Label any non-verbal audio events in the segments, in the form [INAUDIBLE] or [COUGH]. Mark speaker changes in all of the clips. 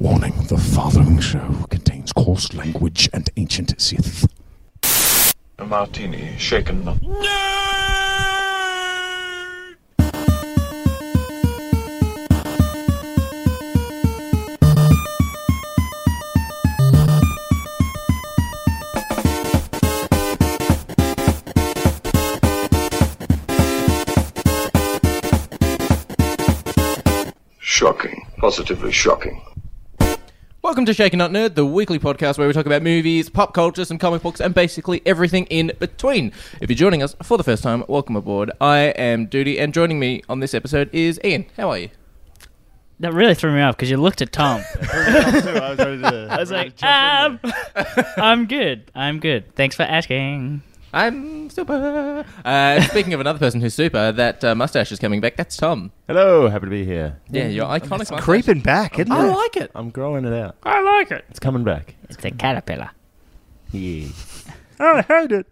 Speaker 1: Warning the following show contains coarse language and ancient Sith.
Speaker 2: A martini, shaken not. Shocking. Positively shocking.
Speaker 3: Welcome to Shaken Not Nerd, the weekly podcast where we talk about movies, pop culture, some comic books, and basically everything in between. If you're joining us for the first time, welcome aboard. I am Duty, and joining me on this episode is Ian. How are you?
Speaker 4: That really threw me off because you looked at Tom.
Speaker 5: I was ready to.
Speaker 4: I was like, um, [LAUGHS] I'm good. I'm good. Thanks for asking.
Speaker 3: I'm super. Uh, speaking of another person who's super, that uh, mustache is coming back. That's Tom.
Speaker 5: Hello, happy to be here.
Speaker 3: Yeah, your iconic mustache.
Speaker 5: Creeping back, isn't
Speaker 3: I
Speaker 5: it?
Speaker 3: like it.
Speaker 5: I'm growing it out.
Speaker 4: I like it.
Speaker 5: It's coming back.
Speaker 4: It's a caterpillar.
Speaker 5: Yeah. I hate it.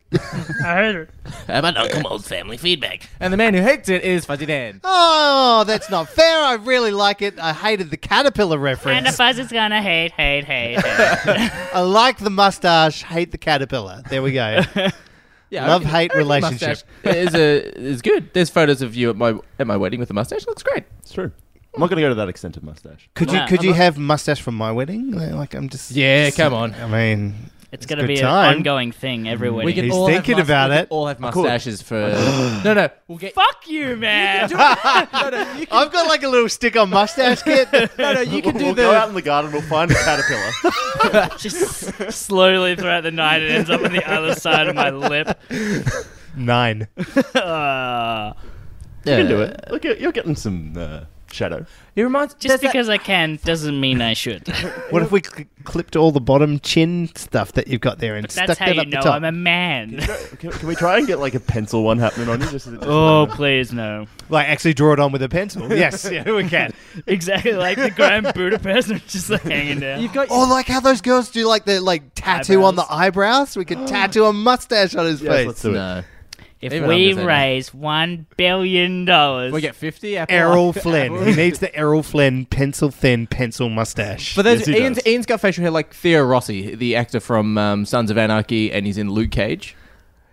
Speaker 4: I heard it.
Speaker 3: How about Uncle Mold's family feedback? And the man who hates it is Fuzzy Dan.
Speaker 6: Oh, that's not fair. I really like it. I hated the caterpillar
Speaker 4: And the
Speaker 6: reference.
Speaker 4: fuzz is gonna hate, hate, hate, hate.
Speaker 6: I like the mustache, hate the caterpillar. There we
Speaker 4: [LAUGHS]
Speaker 6: go.
Speaker 3: Yeah,
Speaker 6: Love
Speaker 3: I reckon-
Speaker 6: hate
Speaker 3: I reckon the
Speaker 6: relationship.
Speaker 3: mustache is a is good. There's photos of you at my at my wedding with a mustache. Looks great.
Speaker 5: It's true. I'm not going to go to that extent of mustache.
Speaker 6: Could you
Speaker 4: Nah,
Speaker 6: could
Speaker 4: I'm
Speaker 6: you
Speaker 4: not-
Speaker 6: have mustache from my wedding? Like I'm just
Speaker 3: Yeah, come on.
Speaker 6: I mean,
Speaker 4: It's
Speaker 6: a
Speaker 4: gonna
Speaker 6: good
Speaker 4: be
Speaker 6: time.
Speaker 4: an ongoing thing every week.
Speaker 3: We can
Speaker 6: He's
Speaker 3: all
Speaker 6: thinking
Speaker 3: have must-
Speaker 6: about
Speaker 3: we can
Speaker 6: it.
Speaker 3: All have
Speaker 5: course.
Speaker 3: mustaches for. no, no. We'll get.
Speaker 4: Fuck you, man.
Speaker 3: No, no. You can,
Speaker 6: I've got like a little stick on mustache kit.
Speaker 3: [LAUGHS] no, no. You can do
Speaker 5: we'll
Speaker 3: the.
Speaker 5: go out in the garden. We'll find a caterpillar.
Speaker 4: [LAUGHS] Just slowly throughout the night, it ends up on the other side of my lip.
Speaker 6: Nine.
Speaker 3: yeah.
Speaker 4: Uh,
Speaker 5: you can do it. Look, you're you're getting some uh, shadow.
Speaker 3: It reminds
Speaker 4: just
Speaker 3: does that-
Speaker 4: because I can doesn't mean I should.
Speaker 6: What if we cl- clipped all the bottom chin stuff that you've got there and stuck
Speaker 4: That's how
Speaker 6: that
Speaker 4: you
Speaker 6: up the
Speaker 4: know
Speaker 6: top?
Speaker 4: I'm a man. [LAUGHS]
Speaker 5: Can, can we try and get like a pencil one happening on you? Just, just
Speaker 4: Oh, please no.
Speaker 6: like actually draw it on with a pencil.
Speaker 4: [LAUGHS]
Speaker 6: yes, yeah, [LAUGHS] we can.
Speaker 4: Exactly like the Grand Budapest, and just like hanging down.
Speaker 3: you've got.
Speaker 6: Or like how those girls do like the like tattoo on the eyebrows.
Speaker 4: Eyebrows.
Speaker 6: We
Speaker 3: [GASPS]
Speaker 6: could tattoo a mustache on his
Speaker 5: Yes,
Speaker 6: face.
Speaker 5: let's do it.
Speaker 3: no.
Speaker 4: If
Speaker 3: Even
Speaker 4: we
Speaker 3: I'm just saying.
Speaker 4: raise one billion dollars,
Speaker 3: We get fifty. Apple.
Speaker 6: Errol
Speaker 3: Apple-
Speaker 6: Flynn. He needs the Errol Flynn pencil thin pencil mustache.
Speaker 3: But there's
Speaker 5: Yes, he
Speaker 3: Ian's,
Speaker 5: does.
Speaker 3: Ian's got facial hair like Theo Rossi, the actor from um, Sons of Anarchy, and he's in Luke Cage.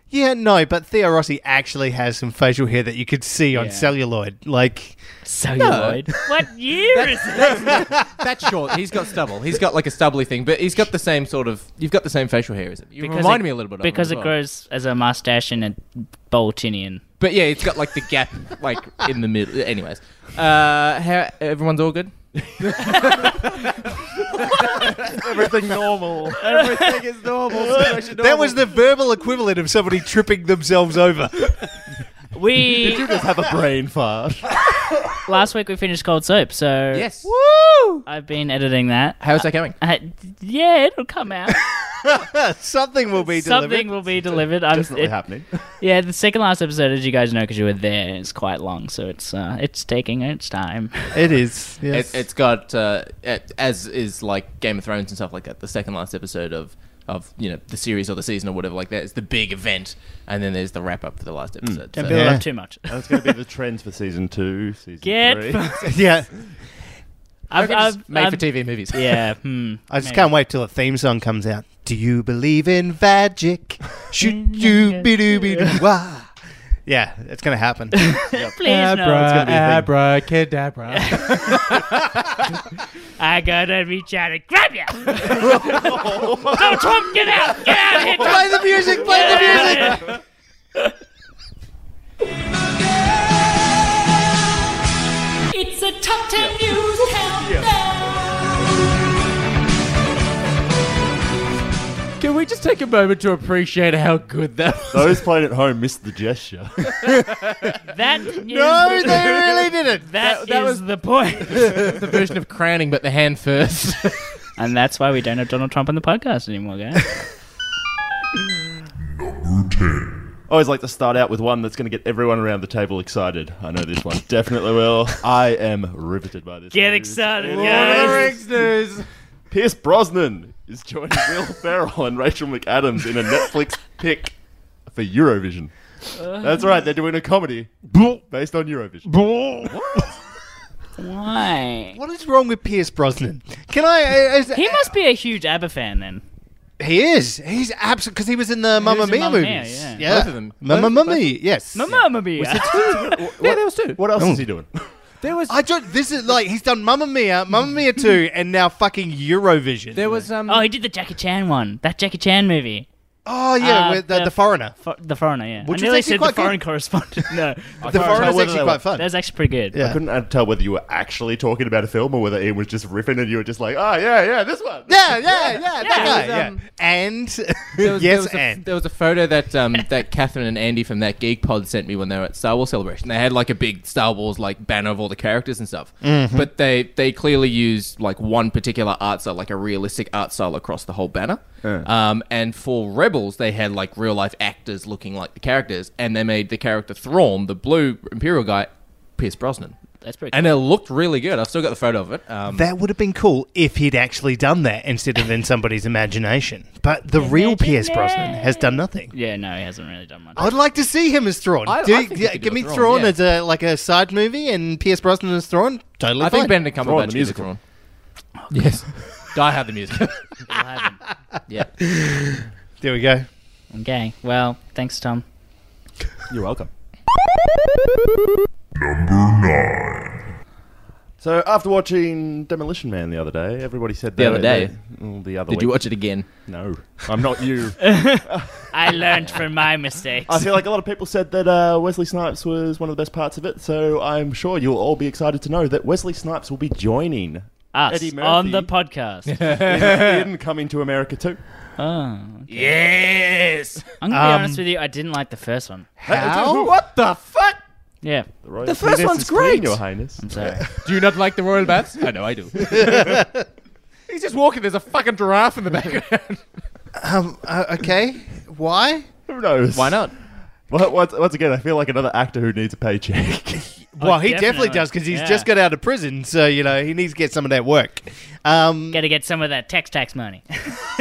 Speaker 6: yeah, no, but Theo Rossi actually has some facial hair that you could see on
Speaker 4: Yeah.
Speaker 6: celluloid. Like, [LAUGHS]
Speaker 4: celluloid.
Speaker 3: [LAUGHS]
Speaker 4: What year is it?
Speaker 3: That's short. He's got stubble. He's got like a stubbly thing, but he's got the same sort of. You've got the same facial hair, is it? You remind
Speaker 4: it-
Speaker 3: me a little bit of him
Speaker 4: because
Speaker 3: as
Speaker 4: it
Speaker 3: well.
Speaker 4: grows as a mustache and a Boltinian.
Speaker 3: But yeah, it's got like the gap, like in the middle. Anyways, uh, how everyone's all good.
Speaker 5: Everything normal.
Speaker 4: [LAUGHS]
Speaker 3: Everything is
Speaker 6: [LAUGHS]
Speaker 3: normal.
Speaker 6: that was the verbal equivalent of somebody tripping themselves over.
Speaker 4: We
Speaker 5: you just have a brain fart.
Speaker 4: last week we finished cold soap, so
Speaker 6: [LAUGHS]
Speaker 3: yes.
Speaker 4: I've been editing that.
Speaker 3: How's that going?
Speaker 4: Uh, yeah, it'll come out.
Speaker 6: Something will be
Speaker 4: Something
Speaker 6: delivered.
Speaker 4: will be delivered. I'm,
Speaker 5: Definitely
Speaker 4: it-
Speaker 5: happening.
Speaker 4: yeah, the second last episode, as you guys know, because you were there, is quite long, so it's uh, it's taking its time. [LAUGHS]
Speaker 6: It is. Yes.
Speaker 3: It, it's got uh, it, as is like Game of Thrones and stuff like that. The second last episode of of you know the series or the season or whatever like that is the big event, and then there's the wrap up for the last
Speaker 6: Hmm.
Speaker 3: episode.
Speaker 4: Don't
Speaker 3: So-
Speaker 4: build
Speaker 6: Yeah.
Speaker 4: up too much.
Speaker 5: [LAUGHS] That's going to be the trends for season two, season
Speaker 4: Get
Speaker 5: three.
Speaker 6: [LAUGHS] yeah.
Speaker 4: I've,
Speaker 3: Okay, just
Speaker 4: I've-
Speaker 3: made for
Speaker 4: I've-
Speaker 3: TV movies.
Speaker 4: [LAUGHS] Yeah. Hmm.
Speaker 6: I just
Speaker 4: Maybe.
Speaker 6: can't wait till a theme song comes out. Do you believe in
Speaker 4: [LAUGHS]
Speaker 6: magic? Should you be doo be doo wah? Yeah, it's gonna happen.
Speaker 4: Please no.
Speaker 5: gonna
Speaker 4: [LAUGHS]
Speaker 5: be a thing.
Speaker 3: abracadabra.
Speaker 4: I gotta reach out and grab you. Go, Tom, get out! Get out of here, Tom!
Speaker 6: play the music. Play the music.
Speaker 7: It's a top ten news countdown.
Speaker 3: Can we just take a moment to appreciate how good
Speaker 6: [LAUGHS]
Speaker 3: that? Was?
Speaker 5: Those playing at home missed the gesture. [LAUGHS]
Speaker 4: That is, [LAUGHS]
Speaker 6: No, they really didn't.
Speaker 4: that,
Speaker 3: that
Speaker 4: that
Speaker 3: was-
Speaker 4: was the point. [LAUGHS]
Speaker 3: the version of crowning, but the hand first.
Speaker 4: and that's why we don't have Donald Trump on the podcast anymore, guys.
Speaker 5: I always like to start out with one that's going to get everyone around the table excited. I know this one definitely will. I am riveted by this.
Speaker 4: Get
Speaker 5: news.
Speaker 4: excited, guys.
Speaker 5: Pierce Brosnan is joining
Speaker 3: [LAUGHS]
Speaker 5: Will Ferrell and Rachel McAdams in a Netflix pick for Eurovision. That's right, they're doing a comedy based on Eurovision.
Speaker 4: Why?
Speaker 6: What is wrong with Pierce Brosnan? Can I? uh, Is,
Speaker 4: He must be a huge ABBA fan then.
Speaker 6: He is. He's absolutely because he was in the Mamma
Speaker 4: was in
Speaker 6: Mia
Speaker 4: Mamma Mia,
Speaker 6: movies.
Speaker 4: yeah.
Speaker 3: Both of them.
Speaker 6: Mamma
Speaker 3: Both-
Speaker 6: Mia. Yes.
Speaker 4: Mamma Mia.
Speaker 3: yeah, there was two.
Speaker 5: What else is he doing?
Speaker 3: There was
Speaker 6: I don't. This is like he's done Mamma Mia, Mamma Mia two, and now fucking Eurovision.
Speaker 3: there was um
Speaker 4: Oh, he did the Jackie Chan one. That Jackie Chan movie.
Speaker 6: oh yeah,
Speaker 4: Uh,
Speaker 6: with the,
Speaker 4: the-
Speaker 6: the foreigner.
Speaker 4: For, the Foreigner, yeah.
Speaker 6: Which
Speaker 4: I
Speaker 6: was
Speaker 4: nearly
Speaker 6: actually
Speaker 4: said the
Speaker 6: quite good.
Speaker 4: foreign correspondent. [LAUGHS] No.
Speaker 6: The foreigner's
Speaker 5: whether
Speaker 6: actually
Speaker 5: they
Speaker 6: quite
Speaker 5: were-
Speaker 6: fun.
Speaker 4: That was actually pretty good.
Speaker 6: Yeah.
Speaker 5: I [LAUGHS] couldn't uh, tell whether you were actually talking about a film or whether Ian was just riffing and you were just like, ah, yeah, yeah, this one.
Speaker 6: Yeah, yeah, yeah, that
Speaker 3: Yeah, it
Speaker 6: guy.
Speaker 3: was, um,
Speaker 6: yeah. And
Speaker 3: [LAUGHS] there was, there
Speaker 6: yes,
Speaker 3: was a,
Speaker 6: and
Speaker 3: there was a photo that um that Catherine and Andy from that Geek Pod sent me when they were at Star Wars Celebration. They had like a big Star Wars like banner of all the characters and stuff. But they they clearly used like one particular art style, like a realistic art style across the whole banner. Um, and for Rebels, they had like real life actors looking like the characters, and they made the character Thrawn, the blue Imperial guy, Pierce Brosnan.
Speaker 4: That's pretty
Speaker 3: And it looked really good. I've still got the photo of it. Um,
Speaker 6: that would have been cool if he'd actually done that instead of in somebody's imagination. But the real Pierce Brosnan has done nothing.
Speaker 4: Yeah, no, he hasn't really done much.
Speaker 6: I'd like to see him as Thrawn.
Speaker 3: I- I
Speaker 6: Do-
Speaker 3: think we
Speaker 6: yeah,
Speaker 3: could do
Speaker 6: give
Speaker 3: a
Speaker 6: me
Speaker 3: Thrawn,
Speaker 6: Thrawn,
Speaker 3: yeah.
Speaker 6: as a like a side movie and Pierce Brosnan as Thrawn. Totally
Speaker 3: I
Speaker 6: fine.
Speaker 3: think Benedict
Speaker 5: Thrawn, the
Speaker 3: Cumberbatch is
Speaker 5: musical.
Speaker 3: Thrawn. Yes, [LAUGHS] Die Hard the musical.
Speaker 4: I'll have him.
Speaker 3: yeah.
Speaker 6: there we go.
Speaker 4: Okay, well, thanks, Tom.
Speaker 5: You're welcome. Number nine. So after watching Demolition Man the other day, everybody said
Speaker 3: The
Speaker 5: that-
Speaker 3: other day?
Speaker 5: that- mm, the other
Speaker 3: Did you
Speaker 5: week.
Speaker 3: watch it again?
Speaker 5: No, I'm not you.
Speaker 4: I learned from my mistakes.
Speaker 5: I feel like a lot of people said that uh, Wesley Snipes was one of the best parts of it, so I'm sure you'll all be excited to know that Wesley Snipes will be joining
Speaker 4: Us
Speaker 5: [LAUGHS] Eddie Murphy
Speaker 4: on
Speaker 3: [LAUGHS]
Speaker 4: the podcast.
Speaker 5: in, in Coming to America too.
Speaker 4: Oh.
Speaker 3: Yes.
Speaker 4: I'm gonna be honest with you. I didn't like the first one.
Speaker 5: How?
Speaker 3: What the fuck?
Speaker 4: Yeah,
Speaker 5: the
Speaker 3: first one's great.
Speaker 5: Your Highness.
Speaker 4: I'm sorry.
Speaker 3: [LAUGHS] Do you not like the royal baths? I know I do. [LAUGHS] He's just walking. There's a fucking giraffe in the background.
Speaker 6: Um, uh, okay, why?
Speaker 5: Who
Speaker 3: [LAUGHS]
Speaker 5: knows?
Speaker 3: Why not?
Speaker 5: Well, once, once again, I feel like another actor who needs a paycheck.
Speaker 6: Well, he Oh, definitely,
Speaker 4: definitely.
Speaker 6: does because he's
Speaker 4: Yeah.
Speaker 6: just got out of prison, so you know he needs to get some of that work. Um,
Speaker 4: [LAUGHS] Gotta get some of that tax tax money.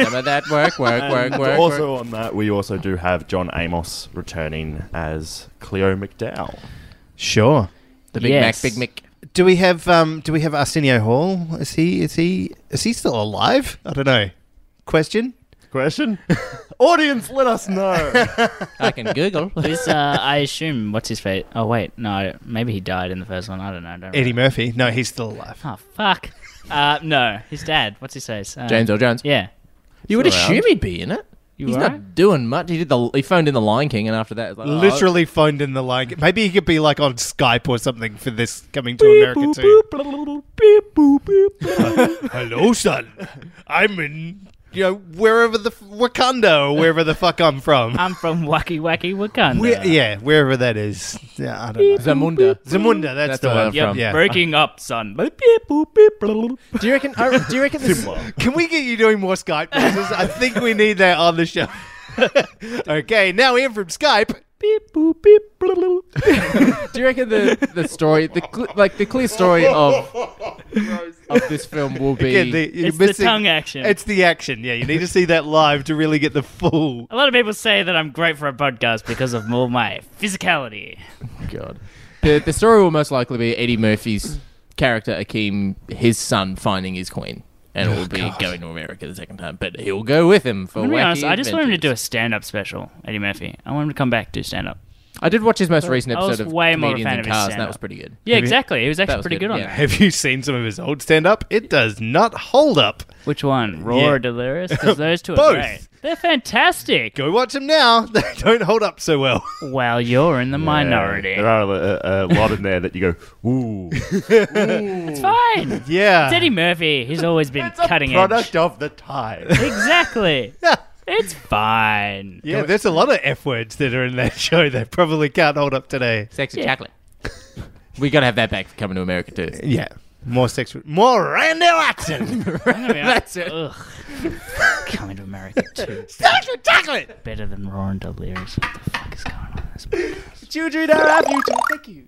Speaker 3: Some of that work, work, work,
Speaker 5: [LAUGHS] And
Speaker 3: work.
Speaker 5: also
Speaker 3: work.
Speaker 5: on that, we also do have John Amos returning as Cleo McDowell.
Speaker 6: [LAUGHS] sure.
Speaker 3: the Big
Speaker 4: Yes.
Speaker 3: Mac, Big Mac.
Speaker 6: Do we have um, Do we have Arsenio Hall? Is he is he is he still alive? I don't know. Question.
Speaker 3: [LAUGHS]
Speaker 5: Question? Audience, let us know.
Speaker 3: I can [LAUGHS] Google.
Speaker 4: Who's, uh, I assume, what's his fate? Oh, wait, no, maybe he died in the first one. I don't know. I don't
Speaker 6: Eddie
Speaker 4: remember.
Speaker 6: Murphy. No, he's still alive.
Speaker 4: Oh, fuck. Uh, no, his dad. What's his face? Uh,
Speaker 3: James Earl Jones.
Speaker 4: Yeah.
Speaker 3: you would
Speaker 5: Still
Speaker 3: assume
Speaker 5: around.
Speaker 3: he'd be in it.
Speaker 4: You
Speaker 3: He's
Speaker 4: alright?
Speaker 3: not doing much. He did the. He phoned in the Lion King, and after that, it's like, oh,
Speaker 6: uh, Literally phoned in the line. Maybe he could be like on Skype or something for this coming to America too. Hello, son. I'm in you know wherever the f- Wakanda or wherever the fuck [LAUGHS] I'm from.
Speaker 4: I'm from Wacky Wacky Wakanda.
Speaker 6: Where- yeah, wherever that is. Yeah, I don't know.
Speaker 3: Zamunda.
Speaker 6: Zamunda, that's,
Speaker 3: That's
Speaker 6: the
Speaker 3: where
Speaker 6: one.
Speaker 3: I'm
Speaker 4: You're
Speaker 3: from.
Speaker 6: Yeah.
Speaker 4: breaking up, son.
Speaker 3: Do you reckon? I- Do you reckon this?
Speaker 6: Can we get you doing more Skype noises? I think we need that on the show. [LAUGHS] okay, now in from Skype. [LAUGHS]
Speaker 3: Do you reckon the, the story, the cl- like the clear story [LAUGHS] of of this film will be?
Speaker 6: Again, the, you're
Speaker 4: It's the
Speaker 6: missing-
Speaker 4: tongue action.
Speaker 6: It's the action. Yeah, you need to see that live to really get the full.
Speaker 4: A lot of people say that I'm great for a podcast because of all my physicality.
Speaker 3: God. The, the story will most likely be Eddie Murphy's character, Akeem, his son finding his queen. And it will be going to America the second time. But he'll go with him for
Speaker 4: I'm gonna be
Speaker 3: wacky
Speaker 4: honest, I just want him to do a
Speaker 3: adventures.
Speaker 4: stand up special, Eddie Murphy. I want him to come back, do stand up.
Speaker 3: I did watch his most recent
Speaker 4: I was
Speaker 3: episode of
Speaker 4: way more a
Speaker 3: Comedians
Speaker 4: fan
Speaker 3: in
Speaker 4: of his
Speaker 3: Cars, and that
Speaker 4: stand-up.
Speaker 3: was pretty good.
Speaker 4: Yeah, exactly. He was actually
Speaker 3: was
Speaker 4: pretty
Speaker 3: good,
Speaker 4: good, on
Speaker 3: yeah.
Speaker 4: that.
Speaker 6: Have you seen some of his old stand up? It does not hold up.
Speaker 4: Which one? Raw
Speaker 6: Yeah.
Speaker 4: or Delirious? Because those two are
Speaker 6: Both.
Speaker 4: great. They're fantastic.
Speaker 6: Go watch them now. [LAUGHS] They don't hold up so well.
Speaker 4: Well, you're in the minority.
Speaker 5: There are a, a lot in there that you go, ooh.
Speaker 4: It's fine.
Speaker 6: Yeah.
Speaker 4: It's Eddie Murphy. He's always been cutting
Speaker 5: Product of the time.
Speaker 4: [LAUGHS] edge. Exactly. it's fine.
Speaker 6: Yeah, there's a lot of F words that are in that [LAUGHS] show that probably can't hold up today.
Speaker 3: Sexy chocolate. we got to have that back for coming to America, too.
Speaker 6: Yeah. More sex. More Randy Watson.
Speaker 3: That's it.
Speaker 4: Ugh. Coming to America too.
Speaker 6: Social chocolate.
Speaker 4: Better than Raw and Delirious. What the fuck is going on? in this podcast?
Speaker 3: Children, I love you too. Thank you.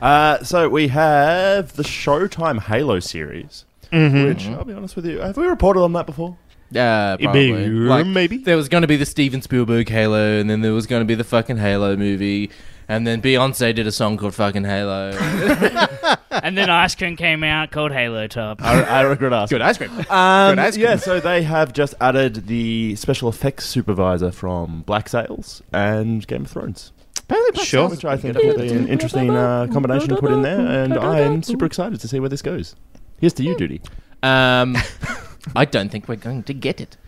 Speaker 5: Uh, so we have the Showtime Halo series, which I'll be honest with you, have we reported on that before?
Speaker 3: Uh,
Speaker 6: may-
Speaker 3: probably. Like,
Speaker 6: maybe.
Speaker 3: There was going to be the Steven Spielberg Halo, and then there was going to be the fucking Halo movie. And then Beyonce did a song called fucking Halo.
Speaker 4: and then ice cream came out called Halo Top.
Speaker 5: [LAUGHS] I, I regret asking.
Speaker 3: Good ice cream.
Speaker 5: Um,
Speaker 3: Good ice cream.
Speaker 5: Yeah, so they have just added the special effects supervisor from Black Sails and Game of Thrones.
Speaker 6: Sure.
Speaker 5: Which I think would be an interesting uh, combination to put in there, and I am super excited to see where this goes. Here's to you, Duty.
Speaker 3: Um, I don't think we're going to get it.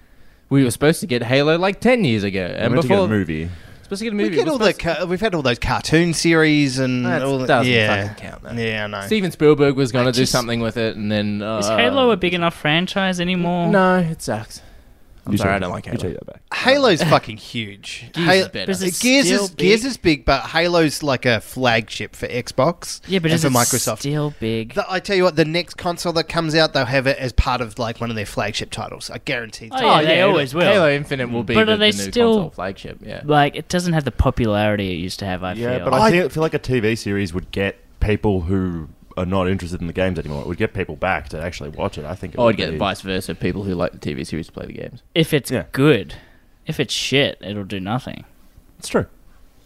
Speaker 3: We were supposed to get Halo like ten years ago, and
Speaker 5: I'm to get
Speaker 3: before
Speaker 5: a movie.
Speaker 3: supposed to get a
Speaker 6: We
Speaker 3: movie.
Speaker 6: get
Speaker 3: we're
Speaker 6: all the
Speaker 3: supposed
Speaker 6: ca- we've had all those cartoon series and
Speaker 3: That
Speaker 6: all the,
Speaker 3: doesn't
Speaker 6: yeah.
Speaker 3: fucking count, though.
Speaker 6: Yeah, I know.
Speaker 3: to- Steven Spielberg was going
Speaker 6: I
Speaker 3: to do
Speaker 6: just-
Speaker 3: something with it, and then uh,
Speaker 4: Is Halo a big enough franchise anymore?
Speaker 3: No, it sucks. I'm
Speaker 5: You
Speaker 3: sorry,
Speaker 5: take-
Speaker 3: I don't like
Speaker 5: You
Speaker 3: Halo.
Speaker 5: take that back.
Speaker 6: Halo's fucking huge.
Speaker 3: Gears
Speaker 6: Hal-
Speaker 3: is better.
Speaker 4: But is it
Speaker 6: Gears
Speaker 4: still
Speaker 6: is Gears
Speaker 4: big?
Speaker 6: is big, but Halo's like a flagship for Xbox.
Speaker 4: Yeah, but
Speaker 6: and
Speaker 4: is
Speaker 6: for
Speaker 4: it
Speaker 6: Microsoft.
Speaker 4: still big?
Speaker 6: The- I tell you what, the next console that comes out, they'll have it as part of like one of their flagship titles. I guarantee.
Speaker 4: Oh, yeah, they always will.
Speaker 3: Halo Infinite will be
Speaker 4: But
Speaker 3: the,
Speaker 4: are they
Speaker 3: the new
Speaker 4: still-
Speaker 3: console flagship. Yeah.
Speaker 4: Like it doesn't have the popularity it used to have. I
Speaker 5: Yeah,
Speaker 4: feel.
Speaker 5: but I, feel, feel like a TV series would get people who are not interested in the games anymore. It would get people back to actually watch it. I think. It
Speaker 3: Or
Speaker 5: would
Speaker 3: I'd get
Speaker 5: be-
Speaker 3: vice versa. People who like the TV series play the games.
Speaker 4: if it's
Speaker 5: Yeah.
Speaker 4: good, if it's shit, it'll do nothing.
Speaker 5: It's true.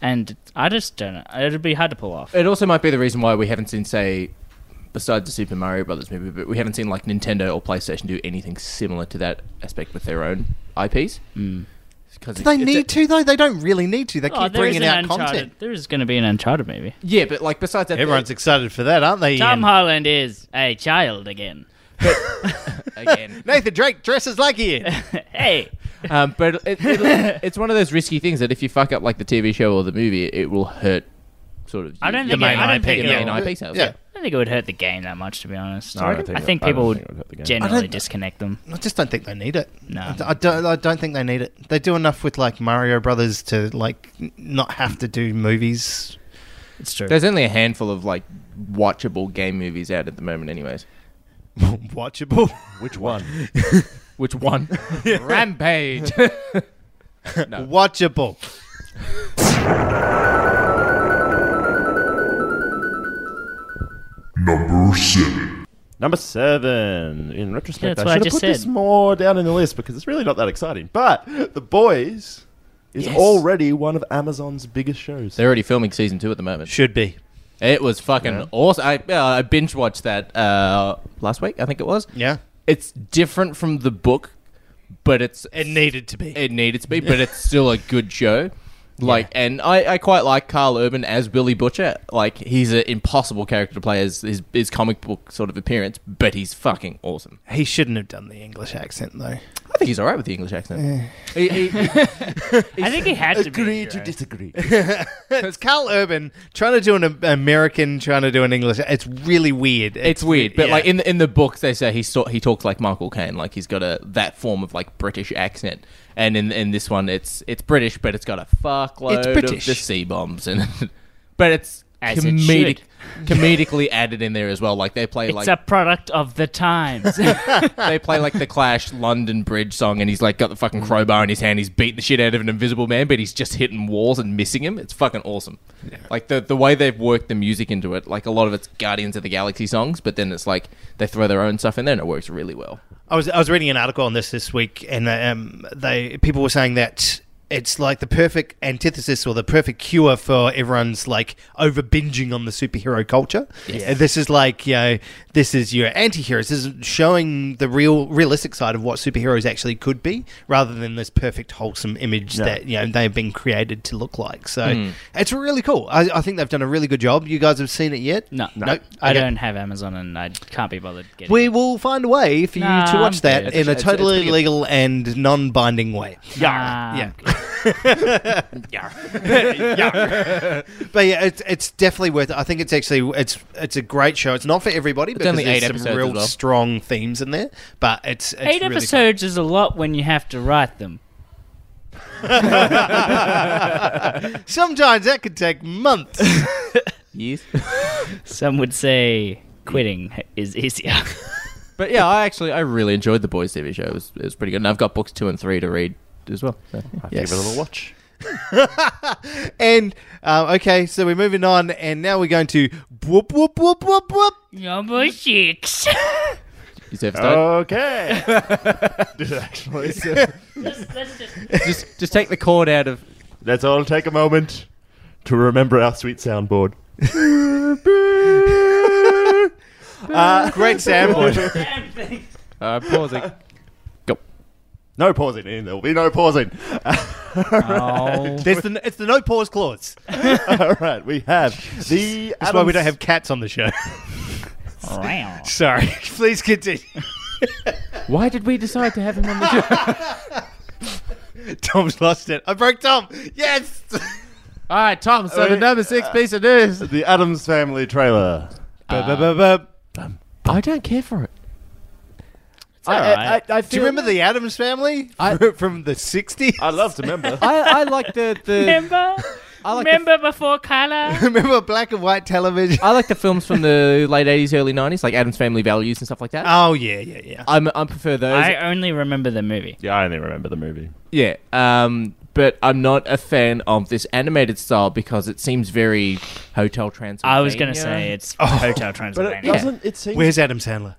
Speaker 4: And I just don't know. It'd be hard to pull off.
Speaker 3: It also might be the reason why we haven't seen, say, besides the Super Mario Brothers movie, but we haven't seen like Nintendo or PlayStation do anything similar to that aspect with their own IPs. Because
Speaker 6: They need to though. They don't really need to. They
Speaker 4: Oh,
Speaker 6: keep
Speaker 4: there is
Speaker 6: bringing
Speaker 4: an
Speaker 6: out
Speaker 4: Uncharted.
Speaker 6: content.
Speaker 4: There is going to be an Uncharted movie.
Speaker 3: Yeah, but like besides that,
Speaker 6: Everyone's excited for that, aren't they?
Speaker 4: Tom
Speaker 6: Ian?
Speaker 4: Holland is a child again.
Speaker 3: [LAUGHS]
Speaker 4: [LAUGHS]
Speaker 3: again.
Speaker 6: Nathan Drake dresses like
Speaker 4: [LAUGHS]
Speaker 6: Ian.
Speaker 4: Hey,
Speaker 3: um, but it, [LAUGHS] it, it's one of those risky things that if you fuck up like the TV show or the movie, it will hurt. Sort of.
Speaker 4: I don't
Speaker 3: you-
Speaker 4: think. It,
Speaker 6: main
Speaker 4: I don't
Speaker 6: IP,
Speaker 4: think.
Speaker 3: yeah.
Speaker 4: It,
Speaker 3: Main
Speaker 4: I
Speaker 3: IP sales.
Speaker 6: Yeah.
Speaker 4: don't think it would hurt the game that much, to be honest.
Speaker 5: No, I don't think
Speaker 4: I
Speaker 5: it-
Speaker 4: think
Speaker 5: I don't
Speaker 4: people
Speaker 5: think it would hurt the
Speaker 4: would
Speaker 5: game.
Speaker 6: I
Speaker 4: generally
Speaker 6: don't-
Speaker 4: disconnect them.
Speaker 6: I just don't think they need it.
Speaker 4: No.
Speaker 6: I don't. I don't think they need it. They do enough with like Mario Brothers to like n- not have to do movies.
Speaker 4: It's true.
Speaker 3: There's only a handful of like watchable game movies out at the moment, anyways.
Speaker 6: [LAUGHS] Watchable.
Speaker 5: Which one?
Speaker 3: Which one? [LAUGHS] Rampage.
Speaker 6: Watchable.
Speaker 1: Number seven.
Speaker 5: Number seven. In retrospect,
Speaker 4: That's
Speaker 5: I
Speaker 4: what I
Speaker 5: should have
Speaker 4: just
Speaker 5: put this
Speaker 4: said.
Speaker 5: more down in the list because it's really not that exciting. But The Boys is
Speaker 3: Yes.
Speaker 5: already one of Amazon's biggest shows.
Speaker 3: They're already filming season two at the moment.
Speaker 6: Should be.
Speaker 3: It was fucking awesome. I, uh, I binge watched that uh, last week, I think it was.
Speaker 6: Yeah.
Speaker 3: It's different from the book, but it's
Speaker 6: It needed to be.
Speaker 3: it needed to
Speaker 6: [LAUGHS]
Speaker 3: be, but it's still a good show. Like, and I, I quite like Carl Urban as Billy Butcher. Like, he's an impossible character to play as his, his comic book sort of appearance, but he's fucking awesome.
Speaker 6: He shouldn't have done the English accent though.
Speaker 3: I think he's all right with the English accent. He- he- he-
Speaker 4: I think it had to be. right?
Speaker 5: disagree.
Speaker 6: [LAUGHS] It's Carl Urban trying to do an Am- American, trying to do an English. It's really weird.
Speaker 3: it's weird, but
Speaker 6: yeah.
Speaker 3: like in the, in the books, they say he sort he talks like Michael Caine, like he's got a that form of like British accent. And in in this one, it's it's British, but it's got a fuckload
Speaker 6: It's
Speaker 3: of
Speaker 6: British.
Speaker 3: the C bombs, and [LAUGHS] but it's
Speaker 4: As it
Speaker 3: comedic, comedically added in there as well. Like they play
Speaker 4: It's
Speaker 3: like
Speaker 4: a product of the times. [LAUGHS]
Speaker 3: they play like the Clash London Bridge song, and he's like got the
Speaker 5: Mm.
Speaker 3: fucking crowbar in his hand. He's beating the shit out of an invisible man, but he's just hitting walls and missing him. It's fucking awesome. Like the the way they've worked the music into it. Like a lot of it's Guardians of the Galaxy songs, but then it's like they throw their own stuff in there, and it works really well.
Speaker 6: I was I was reading an article on this this week, and um, they people were saying that it's like the perfect antithesis or the perfect cure for everyone's like over binging on the superhero culture. Yeah, This is like you know, this is your anti-heroes. This is showing the real realistic side of what superheroes actually could be, rather than this perfect wholesome image
Speaker 5: Yeah.
Speaker 6: that you know they've been created to look like. So it's really cool. I, I think they've done a really good job. You guys have seen it yet?
Speaker 4: no,
Speaker 6: no.
Speaker 4: I
Speaker 6: Okay.
Speaker 4: don't have Amazon, and I can't be bothered getting.
Speaker 6: We will find a way for you to
Speaker 4: Nah,
Speaker 6: watch
Speaker 4: I'm
Speaker 6: that
Speaker 4: good.
Speaker 6: in a
Speaker 3: It's- it's-
Speaker 6: totally
Speaker 3: it's good.
Speaker 6: legal and non-binding way.
Speaker 4: yeah,
Speaker 6: Yeah. But yeah, it's, it's definitely worth. It. I think it's actually it's it's a great show. It's not for everybody, but
Speaker 3: only
Speaker 6: there's
Speaker 3: eight
Speaker 6: some
Speaker 3: episodes
Speaker 6: real
Speaker 3: as well.
Speaker 6: strong themes in there. But it's, it's
Speaker 4: Eight
Speaker 6: really
Speaker 4: episodes is a lot when you have to write them.
Speaker 6: good. Sometimes that could take months.
Speaker 3: [LAUGHS] Yes.
Speaker 4: Some would say quitting is easier.
Speaker 3: but yeah, I actually I really enjoyed the boys TV show. It was, it was pretty good, and I've got books two and three to read as well. So, yeah.
Speaker 5: Give it a little watch.
Speaker 6: and uh, okay, so we're moving on, and now we're going to whoop whoop whoop whoop
Speaker 3: [LAUGHS]
Speaker 6: whoop. [LAUGHS]
Speaker 4: Number [LAUGHS] six.
Speaker 3: You said
Speaker 5: Uh,
Speaker 3: start?
Speaker 4: [LAUGHS]
Speaker 5: Okay. [LAUGHS] Did it actually?
Speaker 3: just just take the cord out of
Speaker 5: Let's all take a moment to remember our
Speaker 4: [LAUGHS]
Speaker 5: sweet soundboard.
Speaker 6: Uh, Great soundboard.
Speaker 3: [LAUGHS] Uh,
Speaker 5: [LAUGHS]
Speaker 3: pausing.
Speaker 5: No pausing, Ian. There will be no pausing. [LAUGHS]
Speaker 4: Oh.
Speaker 6: There's the, it's the no pause clause.
Speaker 5: All right, we have the.
Speaker 6: That's why we don't have cats on the show.
Speaker 4: wow.
Speaker 6: Sorry. Please continue.
Speaker 3: Why did we decide to have him on the
Speaker 5: [LAUGHS]
Speaker 3: show?
Speaker 6: [LAUGHS] Tom's lost it. I broke Tom. Yes.
Speaker 3: All right, Tom. So the number six piece of news.
Speaker 5: the Adams Family trailer.
Speaker 3: I don't care for it.
Speaker 6: I, I- uh,
Speaker 4: alright.
Speaker 6: I- I Do you remember the Adams family from the 60s?
Speaker 5: I'd love to remember.
Speaker 6: uh,
Speaker 3: I, I like the
Speaker 4: [LAUGHS]
Speaker 3: the
Speaker 4: Remember?
Speaker 3: I like the,
Speaker 4: Remember before color?
Speaker 6: [LAUGHS] remember black and white television?
Speaker 3: I like the films from the late eighties, early nineties, like Adam's Family Values and stuff like that.
Speaker 6: [LAUGHS] Oh, yeah, yeah, yeah.
Speaker 3: I'm, I prefer those.
Speaker 4: Uh, I only remember the movie.
Speaker 5: yeah, I only remember the movie.
Speaker 3: yeah. Um, but I'm not a fan of this animated style because it seems very Hotel Transylvania.
Speaker 4: I was going to say it's Hotel
Speaker 5: But
Speaker 4: Transylvania.
Speaker 5: it doesn't. It seems.
Speaker 6: Where's Adam Sandler?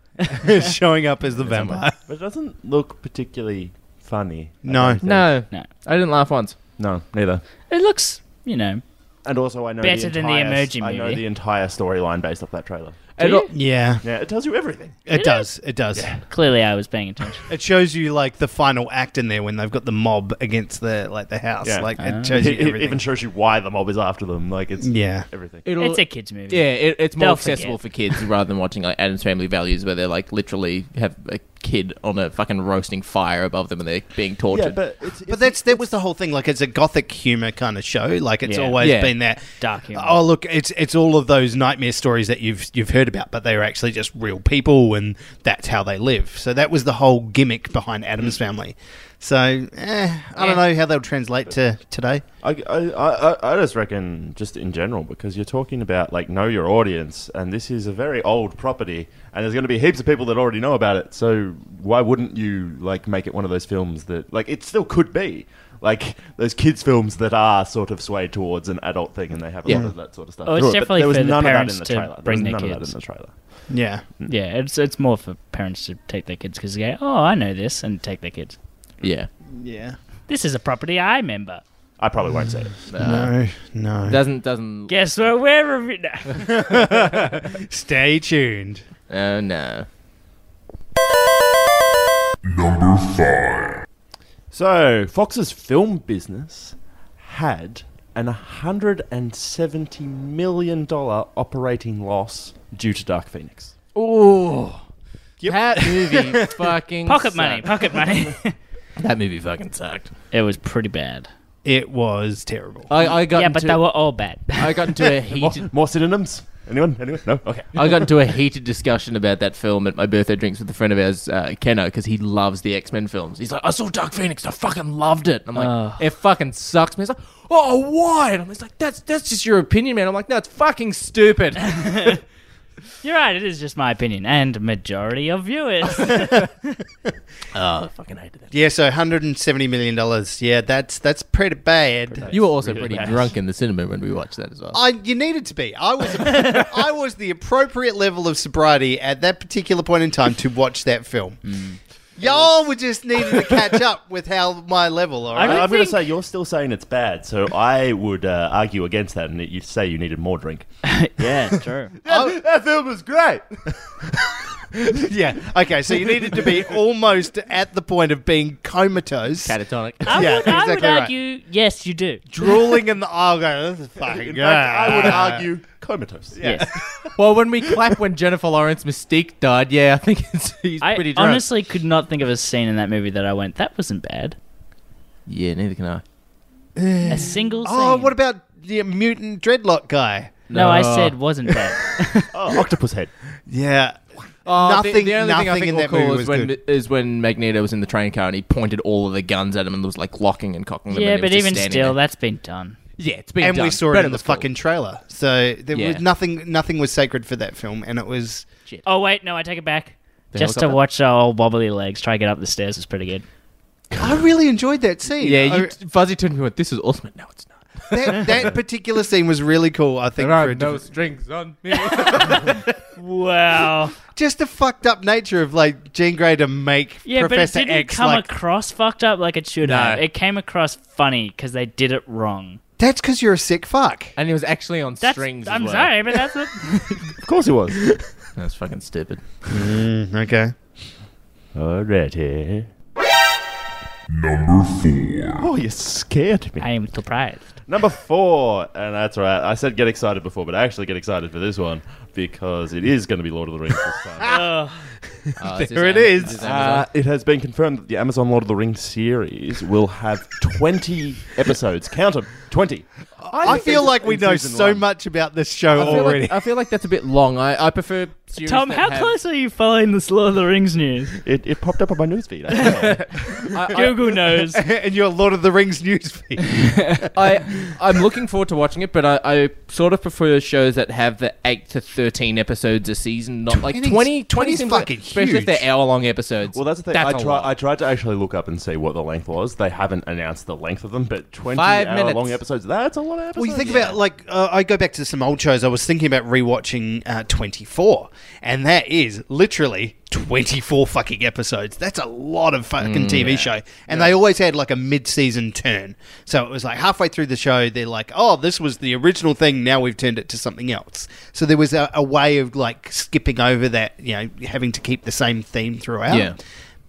Speaker 6: [LAUGHS] Showing up as the vampire.
Speaker 5: But it doesn't look particularly funny. I
Speaker 6: No.
Speaker 5: don't think.
Speaker 3: no,
Speaker 4: No.
Speaker 3: I didn't laugh once.
Speaker 5: No, neither.
Speaker 4: It looks, you know,
Speaker 5: And also, I know
Speaker 4: Better
Speaker 5: the
Speaker 4: than the
Speaker 5: entire,
Speaker 4: Emoji
Speaker 5: I know
Speaker 4: Movie.
Speaker 5: the entire storyline based off that trailer.
Speaker 3: And
Speaker 4: you?
Speaker 3: al-
Speaker 6: Yeah.
Speaker 5: Yeah, it tells you everything.
Speaker 6: It does. It does.
Speaker 4: clearly I was paying attention.
Speaker 6: It shows you like the final act in there when they've got the mob against the like the house.
Speaker 5: Yeah.
Speaker 6: Like
Speaker 4: Ah.
Speaker 6: it shows
Speaker 5: It,
Speaker 6: you
Speaker 5: [LAUGHS] it
Speaker 6: everything.
Speaker 5: even shows you why the mob is after them. Like it's
Speaker 6: yeah.
Speaker 5: everything.
Speaker 3: it'll-
Speaker 4: It's a kids movie.
Speaker 3: yeah, it, it's more
Speaker 4: They'll
Speaker 3: accessible
Speaker 4: forget.
Speaker 3: for kids rather than watching like Adam's Family Values, where they're like literally have a kid on a fucking roasting fire above them and they're being tortured.
Speaker 5: it's,
Speaker 6: But that's that was the whole thing. Like it's a gothic humor kind of show. Like it's
Speaker 4: Yeah.
Speaker 6: always
Speaker 3: Yeah.
Speaker 6: been that
Speaker 4: Dark humor.
Speaker 6: Oh look, it's it's all of those nightmare stories that you've you've heard about, but they were actually just real people, and that's how they live. So that was the whole gimmick behind Adam's Family. So eh, I don't know how they'll translate to today.
Speaker 5: I, I, I, I just reckon just in general because you're talking about like know your audience and this is a very old property and there's going to be heaps of people that already know about it so why wouldn't you like make it one of those films that like it still could be like those kids films that are sort of swayed towards an adult thing and they have a lot
Speaker 3: Yeah.
Speaker 5: of that sort of stuff
Speaker 4: Oh, it's
Speaker 5: through it, but
Speaker 4: definitely
Speaker 5: there was
Speaker 4: for the
Speaker 5: none of that
Speaker 4: parents
Speaker 5: in the
Speaker 4: to
Speaker 5: trailer There
Speaker 4: bring
Speaker 5: was
Speaker 4: their
Speaker 5: none of that
Speaker 4: kids.
Speaker 5: in the trailer
Speaker 6: Yeah,
Speaker 4: Yeah, it's it's more for parents to take their kids because they go, oh, I know this, and take their kids.
Speaker 3: yeah,
Speaker 6: yeah.
Speaker 4: This is a property I remember.
Speaker 5: I probably won't say it
Speaker 3: Uh,
Speaker 6: Oh, no, no.
Speaker 3: doesn't doesn't.
Speaker 4: Guess what we're reviewing? [LAUGHS]
Speaker 6: Stay tuned.
Speaker 3: Oh no.
Speaker 5: so Fox's film business had an 170 million dollar operating loss due to Dark Phoenix
Speaker 3: Ooh. That [LAUGHS] movie fucking
Speaker 4: pocket
Speaker 3: sucked.
Speaker 4: money, pocket [LAUGHS] money.
Speaker 3: That movie fucking sucked.
Speaker 4: it was pretty bad.
Speaker 6: It was terrible.
Speaker 3: I, I got
Speaker 4: Yeah,
Speaker 3: into,
Speaker 4: but they were all bad.
Speaker 3: I got [LAUGHS] into a
Speaker 5: More,
Speaker 3: heated
Speaker 5: more synonyms? Anyone? Anyone? No? Okay.
Speaker 3: I got into a heated discussion about that film at my birthday drinks with a friend of ours, uh, Keno, because he loves the X Men films. He's like, I saw Dark Phoenix, I fucking loved it. And I'm like,
Speaker 4: Ugh.
Speaker 3: it fucking sucks. And he's like, oh, why? And I'm just like, that's that's just your opinion, man. I'm like, no, it's fucking stupid.
Speaker 4: [LAUGHS] You're right. It is just my opinion, and majority of viewers.
Speaker 3: I fucking hated that.
Speaker 6: yeah, so 170 million dollars. Yeah, that's that's pretty bad.
Speaker 3: You were also pretty drunk in the cinema when we watched that as well.
Speaker 6: I you needed to be. I was I was the appropriate level of sobriety at that particular point in time to watch that film.
Speaker 5: Mm.
Speaker 6: Y'all were just needing to catch up with how my level. All
Speaker 5: I
Speaker 6: right?
Speaker 5: am going
Speaker 4: think-
Speaker 5: to say you're still saying it's bad, so I would uh, argue against that, and that you say you needed more drink.
Speaker 4: [LAUGHS] yeah, true.
Speaker 6: Oh,
Speaker 5: That film was great.
Speaker 6: yeah. Okay. So you needed to
Speaker 5: [LAUGHS]
Speaker 6: be almost at the point of being comatose,
Speaker 3: Catatonic.
Speaker 4: [LAUGHS] I
Speaker 6: Yeah,
Speaker 4: would, I would
Speaker 6: exactly right.
Speaker 4: argue, yes, you do.
Speaker 6: drooling in the. Oh, go, this is fucking
Speaker 5: In
Speaker 6: good.
Speaker 5: fact, I would argue comatose.
Speaker 4: Yes.
Speaker 3: [LAUGHS]
Speaker 4: [LAUGHS]
Speaker 3: well, when we clap when Jennifer Lawrence Mystique died, yeah, I think it's, he's
Speaker 4: I
Speaker 3: pretty drunk.
Speaker 4: honestly could not think of a scene in that movie that I went, that wasn't bad.
Speaker 3: yeah, neither can I.
Speaker 4: A single scene.
Speaker 6: Oh, what about the mutant dreadlock guy?
Speaker 4: No, I
Speaker 3: No.
Speaker 4: said wasn't [LAUGHS] bad.
Speaker 5: Oh, octopus head.
Speaker 6: Yeah.
Speaker 3: Oh,
Speaker 6: Nothing- nothing in
Speaker 3: will
Speaker 6: that movie
Speaker 3: call is
Speaker 6: was
Speaker 3: when,
Speaker 6: good.
Speaker 3: is when Magneto was in the train car and he pointed all of the guns at him and was like locking and cocking them.
Speaker 4: yeah,
Speaker 3: and he was
Speaker 4: but
Speaker 3: just
Speaker 4: even
Speaker 3: standing
Speaker 4: still,
Speaker 3: there.
Speaker 4: that's been done.
Speaker 3: yeah, it's been
Speaker 6: and
Speaker 3: done.
Speaker 6: we saw
Speaker 3: But
Speaker 6: it in the
Speaker 3: was cool.
Speaker 6: fucking trailer. So there
Speaker 3: Yeah.
Speaker 6: was nothing. Nothing was sacred for that film, and it was.
Speaker 4: Oh, wait, no, I take it back. Just to
Speaker 3: helicopter?
Speaker 4: watch our old bobbly legs try to get up the stairs was pretty good.
Speaker 6: I really enjoyed that scene.
Speaker 3: Yeah, you,
Speaker 6: I-
Speaker 3: Oh, Fuzzy turned to me and went, "This is ultimate." No, it's not.
Speaker 6: that, that particular scene was really cool. I think for a different-
Speaker 3: strings on
Speaker 6: [LAUGHS]
Speaker 3: me. [LAUGHS]
Speaker 4: Wow.
Speaker 6: just the fucked up nature of like Jean Grey to make
Speaker 4: Yeah,
Speaker 6: Professor
Speaker 4: but it didn't
Speaker 6: X
Speaker 4: come
Speaker 6: like
Speaker 4: across fucked up like it should
Speaker 3: No.
Speaker 4: have. It came across funny because they did it wrong.
Speaker 6: That's because you're a sick fuck.
Speaker 3: And it was actually on
Speaker 4: That's,
Speaker 3: strings. as
Speaker 4: I'm
Speaker 3: well.
Speaker 4: sorry, but [LAUGHS] that's what.
Speaker 5: Of course he was.
Speaker 3: That's fucking stupid.
Speaker 6: okay.
Speaker 5: Oh, Already. Number four. Oh, you scared me.
Speaker 4: I am surprised.
Speaker 5: Number four, and that's right. I said get excited before, but I actually get excited for this one because it is going to be Lord of the Rings this
Speaker 6: [LAUGHS]
Speaker 5: time.
Speaker 3: Uh,
Speaker 6: There it is.
Speaker 5: Uh, it has been confirmed that the Amazon Lord of the Rings series will have 20 [LAUGHS] episodes. Count 'em, 20.
Speaker 6: I, feel like we
Speaker 5: in
Speaker 6: know
Speaker 5: season
Speaker 6: so
Speaker 5: one.
Speaker 6: much about this show
Speaker 3: I feel,
Speaker 6: already. [LAUGHS]
Speaker 3: like, I feel like that's a bit long. I, I prefer series
Speaker 4: Tom,
Speaker 3: that
Speaker 4: how
Speaker 3: have-
Speaker 4: close are you following this Lord of the Rings news?
Speaker 5: It, it popped up on my newsfeed. [LAUGHS] I don't
Speaker 6: [LAUGHS]
Speaker 5: know.
Speaker 4: Google knows.
Speaker 6: and your Lord of the Rings newsfeed.
Speaker 3: I I'm looking forward to watching it, but I, I sort of prefer shows that have the eight to thirteen episodes a season, not like
Speaker 6: 20's
Speaker 3: 20 20
Speaker 6: 20's
Speaker 3: seems like-
Speaker 6: fucking
Speaker 3: especially if
Speaker 6: huge.
Speaker 3: they're hour long episodes.
Speaker 5: well, that's the thing. I,
Speaker 3: a
Speaker 5: try,
Speaker 3: lot.
Speaker 5: I tried to actually look up and see what the length was. They haven't announced the length of them, but 20
Speaker 3: Five
Speaker 5: hour
Speaker 3: minutes.
Speaker 5: long episodes. That's a lot of episodes.
Speaker 6: well, you think about like uh, I go back to some old shows. I was thinking about rewatching uh, Twenty Four, and that is literally twenty four fucking episodes. That's a lot of fucking TV show, and they always had like a mid season turn. So it was like halfway through the show, they're like, "Oh, this was the original thing. Now we've turned it to something else." So there was a, a way of like skipping over that, you know, having to keep the same theme throughout.
Speaker 3: Yeah.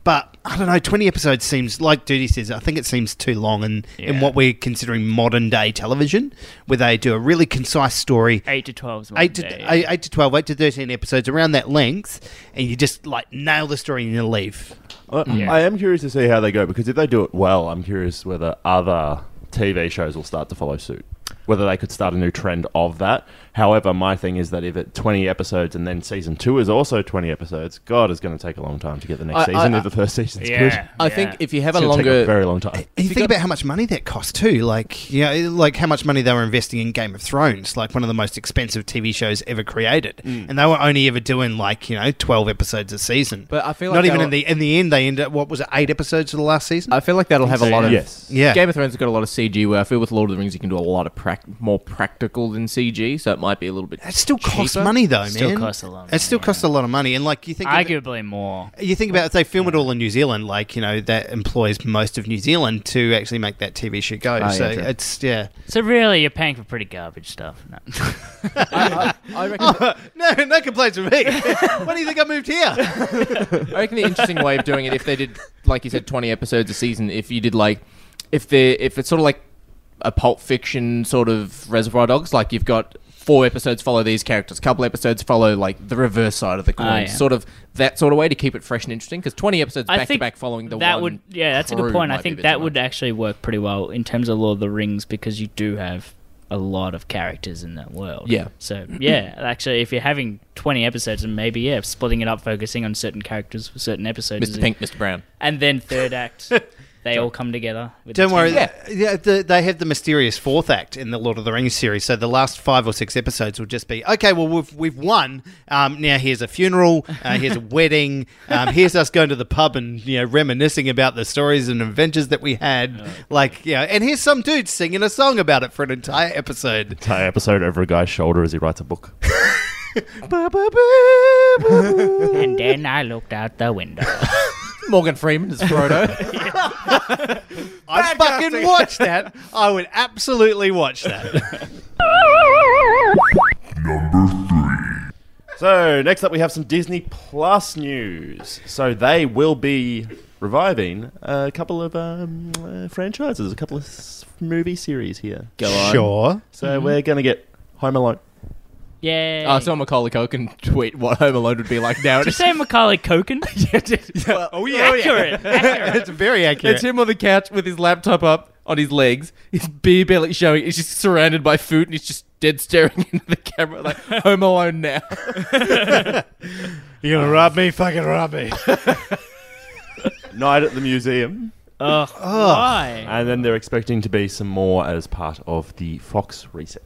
Speaker 6: But I don't know. Twenty episodes seems like Duty says. I think it seems too long, and in
Speaker 4: Yeah.
Speaker 6: what we're considering modern day television, where they do a really concise story,
Speaker 4: Eight to twelve. is my
Speaker 6: eight to
Speaker 4: day.
Speaker 6: eight, eight to twelve, eight to thirteen episodes around that length, and you just like nail the story and you leave.
Speaker 5: Uh, I am curious to see how they go because if they do it well, I'm curious whether other TV shows will start to follow suit. Whether they could start a new trend of that. However, my thing is that if it 20 episodes and then season two is also 20 episodes, God is going to take a long time to get the next
Speaker 3: I-
Speaker 5: season
Speaker 3: I-
Speaker 5: if the first season's
Speaker 4: Yeah.
Speaker 5: good.
Speaker 3: I think if you have
Speaker 5: It's
Speaker 3: a
Speaker 5: gonna take
Speaker 3: longer
Speaker 5: a very long
Speaker 3: [COUGHS]
Speaker 5: time.
Speaker 6: And you think about how much money that cost too, like yeah, like how much money they were investing in Game of Thrones, like one of the most expensive TV shows ever created, and they were only ever doing like you know twelve episodes a season.
Speaker 3: But I feel like
Speaker 6: not even
Speaker 3: they'll-
Speaker 6: in the in the end they end up what was it eight episodes of the last season?
Speaker 3: I feel like that'll have a lot of
Speaker 5: Yes.
Speaker 6: yeah,
Speaker 3: Game of Thrones has got a lot of CG. Where I feel with Lord of the Rings, you can do a lot of prac- more practical than CG, so it might be a little bit.
Speaker 6: It still costs
Speaker 3: cheaper.
Speaker 6: money though,
Speaker 4: Still
Speaker 6: man.
Speaker 4: costs a lot of
Speaker 6: It still
Speaker 4: money,
Speaker 6: costs a lot of money, and like you think, of it-
Speaker 4: Arguably more.
Speaker 6: you think about if they film it all in New Zealand, like you know that employs most of New Zealand to actually make that TV show go.
Speaker 3: yeah,
Speaker 6: so
Speaker 3: true.
Speaker 6: it's Oh, yeah. [LAUGHS]
Speaker 4: So really, you're paying for pretty garbage stuff. No.
Speaker 3: I, I- I reckon.
Speaker 6: No, no complaints from me. [LAUGHS] Why do you think I moved here?
Speaker 3: I reckon the interesting way of doing it, if they did, like you said, twenty episodes a season, if you did like, if they, if it's sort of like a Pulp Fiction sort of Reservoir Dogs, like you've got four episodes follow these characters, couple episodes follow like the reverse side of the coin,
Speaker 4: Ah, yeah.
Speaker 3: sort of that sort of way to keep it fresh and interesting. Because twenty episodes
Speaker 4: I
Speaker 3: back to
Speaker 4: think
Speaker 3: back following the
Speaker 4: that
Speaker 3: one
Speaker 4: would yeah, that's a
Speaker 3: crew
Speaker 4: good point. I
Speaker 3: might be a
Speaker 4: think
Speaker 3: bit
Speaker 4: that
Speaker 3: too
Speaker 4: would
Speaker 3: much.
Speaker 4: actually work pretty well in terms of Lord of the Rings because you do have a lot of characters in that world.
Speaker 3: Yeah.
Speaker 4: So yeah, actually, if you're having 20 episodes and maybe yeah, splitting it up, focusing on certain characters for certain episodes,
Speaker 3: Mr. Pink, Mr. Brown.
Speaker 4: and then third
Speaker 3: [LAUGHS]
Speaker 4: act, they all come together. With the
Speaker 6: Don't worry.
Speaker 4: team.
Speaker 6: Yeah, yeah the, they have the mysterious fourth act in the Lord of the Rings series. So the last five or six episodes will just be okay. Well, we've we've won. Um, now here's a funeral. Uh, [LAUGHS] here's a wedding. Um, here's us going to the pub and you know reminiscing about the stories and adventures that we had. Like yeah, and here's some dude singing a song about it for an entire episode.
Speaker 5: Entire episode over a guy's shoulder as he writes a book.
Speaker 4: And then I looked out the window.
Speaker 3: [LAUGHS] Morgan Freeman is Frodo.
Speaker 6: I fucking watch that. I would absolutely watch that.
Speaker 5: So next up, we have some Disney Plus news. So they will be reviving a couple of um, uh, franchises, a couple of s- movie series here.
Speaker 6: Sure.
Speaker 5: So we're gonna get Home Alone.
Speaker 4: Yay.
Speaker 3: I saw Macaulay Culkin tweet what Home Alone would be like now.
Speaker 4: Did you say Macaulay Culkin? [LAUGHS]
Speaker 6: Oh
Speaker 3: [LAUGHS]
Speaker 4: Accurate.
Speaker 6: [LAUGHS]
Speaker 4: accurate.
Speaker 6: It's very accurate.
Speaker 3: [LAUGHS] It's him on the couch with his laptop up on his legs, his beer belly showing. He's just surrounded by food, and he's just dead staring [LAUGHS] into the camera like Home Alone now.
Speaker 5: [LAUGHS]
Speaker 6: You're gonna rob me? Fucking rob me.
Speaker 5: Night at the Museum,
Speaker 4: Ugh,
Speaker 3: Oh.
Speaker 4: why?
Speaker 5: and then they're expecting to be some more as part of the Fox reset.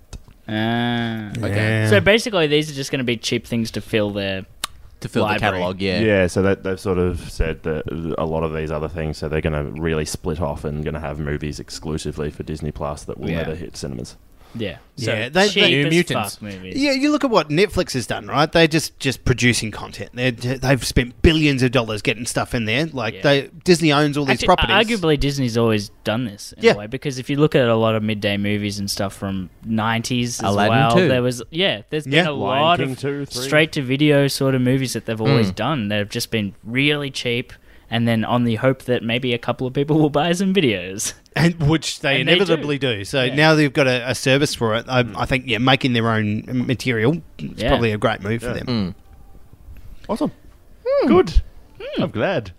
Speaker 4: Ah.
Speaker 3: Okay,
Speaker 4: So basically, these are just going to be cheap things to fill their.
Speaker 3: to fill
Speaker 4: Library.
Speaker 3: the catalog, yeah.
Speaker 5: Yeah, so that, they've sort of said that a lot of these other things, so they're going to really split off and going to have movies exclusively for Disney Plus that will
Speaker 3: Yeah.
Speaker 5: never hit cinemas.
Speaker 4: Yeah. So
Speaker 6: Yeah, they-
Speaker 4: cheap
Speaker 6: they- New
Speaker 4: as
Speaker 3: Mutants.
Speaker 4: fuck movies.
Speaker 6: Yeah, you look at what Netflix has done, right? They're just just producing content. They're, they've spent billions of dollars getting stuff in there. Like
Speaker 4: Yeah.
Speaker 6: they Disney owns all these
Speaker 4: Actu-
Speaker 6: properties.
Speaker 4: Arguably, Disney's always done this in
Speaker 6: Yeah.
Speaker 4: a way because if you look at a lot of midday movies and stuff from '90s as
Speaker 3: Aladdin
Speaker 4: well,
Speaker 3: too.
Speaker 4: there was yeah, there's been
Speaker 6: Yeah.
Speaker 4: a
Speaker 5: Lion
Speaker 4: lot
Speaker 5: King
Speaker 4: of
Speaker 5: two, three.
Speaker 4: straight to video sort of movies that they've always done that have just been really cheap, and then on the hope that maybe a couple of people will buy some videos.
Speaker 6: [LAUGHS] and which they
Speaker 4: And they
Speaker 6: inevitably do. Hmm. So now they've got a, a service for it. I, I think yeah, making their own material is
Speaker 4: Yeah.
Speaker 6: probably a great move for
Speaker 5: Yeah.
Speaker 6: them.
Speaker 5: Awesome. Good. I'm glad.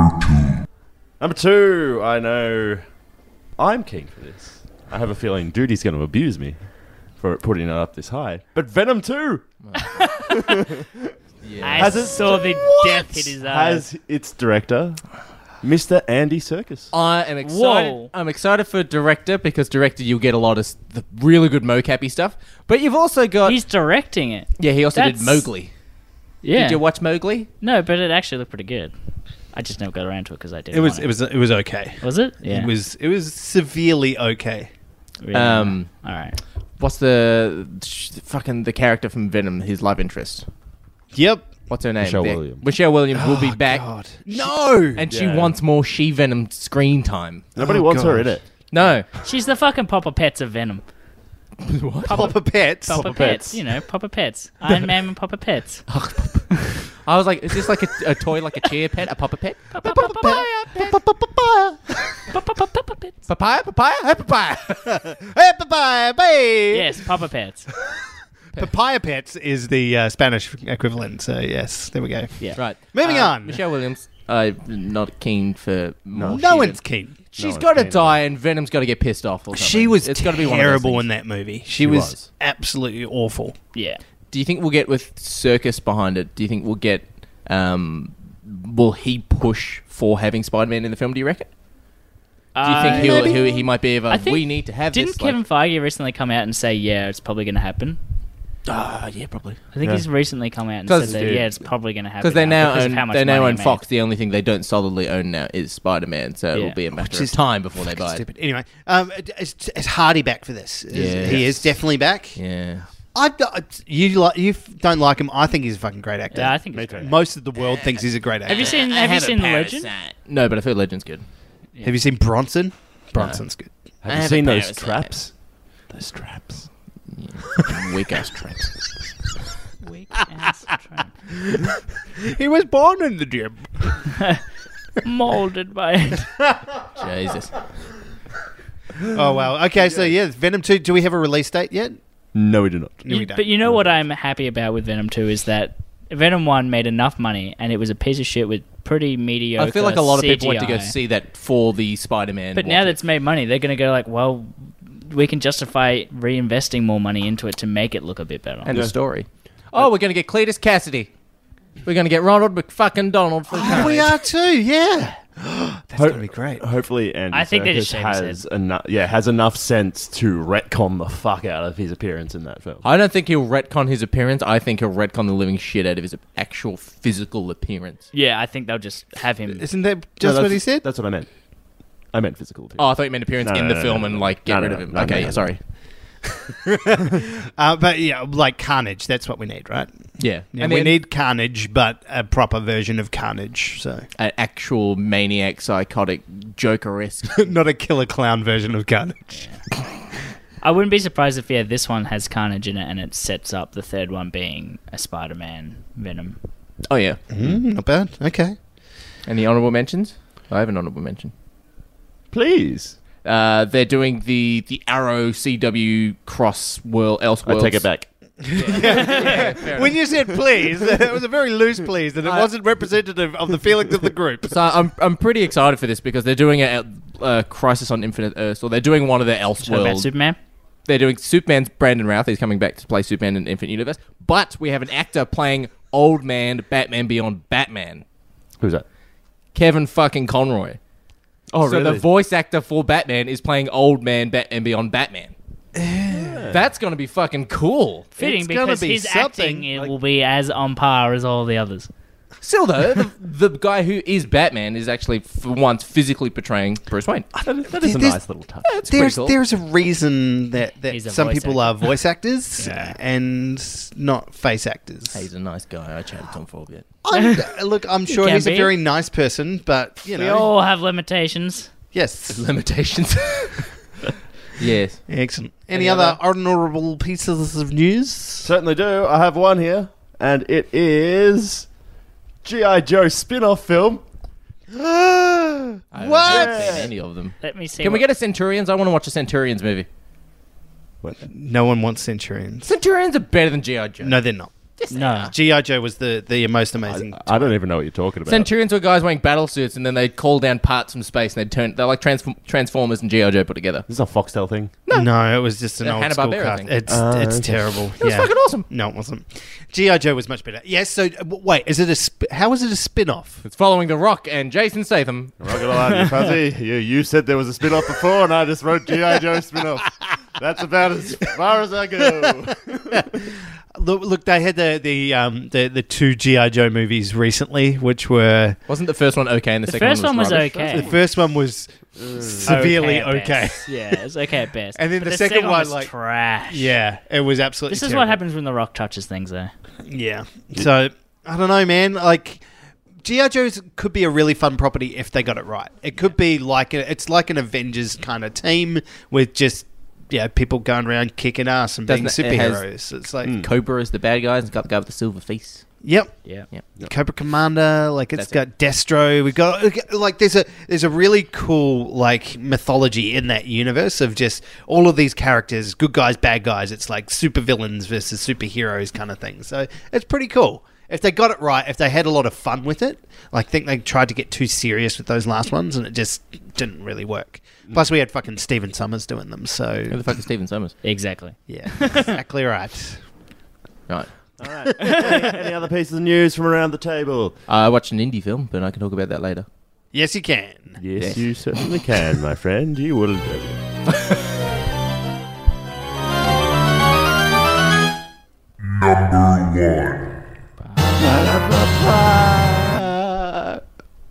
Speaker 5: Number two. Number two. I know. I'm keen for this. I have a feeling Duty's going to abuse me for putting it up this high. But Venom 2
Speaker 4: I
Speaker 5: Has it-
Speaker 4: saw the death hit his eyes.
Speaker 5: has its director, Mr. Andy Serkis.
Speaker 3: I am excited.
Speaker 4: Whoa.
Speaker 3: I'm excited for director because director you'll get a lot of s- the really good mocappy stuff. But you've also got
Speaker 4: He's directing it.
Speaker 3: yeah. He also did
Speaker 4: that's-
Speaker 3: Mowgli.
Speaker 4: Yeah.
Speaker 3: Did you watch Mowgli?
Speaker 4: No, but it actually looked pretty good. I just never got around to it because I didn't.
Speaker 6: It was
Speaker 4: want
Speaker 6: it was it was okay.
Speaker 4: Was it? Yeah.
Speaker 6: It was it was severely okay.
Speaker 4: Really?
Speaker 3: um,
Speaker 4: All right.
Speaker 3: What's the sh- fucking the character from Venom? His love interest.
Speaker 6: Yep. Oh,
Speaker 3: What's her name?
Speaker 5: Michelle
Speaker 3: The-
Speaker 5: Williams.
Speaker 3: Michelle Williams will be back,
Speaker 6: No.
Speaker 3: and she
Speaker 5: Yeah.
Speaker 3: wants more she Venom screen time.
Speaker 5: Nobody
Speaker 6: Oh,
Speaker 5: wants her in
Speaker 6: gosh.
Speaker 5: it.
Speaker 3: No,
Speaker 4: She's the fucking Papa Pets of Venom.
Speaker 6: Papa Pets.
Speaker 4: Papa, Pets. you know,
Speaker 3: [LAUGHS]
Speaker 4: Papa Pets. Iron Man and Papa Pets.
Speaker 3: I was like, is this like a, a toy, like a chair pet, a pupper pet,
Speaker 4: Papa Papa
Speaker 6: Papaya.
Speaker 4: Papa Papa Pets.
Speaker 3: papaya, papaya, hey, papaya.
Speaker 6: [LAUGHS] Hey, papaya, babe.
Speaker 4: Yes, Papa Pets.
Speaker 6: Papaya Pets is the uh, Spanish equivalent. So yes, there we go.
Speaker 4: Yeah.
Speaker 3: right,
Speaker 6: Moving
Speaker 3: Uh,
Speaker 6: on.
Speaker 3: Michelle Williams. I'm not keen for more
Speaker 6: No
Speaker 3: She-Venom.
Speaker 6: one's keen.
Speaker 3: She's
Speaker 5: No,
Speaker 3: got to
Speaker 5: it's
Speaker 3: die, and Venom's got to get pissed off. Or something.
Speaker 6: She was
Speaker 3: It's got to be
Speaker 6: terrible
Speaker 3: one of those
Speaker 6: in
Speaker 3: things.
Speaker 6: that movie. She, was,
Speaker 5: was.
Speaker 6: absolutely awful.
Speaker 4: Yeah.
Speaker 3: Do you think we'll get with Circus behind it? Do you think we'll get? Um, will he push for having Spider-Man in the film? Do you reckon? Do you
Speaker 6: Uh,
Speaker 3: think he'll, he'll he might be ever?
Speaker 4: Uh, I think-
Speaker 3: we need to have
Speaker 4: Didn't
Speaker 3: this.
Speaker 4: Kevin Feige recently come out and say, yeah, it's probably going to happen?
Speaker 3: Ah, yeah, probably.
Speaker 4: I think
Speaker 5: Yeah.
Speaker 4: he's recently come out and
Speaker 3: 'Cause-
Speaker 4: said that,
Speaker 5: Dude.
Speaker 4: yeah, it's probably going to happen.
Speaker 3: Because they now
Speaker 4: because of how
Speaker 3: own
Speaker 4: much
Speaker 3: they now
Speaker 4: money
Speaker 3: own
Speaker 4: it made.
Speaker 3: Fox. The only thing they don't solidly own now is Spider-Man, so
Speaker 4: Yeah.
Speaker 3: it'll be a matter
Speaker 6: Which
Speaker 3: of
Speaker 6: is
Speaker 3: time before they buy it.
Speaker 6: Stupid. Anyway, um, is, is Hardy back for this? Is-
Speaker 3: Yes.
Speaker 6: He is definitely back.
Speaker 3: Yeah.
Speaker 6: I, I- you like you f- don't like him. I think he's a fucking great actor.
Speaker 4: Yeah, I think it's great.
Speaker 6: most of the world thinks he's a great actor.
Speaker 4: Have you seen, have you seen The Legend?
Speaker 3: No, but I feel Legend's good.
Speaker 6: Have you seen Bronson? Bronson's good.
Speaker 5: Have
Speaker 3: I
Speaker 5: you
Speaker 3: have
Speaker 5: seen
Speaker 3: a
Speaker 5: those
Speaker 3: parasite.
Speaker 5: traps? Those traps.
Speaker 3: Weak ass traps.
Speaker 4: [LAUGHS] Weak ass tramp.
Speaker 6: He was born in the gym.
Speaker 4: Molded
Speaker 3: [LAUGHS]
Speaker 4: by it.
Speaker 3: Jesus.
Speaker 6: Oh wow. Okay, so yeah, Venom Two. Do we have a release date yet?
Speaker 5: No, we do not.
Speaker 6: No, we
Speaker 4: You-
Speaker 6: don't.
Speaker 4: but you know what I'm happy about with Venom 2 is that Venom 1 made enough money and it was a piece of shit with pretty mediocre.
Speaker 3: I feel like a lot of people want to
Speaker 4: CGI.
Speaker 3: go see that for the Spider-Man.
Speaker 4: But now
Speaker 3: what
Speaker 4: that it's made money, they're going to go like, well, we can justify reinvesting more money into it to make it look a bit better.
Speaker 3: and the story. Oh, we're gonna get Cletus Cassidy. We're gonna get Ronald McFucking Donald
Speaker 4: [GASPS]
Speaker 3: for
Speaker 6: Oh, we are too. Yeah. That's
Speaker 5: Ho-
Speaker 6: gonna be great.
Speaker 5: Hopefully, Andy
Speaker 4: I think they just
Speaker 5: Serkis
Speaker 4: shaved his
Speaker 5: has enough. Yeah, has enough sense to retcon the fuck out of his appearance in that film.
Speaker 3: I don't think he'll retcon his appearance. I think he'll retcon the living shit out of his actual physical appearance.
Speaker 4: yeah, I think they'll just have him.
Speaker 6: Isn't that
Speaker 5: No,
Speaker 6: just what
Speaker 5: that's-
Speaker 6: he said?
Speaker 5: That's what I meant. I meant physical appearance.
Speaker 3: Oh, I thought you meant appearance
Speaker 5: No,
Speaker 3: in
Speaker 5: no,
Speaker 3: the
Speaker 5: no,
Speaker 3: film
Speaker 5: no,
Speaker 3: and
Speaker 5: no.
Speaker 3: like get
Speaker 5: No, no,
Speaker 3: rid of
Speaker 5: no,
Speaker 3: him.
Speaker 5: no,
Speaker 3: okay,
Speaker 5: no,
Speaker 3: yeah,
Speaker 5: no.
Speaker 3: sorry.
Speaker 6: Uh, but yeah, like Carnage. That's what we need, right?
Speaker 3: Yeah,
Speaker 6: Yeah,
Speaker 3: and
Speaker 6: we
Speaker 3: then
Speaker 6: need Carnage, but a proper version of Carnage. So [LAUGHS]
Speaker 3: an actual maniac, psychotic, Joker-esque.
Speaker 6: not a killer clown version of Carnage.
Speaker 4: I wouldn't be surprised if, yeah, this one has Carnage in it and it sets up the third one being a Spider Man Venom.
Speaker 3: oh yeah.
Speaker 6: Mm, not bad. Okay.
Speaker 3: Any honorable mentions? I have an honorable mention.
Speaker 5: Oh. please.
Speaker 3: Uh, they're doing the the Arrow CW cross world
Speaker 5: I
Speaker 3: elseworlds.
Speaker 5: take it back.
Speaker 6: When you said please, [LAUGHS] that was a very loose please, and it wasn't representative of the feelings of the group.
Speaker 3: So I'm I'm pretty excited for this because they're doing a, uh Crisis on Infinite Earths, or they're doing one of the
Speaker 4: Talk about
Speaker 3: Elseworlds.
Speaker 4: Superman?
Speaker 3: they're doing Superman's Brandon Routh. He's coming back to play Superman in Infinite Universe, but we have an actor playing old man Batman Beyond Batman,
Speaker 5: Who's that?
Speaker 3: Kevin fucking Conroy.
Speaker 5: Oh,
Speaker 3: so the voice actor for Batman is playing old man Batman Beyond Batman. That's gonna be fucking cool.
Speaker 4: Fitting
Speaker 6: It's gonna
Speaker 4: because
Speaker 6: be
Speaker 4: his
Speaker 6: something
Speaker 4: acting it will be as on par as all the others.
Speaker 3: Still though, the, the guy who is Batman is actually for once physically portraying Bruce Wayne.
Speaker 5: That is, that is a
Speaker 6: There's-
Speaker 5: nice little touch.
Speaker 3: That's pretty
Speaker 6: There's
Speaker 3: cool.
Speaker 6: there's a reason that, that
Speaker 4: He's a
Speaker 6: some
Speaker 4: voice
Speaker 6: people
Speaker 4: actor.
Speaker 6: are voice actors and not face actors.
Speaker 3: He's a nice guy. I chatted to him for a bit.
Speaker 6: I'm, uh, look, I'm sure
Speaker 4: can
Speaker 6: he's
Speaker 4: be.
Speaker 6: a very nice person, but you
Speaker 4: We
Speaker 6: know,
Speaker 4: all have limitations.
Speaker 6: yes,
Speaker 3: [LAUGHS] [LAUGHS] Limitations. yes.
Speaker 6: excellent. Any, other honourable pieces of news?
Speaker 5: Certainly do. I have one here, and it is G.I. Joe spin off film.
Speaker 3: I
Speaker 6: What?
Speaker 3: haven't seen any of them.
Speaker 4: Let me see.
Speaker 3: Can we
Speaker 4: what-
Speaker 3: get a Centurions? I want to watch a Centurions movie.
Speaker 6: No one wants Centurions.
Speaker 3: Centurions are better than GI Joe.
Speaker 6: No, they're not.
Speaker 4: no?
Speaker 6: GI Joe was the the most amazing.
Speaker 5: I don't even know what you're talking about.
Speaker 3: Centurions were guys wearing battle suits, and then they'd call down parts from space, and they'd turn. They're like transform- Transformers and GI Joe put together. It
Speaker 5: this is a Foxtel thing.
Speaker 6: no. it was just an
Speaker 3: The
Speaker 6: old school
Speaker 3: Hanna-Barbera
Speaker 6: car.
Speaker 3: thing.
Speaker 6: It's
Speaker 5: Oh,
Speaker 6: it's
Speaker 5: okay.
Speaker 6: terrible.
Speaker 3: Uh, was fucking awesome.
Speaker 6: No, it wasn't. GI Joe was much better. Yes. So uh, w- wait, is it a sp- how is it a spin off?
Speaker 3: It's following The Rock and Jason Statham.
Speaker 5: I'm not gonna lie to you, [LAUGHS] Fuzzy. You, you said there was a spin off before, and I just wrote G.I. Joe spin off. That's about as far as I [LAUGHS] go.
Speaker 6: Look, look, they had the the um the, the two GI Joe movies recently, which were
Speaker 3: Wasn't the first one okay, and the,
Speaker 4: The
Speaker 3: second
Speaker 4: first one was
Speaker 3: rubbish?
Speaker 6: the
Speaker 4: okay.
Speaker 6: first one was severely
Speaker 4: at
Speaker 6: okay.
Speaker 4: best. yeah, it's okay at best.
Speaker 6: And then
Speaker 4: But
Speaker 6: the second one,
Speaker 4: was
Speaker 6: like- [LAUGHS]
Speaker 4: trash.
Speaker 6: Yeah, it was absolutely.
Speaker 4: This is
Speaker 6: terrible.
Speaker 4: what happens when The Rock touches things, though.
Speaker 6: Yeah. So I don't know, man. Like GI Joe's could be a really fun property if they got it right. It could be like a, it's like an Avengers kind of team with just yeah people going around kicking ass and
Speaker 3: Doesn't it-
Speaker 6: being
Speaker 3: it has- Hmm.
Speaker 6: superheroes. it's like
Speaker 3: Cobra is the bad guy. and It's got the guy with the silver face.
Speaker 6: yep.
Speaker 4: Yeah.
Speaker 6: Cobra Commander, like it's
Speaker 3: That's
Speaker 6: got Destro. We've got like there's a there's a really cool like mythology in that universe of just all of these characters, good guys, bad guys. It's like supervillains versus superheroes kind of thing. So it's pretty cool. If they got it right, if they had a lot of fun with it, like I think they tried to get too serious with those last ones and it just didn't really work. Plus we had fucking Steven Summers doing them,
Speaker 3: Who
Speaker 6: so
Speaker 3: Mm. the fuck is Steven Summers?
Speaker 4: Exactly.
Speaker 6: yeah, exactly
Speaker 3: [LAUGHS]
Speaker 6: right.
Speaker 3: Right.
Speaker 5: Any other pieces of news from around the table?
Speaker 3: I watched an indie film, but I can talk about that later.
Speaker 6: Yes, you can.
Speaker 5: Yes,
Speaker 3: Yes.
Speaker 5: you certainly can, my friend. You will do it. Number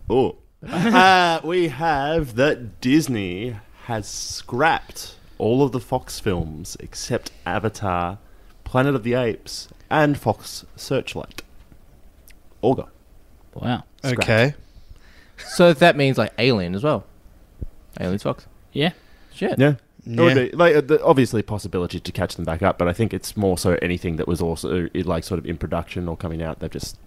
Speaker 5: one. Oh. Uh, we have that Disney has scrapped all of the Fox films except Avatar, Planet of the Apes, and Fox Searchlight. All gone.
Speaker 4: Wow.
Speaker 6: Okay.
Speaker 3: [LAUGHS] So that means like Alien as well. Alien's Fox.
Speaker 4: Yeah.
Speaker 3: Shit.
Speaker 5: Yeah. It would
Speaker 6: Yeah.
Speaker 5: be like uh, the, obviously possibility to catch them back up, but I think it's more so anything that was also uh, like sort of in production or coming out. They've just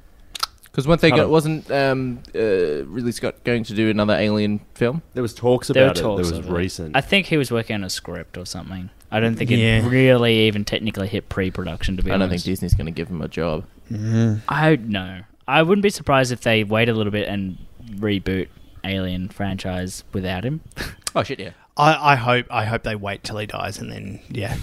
Speaker 3: Because one thing
Speaker 5: Hello.
Speaker 3: it wasn't um, uh, Ridley Scott going to do another Alien film.
Speaker 5: there was talks
Speaker 4: There were
Speaker 5: about
Speaker 4: talks
Speaker 5: it. There was
Speaker 4: of it.
Speaker 5: recent.
Speaker 4: I think he was working on a script or something. I don't think
Speaker 6: Yeah.
Speaker 4: it really even technically hit pre-production. To be
Speaker 3: I don't think
Speaker 4: honest,
Speaker 3: Disney's going to give him a job.
Speaker 4: I no. I wouldn't be surprised if they wait a little bit and reboot Alien franchise without him.
Speaker 3: Oh shit! Yeah.
Speaker 6: I, I hope I hope they wait till he dies and then
Speaker 3: [LAUGHS]
Speaker 6: yeah.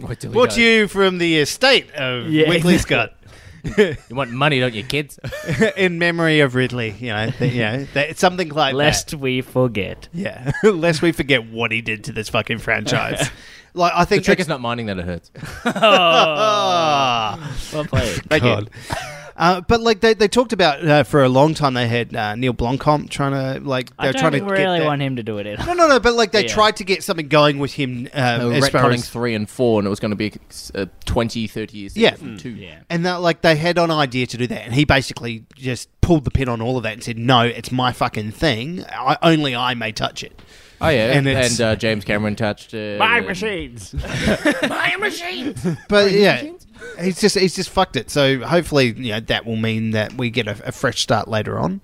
Speaker 3: Wait till he
Speaker 6: Brought
Speaker 3: goes.
Speaker 6: to you from the estate of
Speaker 4: Yeah,
Speaker 6: Wickley
Speaker 3: [LAUGHS]
Speaker 4: exactly.
Speaker 3: You want money, don't you, [LAUGHS] kids?
Speaker 6: Scott [LAUGHS] in memory of Ridley. You know, th- you know that, it's something like
Speaker 4: Lest
Speaker 6: that.
Speaker 4: we [LAUGHS] forget.
Speaker 6: Yeah, [LAUGHS] lest we forget what he did to this fucking
Speaker 3: [LAUGHS]
Speaker 6: franchise. like I
Speaker 3: the
Speaker 6: think
Speaker 3: trick is not minding that it hurts.
Speaker 4: [LAUGHS]
Speaker 6: Ah,
Speaker 4: Oh. Well played.
Speaker 6: thank you. [LAUGHS] Uh, but like they, they talked about uh, for a long time, they had uh, Neil Blomkamp trying to like
Speaker 4: I
Speaker 6: they're trying
Speaker 4: don't
Speaker 6: to get
Speaker 4: really
Speaker 6: that-
Speaker 4: want him to do it. Either.
Speaker 6: [LAUGHS] No, no, no. But like they
Speaker 4: Yeah.
Speaker 6: tried to get something going with him uh,
Speaker 3: They were
Speaker 6: as far
Speaker 3: retconning
Speaker 6: as
Speaker 3: three and four, and it was going to be uh, 20, 30 years.
Speaker 6: Yeah.
Speaker 3: from two.
Speaker 4: Mm. Yeah.
Speaker 6: And that, like, they had an idea to do that, and he basically just pulled the pin on all of that and said, "No, it's my fucking thing. I, only I may touch it."
Speaker 3: Oh yeah, and,
Speaker 6: And it's-
Speaker 3: uh, James Cameron touched uh,
Speaker 4: machines.
Speaker 6: But yeah, he's just he's just fucked it. So hopefully, you know, that will mean that we get a, a fresh start later on.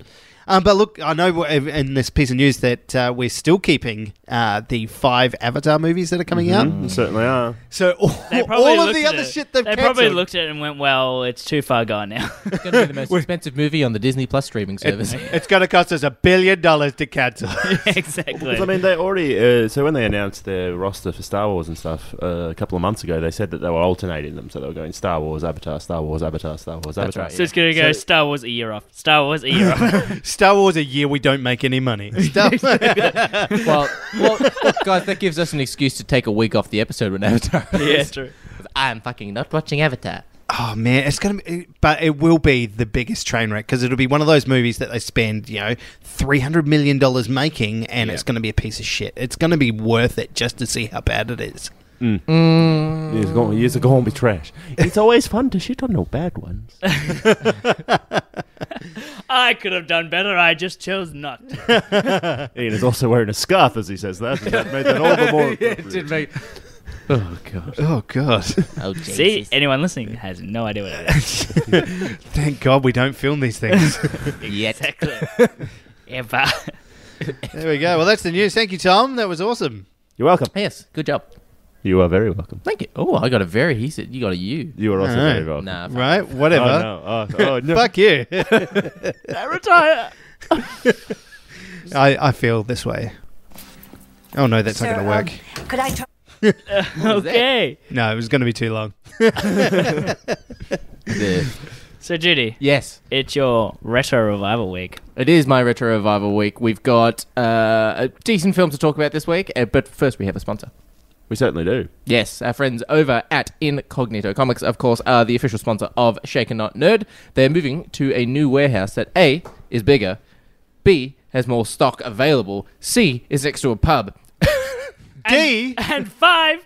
Speaker 6: Um, but look, I know w- in this piece of news that uh, we're still keeping uh, the five Avatar movies that are coming out.
Speaker 5: Mm, certainly are.
Speaker 6: So [LAUGHS] all,
Speaker 4: Mm-hmm. They
Speaker 6: all
Speaker 4: probably
Speaker 6: of
Speaker 4: looked
Speaker 6: the
Speaker 4: at
Speaker 6: other
Speaker 4: it-
Speaker 6: shit they've
Speaker 4: They probably
Speaker 6: cancelled.
Speaker 4: looked at it and went, "Well, it's too far
Speaker 6: [LAUGHS]
Speaker 4: gone now." [LAUGHS]
Speaker 3: It's going to be the most expensive movie on the Disney Plus streaming service.
Speaker 6: it's going to cost us a billion dollars to cancel. [LAUGHS]
Speaker 4: exactly.
Speaker 5: I mean, they already uh, so when they announced their roster for Star Wars and stuff uh, a couple of months ago, they said that they were alternating them, so they were going Star Wars, Avatar, Star Wars, Avatar, Star Wars, Avatar.
Speaker 3: right,
Speaker 4: so it's gonna go Star Wars a year off. Star Wars a
Speaker 3: [LAUGHS]
Speaker 4: year off.
Speaker 6: Star Wars a year we don't make any
Speaker 4: [LAUGHS]
Speaker 6: money. Star-
Speaker 3: well, well, look, guys, that gives us an excuse to take a week off the episode when Avatar.
Speaker 4: [LAUGHS]
Speaker 3: [LAUGHS]
Speaker 4: yeah, true.
Speaker 3: I'm fucking not watching Avatar.
Speaker 6: oh man, it's gonna be, but it will be the biggest train wreck because it'll be one of those movies that they spend you know three hundred million dollars making, and it's gonna be a piece of shit. It's gonna be worth it just to see how bad it is.
Speaker 5: Years ago, years ago, won't be trash. It's always fun to shit on no bad ones.
Speaker 4: [LAUGHS] I could have done better. I just chose not. to.
Speaker 5: Ian is also wearing a scarf as he says that. and that made that all
Speaker 4: [LAUGHS]
Speaker 5: the more.
Speaker 3: it did make. Oh god!
Speaker 6: Oh god,
Speaker 8: Oh, Jesus.
Speaker 4: See, anyone listening has no idea what it is.
Speaker 6: [LAUGHS] thank God we don't film these things.
Speaker 3: [LAUGHS]
Speaker 8: Yet.
Speaker 4: Exactly. Ever.
Speaker 6: there we go. Well, that's the news. Thank you, Tom. That was awesome.
Speaker 5: You're welcome.
Speaker 3: Yes, good job.
Speaker 5: You are very welcome.
Speaker 3: Thank you. Oh, I got a very. He said you got a U.
Speaker 5: You are also
Speaker 6: Alright.
Speaker 5: very welcome.
Speaker 3: Nah, fuck.
Speaker 6: Right?
Speaker 5: Oh
Speaker 6: Whatever.
Speaker 5: no! Oh,
Speaker 6: [LAUGHS]
Speaker 5: oh, no.
Speaker 6: Fuck you.
Speaker 4: I retire.
Speaker 6: [LAUGHS] I, I feel this way. Oh no, that's not going to work.
Speaker 7: um,
Speaker 9: Could I talk?
Speaker 4: Okay.
Speaker 6: No, it was going to be too long.
Speaker 3: Yeah.
Speaker 4: So, Judy,
Speaker 3: yes,
Speaker 4: it's your retro revival week.
Speaker 3: [LAUGHS] it is my retro revival week. We've got uh, a decent film to talk about this week, uh, but first we have a sponsor.
Speaker 5: We certainly do.
Speaker 3: Yes, our friends over at Incognito Comics, of course, are the official sponsor of Shaken Not Nerd. They're moving to a new warehouse that A is bigger, B has more stock available, C is next to a pub.
Speaker 6: D
Speaker 4: And five.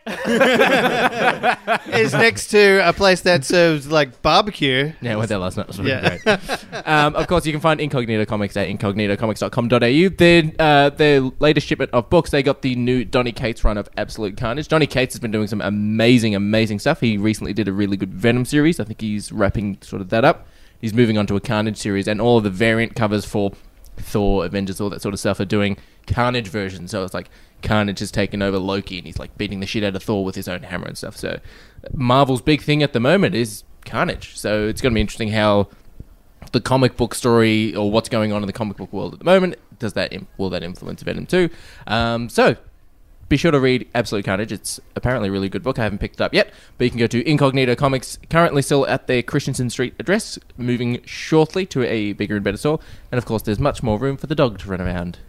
Speaker 6: is next to a place that serves like barbecue.
Speaker 3: Yeah, I went there last night. It was really
Speaker 6: Yeah.
Speaker 3: great. um, of course, you can find Incognito Comics at incognitocomics.com.au. Their, uh, their latest shipment of books, they got the new Donny Cates run of Absolute Carnage. Donny Cates has been doing some amazing, amazing stuff. He recently did a really good Venom series. I think he's wrapping sort of that up. He's moving on to a Carnage series, and all of the variant covers for Thor, Avengers, all that sort of stuff are doing Carnage versions. So it's like Carnage has taken over Loki, and he's like beating the shit out of Thor with his own hammer and stuff. So Marvel's big thing at the moment is Carnage. So it's going to be interesting how the comic book story or what's going on in the comic book world at the moment. Does that im- will that influence Venom too? Um, so be sure to read Absolute Carnage. It's apparently a really good book. I haven't picked it up yet, but you can go to Incognito Comics, currently still at their Christensen Street address, moving shortly to a bigger and better store. And of course, there's much more room for the dog to run around.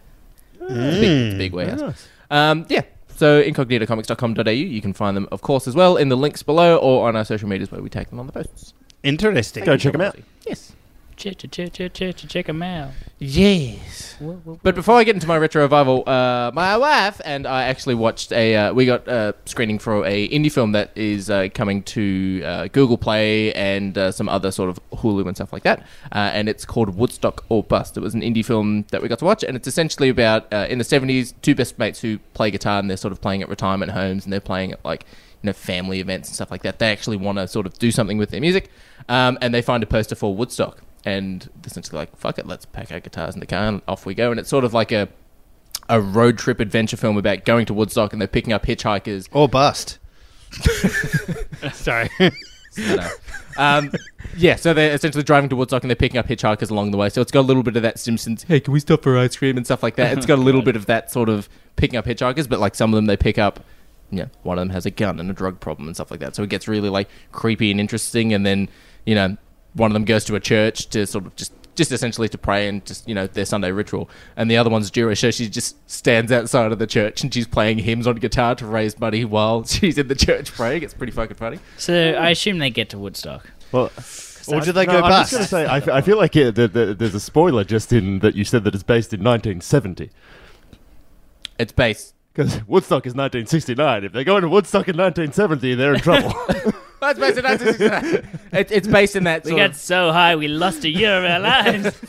Speaker 3: It's a big, it's a big warehouse. Um, yeah. So incognitocomics.com.au. You can find them, of course, as well in the links below or on our social medias where we take them on the posts.
Speaker 6: Interesting.
Speaker 5: Go check them out.
Speaker 3: Yes.
Speaker 4: Check, check, check, check, check them out.
Speaker 3: Yes. But before I get into my retro revival, uh, my wife and I actually watched a. Uh, we got a screening for a indie film that is uh, coming to uh, Google Play and uh, some other sort of Hulu and stuff like that. Uh, and it's called Woodstock or Bust. It was an indie film that we got to watch, and it's essentially about uh, in the seventies, two best mates who play guitar and they're sort of playing at retirement homes and they're playing at like you know, family events and stuff like that. They actually want to sort of do something with their music, um, and they find a poster for Woodstock, and essentially like, fuck it, let's pack our guitars in the car and off we go. And it's sort of like a a road trip adventure film about going to Woodstock and they're picking up hitchhikers.
Speaker 6: Or bust. Sorry.
Speaker 3: No. um, yeah, so they're essentially driving to Woodstock and they're picking up hitchhikers along the way. So it's got a little bit of that Simpsons, hey, can we stop for ice cream and stuff like that. It's got a little bit of that sort of picking up hitchhikers, but like some of them they pick up, you know, one of them has a gun and a drug problem and stuff like that. So it gets really like creepy and interesting. And then, you know, one of them goes to a church to sort of just. Just essentially to pray and just you know their Sunday ritual, and the other one's Jewish, so she just stands outside of the church and she's playing hymns on guitar to raise money while [LAUGHS] she's in the church praying. It's pretty fucking funny.
Speaker 4: So I assume they get to Woodstock.
Speaker 5: Well,
Speaker 6: Or do they go
Speaker 5: no, I'm
Speaker 6: bust?
Speaker 5: just going to say, I, f- I feel like yeah, there, there, there's a spoiler just in that you said that it's based in 1970.
Speaker 3: It's based
Speaker 5: Because Woodstock is 1969. If they go into Woodstock in 1970, they're
Speaker 6: [LAUGHS]
Speaker 5: in trouble.
Speaker 3: Well, it's based in 1969. It- it's based in that.
Speaker 4: We
Speaker 3: sort
Speaker 4: got
Speaker 3: of-
Speaker 4: so high we lost a year
Speaker 3: [LAUGHS]
Speaker 4: of our lives.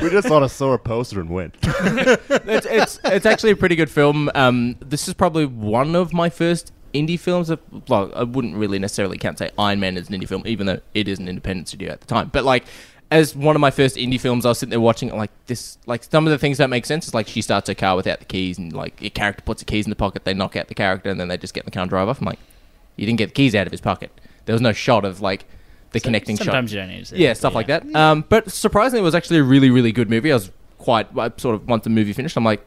Speaker 5: we just sort of saw a poster and [LAUGHS] went.
Speaker 3: it's, it's it's actually a pretty good film. Um, this is probably one of my first indie films. Of, well, I wouldn't really necessarily can't say Iron Man is an indie film, even though it is an independent studio at the time. But like. As one of my first indie films, I was sitting there watching it like this. Like some of the things that make sense is like she starts her car without the keys, and like a character puts the keys in the pocket. They knock out the character, and then they just get in the car and drive off. I'm like, you didn't get the keys out of his pocket. There was no shot of like the connecting shot.
Speaker 4: Sometimes you don't need to.
Speaker 3: yeah, stuff like that. Um, but surprisingly, it was actually a really, really good movie. I was quite I sort of once the movie finished, I'm like,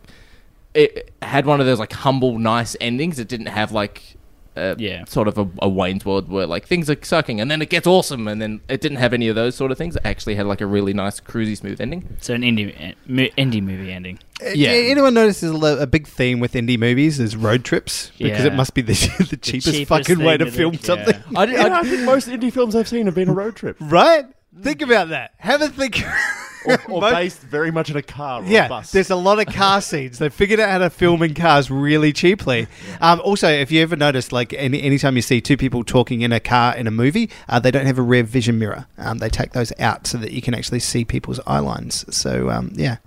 Speaker 3: it had one of those like humble, nice endings. It didn't have like. Uh,
Speaker 4: Yeah.
Speaker 3: sort of a, a Wayne's World where like things are sucking and then it gets awesome and then it didn't have any of those sort of things. It actually had like a really nice, cruisy, smooth ending.
Speaker 4: So an eh, indie, mo- indie movie ending.
Speaker 6: Uh, Yeah.
Speaker 4: Yeah.
Speaker 6: Anyone notice there's a, lo- a big theme with indie movies is road trips because it
Speaker 4: Yeah.
Speaker 6: must be the, [LAUGHS] the, cheapest,
Speaker 4: cheapest
Speaker 6: fucking way
Speaker 4: thing
Speaker 6: to
Speaker 4: to do,
Speaker 6: film
Speaker 4: yeah.
Speaker 6: something. [LAUGHS]
Speaker 3: I, did,
Speaker 5: You know,
Speaker 3: I,
Speaker 5: I think most indie films I've seen have been a road trip,
Speaker 6: Right? Think about that. Have a think. [LAUGHS]
Speaker 5: or
Speaker 6: Most-
Speaker 5: based very much in a car or a
Speaker 6: Yeah,
Speaker 5: bus.
Speaker 6: there's a lot of [LAUGHS] car scenes. They figured out how to film in cars really cheaply. Um, also, if you ever noticed, like any anytime you see two people talking in a car in a movie, uh, they don't have a rear vision mirror. Um, they take those out so that you can actually see people's eye lines. So um, yeah,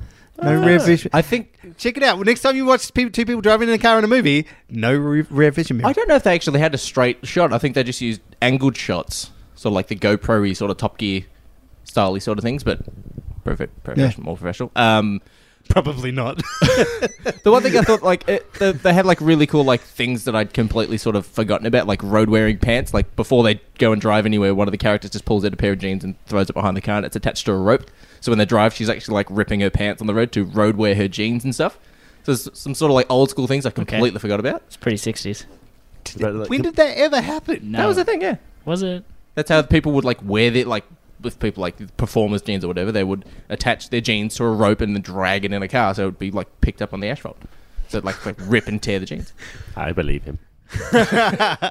Speaker 6: no rear vision.
Speaker 3: I think
Speaker 6: Check it out. Next time you watch pe- two people driving in a car in a movie, no re- rear vision mirror.
Speaker 3: I don't know if they actually had a straight shot. I think they just used angled shots, sort of like the GoPro-y sort of Top Gear styley sort of things, but profe- professional, more professional. Um,
Speaker 6: Probably not.
Speaker 3: the one thing I thought, like, it, the, they had like really cool like things that I'd completely sort of forgotten about, like road wearing pants. Like before they go and drive anywhere, one of the characters just pulls out a pair of jeans and throws it behind the car, and it's attached to a rope. So when they drive, she's actually like ripping her pants on the road to road wear her jeans and stuff. So there's some sort of like old school things I completely forgot about.
Speaker 4: It's pretty 60s.
Speaker 5: But, like,
Speaker 6: when did that ever happen?
Speaker 4: No.
Speaker 3: That was the thing, yeah.
Speaker 4: Was it?
Speaker 3: That's how people would like wear their like with people like performers jeans or whatever. They would attach their jeans to a rope and then drag it in a car, so it would be like picked up on the asphalt. So it'd, like, like rip and tear the jeans.
Speaker 5: [LAUGHS] I believe him.
Speaker 3: [LAUGHS] Uh,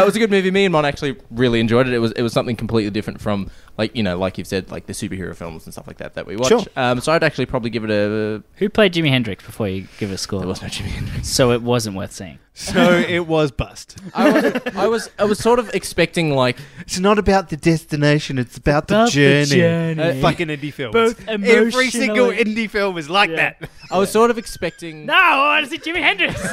Speaker 3: it was a good movie. Me and Mon actually really enjoyed it. It was it was something completely different from like you know like you've said like the superhero films and stuff like that that we watch.
Speaker 6: Sure.
Speaker 3: Um, so I'd actually probably give it a.
Speaker 4: Who played Jimi Hendrix before you give a score?
Speaker 3: There was no Jimi Hendrix.
Speaker 4: So it wasn't worth seeing.
Speaker 6: [LAUGHS] So it was bust.
Speaker 3: I was, I was I was sort of expecting like
Speaker 6: It's not about the destination. It's about,
Speaker 4: About
Speaker 6: the
Speaker 4: the
Speaker 6: journey.
Speaker 4: journey.
Speaker 6: Uh, fucking indie films.
Speaker 4: Both
Speaker 6: Every single
Speaker 4: emotionally-
Speaker 6: indie film is like
Speaker 4: Yeah.
Speaker 6: that.
Speaker 3: I was sort of expecting.
Speaker 4: No, I want to see Jimi Hendrix.
Speaker 6: [LAUGHS]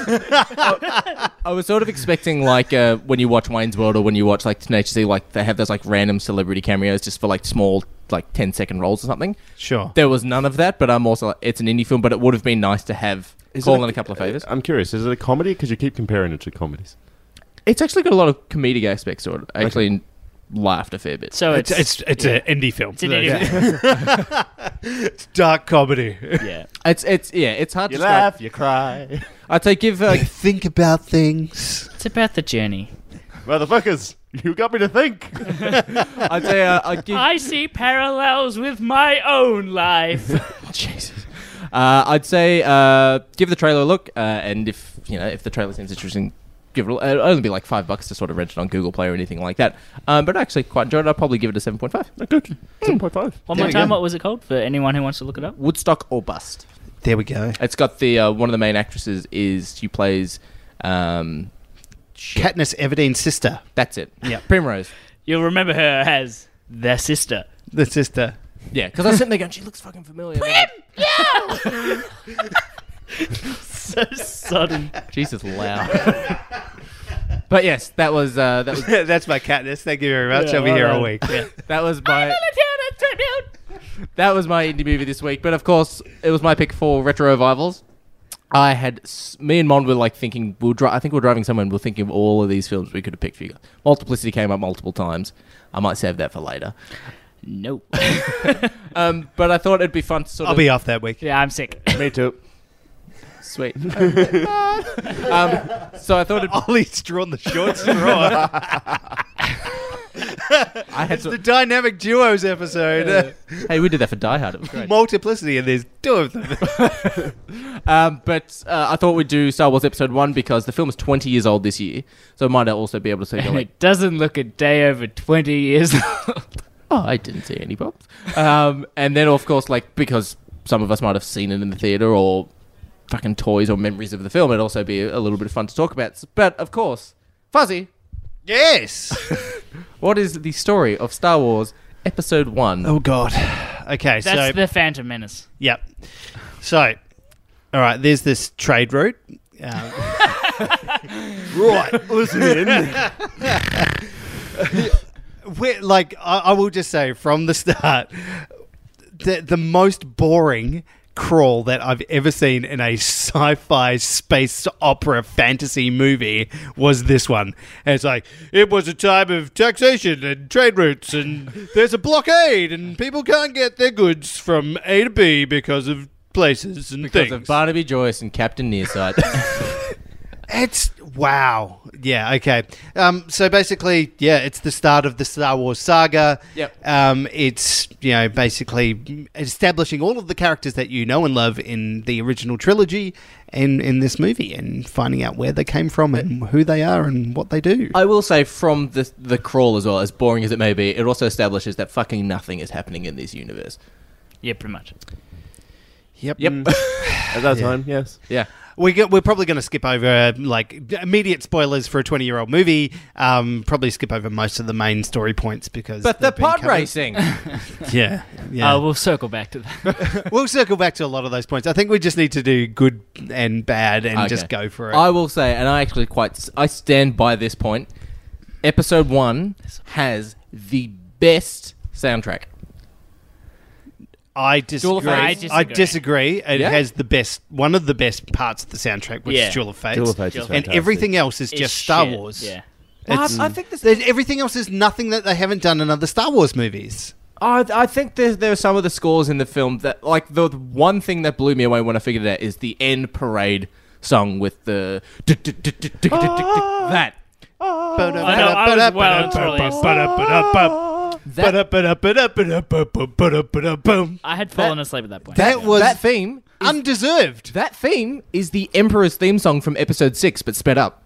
Speaker 3: I was sort of expecting like uh, when you watch Wayne's World or when you watch like Tenacious D, like they have those like random celebrity cameos just for like small like 10 second roles or something.
Speaker 6: Sure.
Speaker 3: There was none of that, but I'm also like, it's an indie film, but it would have been nice to have call in a couple of favors.
Speaker 5: Uh, I'm curious. Is it a comedy? Because you keep comparing it to comedies.
Speaker 3: It's actually got a lot of comedic aspects to it. I actually laughed a fair bit.
Speaker 4: So
Speaker 6: It's
Speaker 4: it's
Speaker 6: it's it's an indie film. [LAUGHS]
Speaker 4: an indie
Speaker 6: It's dark comedy.
Speaker 4: yeah.
Speaker 3: It's it's yeah, it's hard
Speaker 5: You
Speaker 3: to describe.
Speaker 5: laugh, you cry.
Speaker 3: I'd say give uh,
Speaker 6: Think about things.
Speaker 4: It's about the journey.
Speaker 5: Motherfuckers, you got me to [LAUGHS] think.
Speaker 3: I'd say uh,
Speaker 4: [LAUGHS]
Speaker 3: I'd give
Speaker 4: I see parallels with my own
Speaker 6: [LAUGHS]
Speaker 4: life.
Speaker 3: [LAUGHS] Jesus. Uh, I'd say uh, give the trailer a look, uh, and if you know if the trailer seems interesting, give it. A, uh, it'll only be like five bucks to sort of rent it on Google Play or anything like that. Um, but I actually quite enjoyed it. I'd probably give it a seven point five.
Speaker 5: Good. Seven point [LAUGHS] five.
Speaker 4: One
Speaker 6: There
Speaker 4: more
Speaker 6: we
Speaker 4: time,
Speaker 6: go.
Speaker 4: what was it called for anyone who wants to look it up?
Speaker 3: Woodstock or bust.
Speaker 6: There we go.
Speaker 3: It's got the uh, one of the main actresses is she plays. Um, shit.
Speaker 6: Katniss Everdeen's sister.
Speaker 3: That's it.
Speaker 6: Yeah.
Speaker 3: [LAUGHS] Primrose.
Speaker 4: You'll remember her as
Speaker 6: [LAUGHS]
Speaker 4: their sister.
Speaker 6: The sister.
Speaker 3: Yeah, because I was sitting there going, she looks fucking familiar. Prim!
Speaker 4: So sudden.
Speaker 3: Jesus, loud. [LAUGHS] but yes, that was uh, that was
Speaker 6: That's my Katniss. Thank you very much.
Speaker 4: Yeah,
Speaker 6: I'll be
Speaker 4: well
Speaker 6: here all
Speaker 4: done.
Speaker 6: week.
Speaker 3: That [LAUGHS] was my That was my indie movie this week, but of course it was my pick for retro revivals. I had s- me and Mon were like thinking we we're dri- I think we we're driving somewhere and we we're thinking of all of these films we could have picked for you. guys. Multiplicity came up multiple times. I might save that for later.
Speaker 4: No.
Speaker 6: [LAUGHS]
Speaker 3: Um, but I thought it'd be fun to sort
Speaker 6: I'll
Speaker 3: of
Speaker 6: be off that week.
Speaker 4: yeah, I'm sick.
Speaker 5: Me too.
Speaker 3: sweet. [LAUGHS] um, so I thought it'd,
Speaker 6: Ollie's drawn the shorts drawer.
Speaker 3: I had
Speaker 6: the [LAUGHS]
Speaker 3: to,
Speaker 6: dynamic duos episode.
Speaker 3: hey we did that for Die Hard. It was great.
Speaker 6: Multiplicity, and there's two of them.
Speaker 3: Um, but uh, I thought we'd do Star Wars Episode One because the film is twenty years old this year, so might also be able to see like
Speaker 4: [LAUGHS] it doesn't look a day over 20 years [LAUGHS]
Speaker 3: oh, I didn't see any pops. Um, and then, of course, like because some of us might have seen it in the theater or fucking toys or memories of the film, it'd also be a little bit of fun to talk about. But of course, Fuzzy,
Speaker 6: [LAUGHS] yes.
Speaker 3: what is the story of Star Wars Episode One?
Speaker 6: Oh God. Okay,
Speaker 4: That's
Speaker 6: so
Speaker 4: the Phantom Menace.
Speaker 6: yep. So, all right. There's this trade route. Um,
Speaker 5: Right, listen in.
Speaker 6: we're, like I, I will just say from the start, the the most boring crawl that I've ever seen in a sci-fi space opera fantasy movie was this one. And it's like it was a time of taxation and trade routes and there's a blockade and people can't get their goods from A to B because of places and
Speaker 3: because
Speaker 6: things.
Speaker 3: of Barnaby Joyce and Captain Nearsight. [LAUGHS]
Speaker 6: It's wow. Yeah. Okay. Um, so basically, yeah, it's the start of the Star Wars saga.
Speaker 3: Yep.
Speaker 6: Um, it's you know basically establishing all of the characters that you know and love in the original trilogy and in this movie, and finding out where they came from and who they are and what they do.
Speaker 3: I will say from the the crawl as well, as boring as it may be, it also establishes that fucking nothing is happening in this universe.
Speaker 4: Yeah, pretty much.
Speaker 6: yep.
Speaker 3: Yep.
Speaker 5: [SIGHS] At that time, yes.
Speaker 3: yeah.
Speaker 6: We go, we're probably going to skip over uh, like immediate spoilers for a twenty-year-old movie. Um, probably skip over most of the main story points because.
Speaker 3: But the
Speaker 6: they've been
Speaker 3: pod
Speaker 6: covered.
Speaker 3: racing.
Speaker 6: [LAUGHS] Yeah. Yeah.
Speaker 4: Uh, we'll circle back to that.
Speaker 6: We'll circle back to a lot of those points. I think we just need to do good and bad and
Speaker 3: Okay.
Speaker 6: just go for it.
Speaker 3: I will say, and I actually quite I stand by this point. Episode one has the best soundtrack.
Speaker 6: I disagree.
Speaker 3: Jewel of Fate.
Speaker 6: I
Speaker 3: I
Speaker 6: disagree.
Speaker 4: disagree.
Speaker 6: It
Speaker 3: Yeah?
Speaker 6: has the best, one of the best parts of the soundtrack, which
Speaker 4: Yeah.
Speaker 6: is Jewel of Fate.
Speaker 5: Jewel of Fate is
Speaker 4: Jewel of Fate.
Speaker 6: and
Speaker 5: fantastic.
Speaker 6: everything else is
Speaker 4: It's
Speaker 6: just Star
Speaker 4: shit.
Speaker 6: Wars.
Speaker 4: Yeah.
Speaker 6: It's-
Speaker 3: I think this.
Speaker 6: There's- everything else is nothing that they haven't done in other Star Wars movies.
Speaker 3: I, I think there, there are some of the scores in the film that, like, the one thing that blew me away when I figured it out is the end parade song with the that.
Speaker 6: I know,
Speaker 4: I know, I was well and truly
Speaker 6: uh,
Speaker 4: I had fallen asleep at that point.
Speaker 6: That was
Speaker 3: That theme,
Speaker 6: undeserved.
Speaker 3: that theme is the Emperor's theme song from Episode Six, but sped up.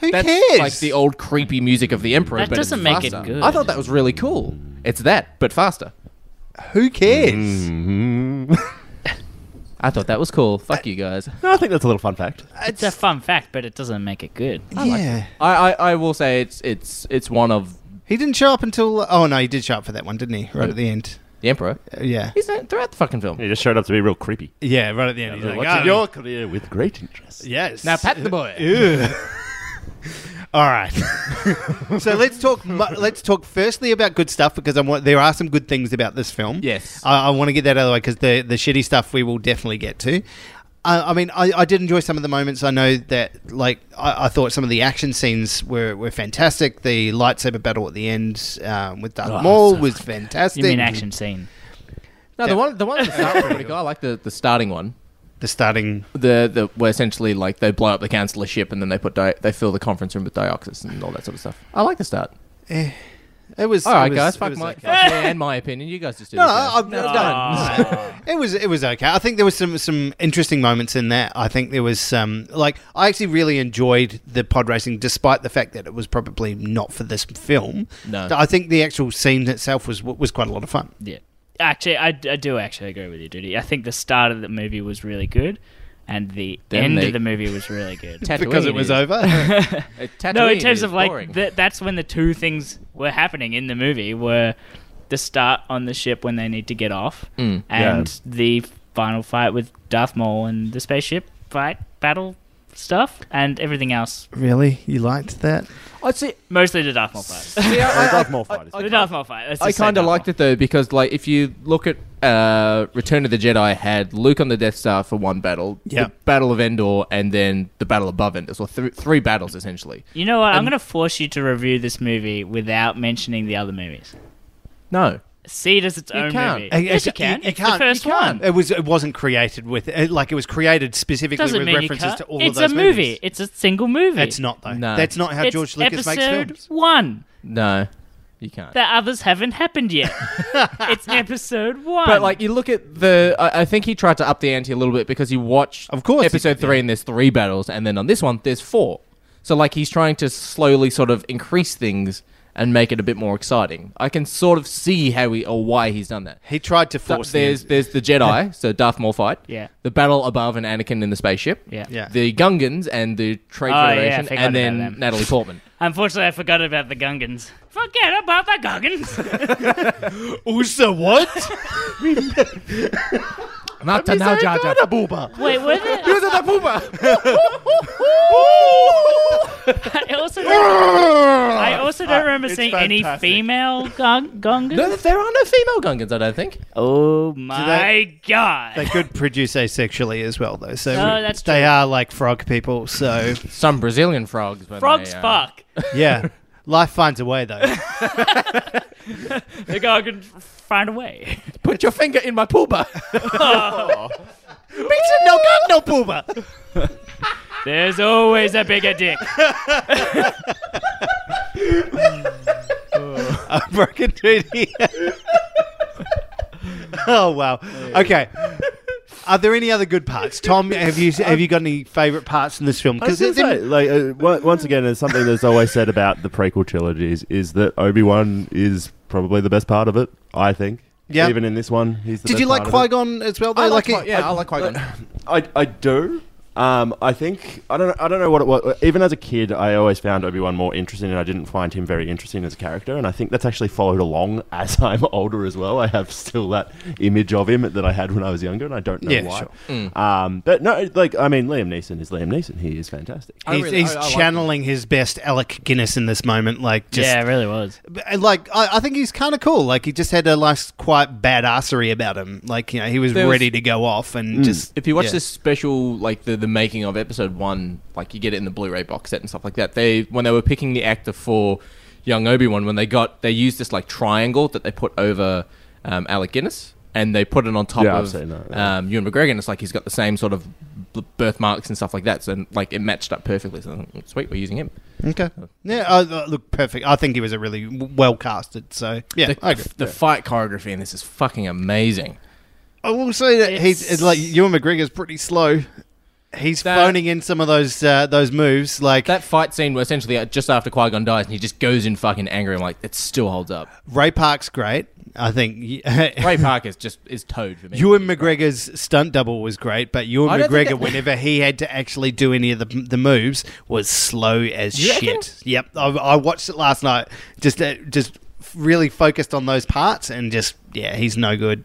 Speaker 6: Who
Speaker 3: That's
Speaker 6: cares?
Speaker 3: like the old creepy music of the Emperor.
Speaker 4: That
Speaker 3: but it's
Speaker 4: doesn't make it
Speaker 3: faster.
Speaker 4: good.
Speaker 3: I thought that was really cool. It's that, but faster. Mm-hmm.
Speaker 6: Who cares?
Speaker 3: [LAUGHS] I thought that was cool. Fuck you guys.
Speaker 5: No, I think that's a little fun fact.
Speaker 4: it's a fun fact, but it doesn't make it good.
Speaker 6: yeah.
Speaker 3: [LAUGHS] I, I, I will say it's it's it's one of
Speaker 6: he didn't show up until. Oh, no, he did show up for that one, didn't he? Right at the end.
Speaker 3: the Emperor.
Speaker 6: Uh, yeah.
Speaker 3: He's not throughout the fucking film.
Speaker 5: It just showed up to be real creepy.
Speaker 6: Yeah, right at the end. He's like,
Speaker 5: Watching
Speaker 6: "Oh,
Speaker 5: your career with great interest.
Speaker 6: Yes.
Speaker 3: Now pat the boy.
Speaker 6: Ew. All right. [LAUGHS] so let's talk. mu- Let's talk firstly about good stuff because I want. There are some good things about this film.
Speaker 3: Yes.
Speaker 6: I, I want to get that out of the way because the the shitty stuff we will definitely get to. I, I mean, I, I did enjoy some of the moments. I know that, like, I, I thought some of the action scenes were, were fantastic. The lightsaber battle at the end um, with Darth Maul was fantastic.
Speaker 4: You mean action scene?
Speaker 3: No,
Speaker 6: Yeah.
Speaker 3: the one the one at the start was pretty cool. I like the, the starting one.
Speaker 6: The starting.
Speaker 3: The the where essentially like they blow up the council ship and then they put di- they fill the conference room with dioxys and all that sort of stuff. I like the start. Eh,
Speaker 6: It was.
Speaker 3: All right,
Speaker 6: it was-
Speaker 3: guys.
Speaker 6: it
Speaker 3: Fuck
Speaker 6: was
Speaker 3: my
Speaker 6: okay.
Speaker 3: fuck me and my opinion. You guys just do.
Speaker 6: No,
Speaker 3: this
Speaker 6: I-
Speaker 3: now.
Speaker 6: I'm done. [LAUGHS] it was it was okay. I think there was some some interesting moments in that. I think there was some like I actually really enjoyed the pod racing, despite the fact that it was probably not for this film.
Speaker 3: No.
Speaker 6: I think the actual scene itself was was quite a lot of fun.
Speaker 4: Yeah. Actually, I, I do actually agree with you, Duty. I think the start of the movie was really good, and the
Speaker 3: Then
Speaker 4: end
Speaker 3: they-
Speaker 4: of the movie was really good.
Speaker 6: [LAUGHS]
Speaker 3: Tatooine
Speaker 6: Because it was
Speaker 3: is- [LAUGHS]
Speaker 6: over,
Speaker 3: uh, Tatooine
Speaker 4: no, in terms
Speaker 3: is
Speaker 4: of like
Speaker 3: boring.
Speaker 4: th- that's when the two things were happening in the movie were the start on the ship when they need to get off,
Speaker 6: Mm,
Speaker 4: and the final fight with Darth Maul and the spaceship fight battle stuff, and everything else.
Speaker 6: really? You liked that?
Speaker 3: I see.
Speaker 4: Mostly the Darth Maul fight.
Speaker 6: [LAUGHS]
Speaker 3: see, I-
Speaker 5: Oh, Darth Maul fight is
Speaker 4: the Darth Maul fight. let's
Speaker 3: I
Speaker 4: just say
Speaker 3: kind of
Speaker 4: Darth
Speaker 3: liked
Speaker 4: Maul.
Speaker 3: it though because, like, if you look at uh, Return of the Jedi, had Luke on the Death Star for one battle,
Speaker 6: Yeah.
Speaker 3: the Battle of Endor, and then the Battle above Endor. So th- three battles essentially.
Speaker 4: You know what? I'm going to force you to review this movie without mentioning the other movies.
Speaker 3: No,
Speaker 4: See it as its
Speaker 3: You
Speaker 4: own
Speaker 3: can't.
Speaker 4: movie. yes, you can. It's the first one.
Speaker 6: It was. It wasn't created with. It, like it was created specifically
Speaker 4: Doesn't
Speaker 6: with
Speaker 4: mean you
Speaker 6: references
Speaker 4: can't.
Speaker 6: to all
Speaker 4: It's
Speaker 6: of those
Speaker 4: a movie.
Speaker 6: movies.
Speaker 4: It's a single movie.
Speaker 6: That's not though.
Speaker 3: No.
Speaker 6: That's not how
Speaker 4: It's
Speaker 6: George Lucas makes
Speaker 4: episode
Speaker 6: films.
Speaker 4: One.
Speaker 3: no, you can't.
Speaker 4: The others haven't happened yet. it's episode one.
Speaker 3: but like you look at the, I, I think he tried to up the ante a little bit because you watch,
Speaker 6: Of course he
Speaker 3: episode
Speaker 6: did,
Speaker 3: three, and there's three battles, and then on this one there's four. So like he's trying to slowly sort of increase things and make it a bit more exciting. I can sort of see how he or why he's done that.
Speaker 6: He tried to
Speaker 3: So
Speaker 6: force. the-
Speaker 3: there's there's the Jedi, so Darth Maul fight.
Speaker 4: Yeah.
Speaker 3: The battle above and Anakin in the spaceship.
Speaker 4: Yeah.
Speaker 6: Yeah.
Speaker 3: The Gungans and the Trade
Speaker 4: Oh, yeah, I
Speaker 3: Federation,
Speaker 4: forgot
Speaker 3: and
Speaker 4: about
Speaker 3: then
Speaker 4: them.
Speaker 3: Natalie
Speaker 4: [LAUGHS]
Speaker 3: Portman.
Speaker 4: unfortunately, I forgot about the Gungans. Forget about the Gungans.
Speaker 6: Usa [LAUGHS] what?
Speaker 3: Not to now, Jar Jar.
Speaker 4: [LAUGHS] Wait, were there?
Speaker 3: Use of the pooper.
Speaker 4: [LAUGHS]
Speaker 5: [LAUGHS]
Speaker 4: I also don't, I also don't remember seeing any female gung- Gungans.
Speaker 3: No, there are no female Gungans, I don't think.
Speaker 4: Oh my god!
Speaker 6: They
Speaker 4: [LAUGHS]
Speaker 6: could produce asexually as well, though. So
Speaker 4: No, Oh, that's
Speaker 6: they are like frog people. So
Speaker 4: [LAUGHS]
Speaker 3: Some Brazilian frogs. When
Speaker 4: Frogs
Speaker 3: they, uh,
Speaker 4: fuck.
Speaker 6: yeah, life finds a
Speaker 4: [LAUGHS]
Speaker 6: way, though.
Speaker 4: The Gungan find a way. [LAUGHS]
Speaker 3: Put your finger in my pooper.
Speaker 6: [LAUGHS] Pizza no gun no puma.
Speaker 4: There's always a bigger dick.
Speaker 6: Broken duty. [LAUGHS] oh wow. Okay. Are there any other good parts, Tom? Have you have you got any favourite parts in this film?
Speaker 5: I was
Speaker 6: it's
Speaker 5: gonna say, like uh, on- once again, it's something that's always said about the prequel trilogies is that Obi Wan is probably the best part of it. I think.
Speaker 6: Yeah.
Speaker 5: Even in this one, he's the
Speaker 6: did
Speaker 5: best
Speaker 6: you like
Speaker 5: part of
Speaker 6: Qui
Speaker 5: it.
Speaker 6: Gon as well? Though,
Speaker 3: I like,
Speaker 6: it-
Speaker 3: Qui- yeah, I like Qui-Gon.
Speaker 5: I, I do. Um, I think I don't I don't know what it was. Even as a kid, I always found Obi Wan more interesting, and I didn't find him very interesting as a character. And I think that's actually followed along [LAUGHS] as I'm older as well. I have still that image of him that I had when I was younger, and I don't know
Speaker 6: Yeah,
Speaker 5: why.
Speaker 6: sure.
Speaker 5: Um, but no, like I mean, Liam Neeson is Liam Neeson. He is fantastic.
Speaker 3: I
Speaker 6: He's,
Speaker 3: really-
Speaker 6: he's
Speaker 3: I- I like him.
Speaker 6: channeling his best Alec Guinness in this moment, like just
Speaker 4: yeah, it really was.
Speaker 6: And, Uh, like I, I think he's kind of cool. Like he just had a nice, quiet badassery about him. Like you know, he was
Speaker 3: There was-
Speaker 6: ready to go off and just.
Speaker 3: If you watch
Speaker 6: yeah.
Speaker 3: this special, like the, the making of episode one, like you get it in the Blu-ray box set and stuff like that. They when they were picking the actor for young Obi Wan, when they got they used this like triangle that they put over um, Alec Guinness, and they put it on top
Speaker 5: Yeah, I've
Speaker 3: of
Speaker 5: seen that, yeah.
Speaker 3: um, Ewan McGregor, and it's like he's got the same sort of bl- birthmarks and stuff like that. So like it matched up perfectly. So I'm like, sweet, we're using him.
Speaker 6: okay, yeah, I, I- look perfect. I think he was a really well casted. So yeah,
Speaker 3: the
Speaker 6: I agree.
Speaker 3: the fight choreography in this is fucking amazing.
Speaker 6: I will say that he's
Speaker 4: It's-
Speaker 6: it's like Ewan McGregor's pretty slow. He's
Speaker 3: That-
Speaker 6: phoning in some of those uh, those moves. Like
Speaker 3: That fight scene, where essentially uh, just after Qui Gon dies, and he just goes in fucking anger. I'm like, it still holds up.
Speaker 6: Ray Park's great. I think [LAUGHS]
Speaker 3: Ray Park is just is toad for me.
Speaker 6: Ewan McGregor's stunt double was great, but Ewan
Speaker 3: I don't think
Speaker 6: McGregor,
Speaker 3: that-
Speaker 6: whenever he had to actually do any of the, the moves, was slow as
Speaker 3: You reckon?
Speaker 6: shit. Yep, I, I watched it last night. Just uh, just really focused on those parts, and just yeah, he's no good.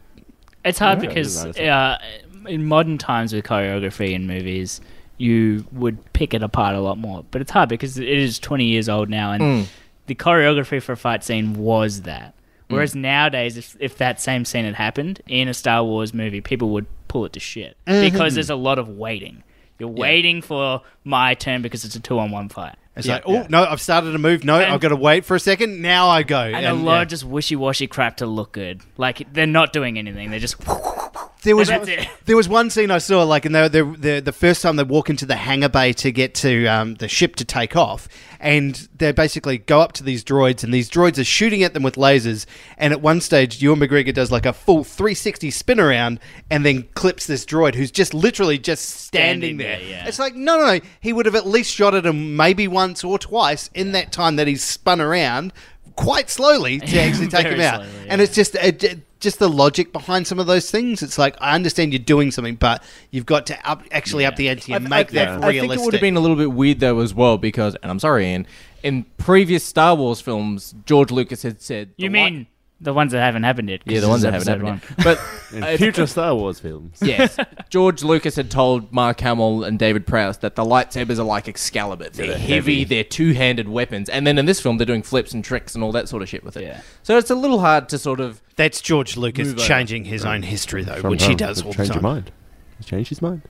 Speaker 4: It's hard
Speaker 5: Yeah,
Speaker 4: because
Speaker 5: it's
Speaker 4: uh, in modern times with choreography in movies, you would pick it apart a lot more. But it's hard because it is 20 years old now, and the choreography for a fight scene was that. Whereas nowadays, if, if that same scene had happened in a Star Wars movie, people would pull it to shit because there's a lot of waiting. You're waiting for my turn because it's a two on one fight.
Speaker 6: It's like, oh no, I've started a move. No,
Speaker 4: And-
Speaker 6: I've got to wait for a second. Now I go.
Speaker 4: And, a lot of just wishy washy crap to look good. Like, they're not doing anything. They're just. [LAUGHS]
Speaker 6: There was
Speaker 4: That's it.
Speaker 6: there was one scene I saw like and they, they, the the first time they walk into the hangar bay to get to um, the ship to take off, and they basically go up to these droids and these droids are shooting at them with lasers. And at one stage, Ewan McGregor does like a full 360 spin around and then clips this droid who's just literally just standing,
Speaker 4: Standing
Speaker 6: there.
Speaker 4: there, yeah.
Speaker 6: It's like no, no, no. He would have at least shot at him maybe once or twice in that time that he's spun around quite slowly to [LAUGHS]
Speaker 4: [LAUGHS]
Speaker 6: actually take
Speaker 4: Very
Speaker 6: him out.
Speaker 4: slowly,
Speaker 6: And
Speaker 4: yeah.
Speaker 6: it's just it, it- just the logic behind some of those things. It's like I understand you're doing something, but you've got to up, actually up the ante and make
Speaker 3: I,
Speaker 6: that
Speaker 3: I
Speaker 6: realistic.
Speaker 3: think it would have been a little bit weird though as well because, and I'm sorry, Ian, in previous Star Wars films, George Lucas had said,
Speaker 4: You
Speaker 3: the
Speaker 4: mean
Speaker 3: li-
Speaker 4: the ones that haven't happened yet? 'cause
Speaker 3: yeah, the ones
Speaker 4: this is
Speaker 3: that haven't
Speaker 4: episode
Speaker 3: happened
Speaker 4: one.
Speaker 3: yet.
Speaker 5: In
Speaker 3: But uh,
Speaker 5: future Star Wars films.
Speaker 3: yes, George Lucas had told Mark Hamill and David Prowse that the lightsabers are like Excalibur. They're, heavy, they're two-handed weapons, and then in this film they're doing flips and tricks and all that sort of shit with it.
Speaker 4: Yeah.
Speaker 3: So it's a little hard to sort of.
Speaker 6: That's George Lucas
Speaker 3: Move over.
Speaker 6: changing his own history, though,
Speaker 5: Sometimes
Speaker 6: which he does
Speaker 5: they
Speaker 6: all the
Speaker 5: change
Speaker 6: time.
Speaker 5: your mind. They Change his mind.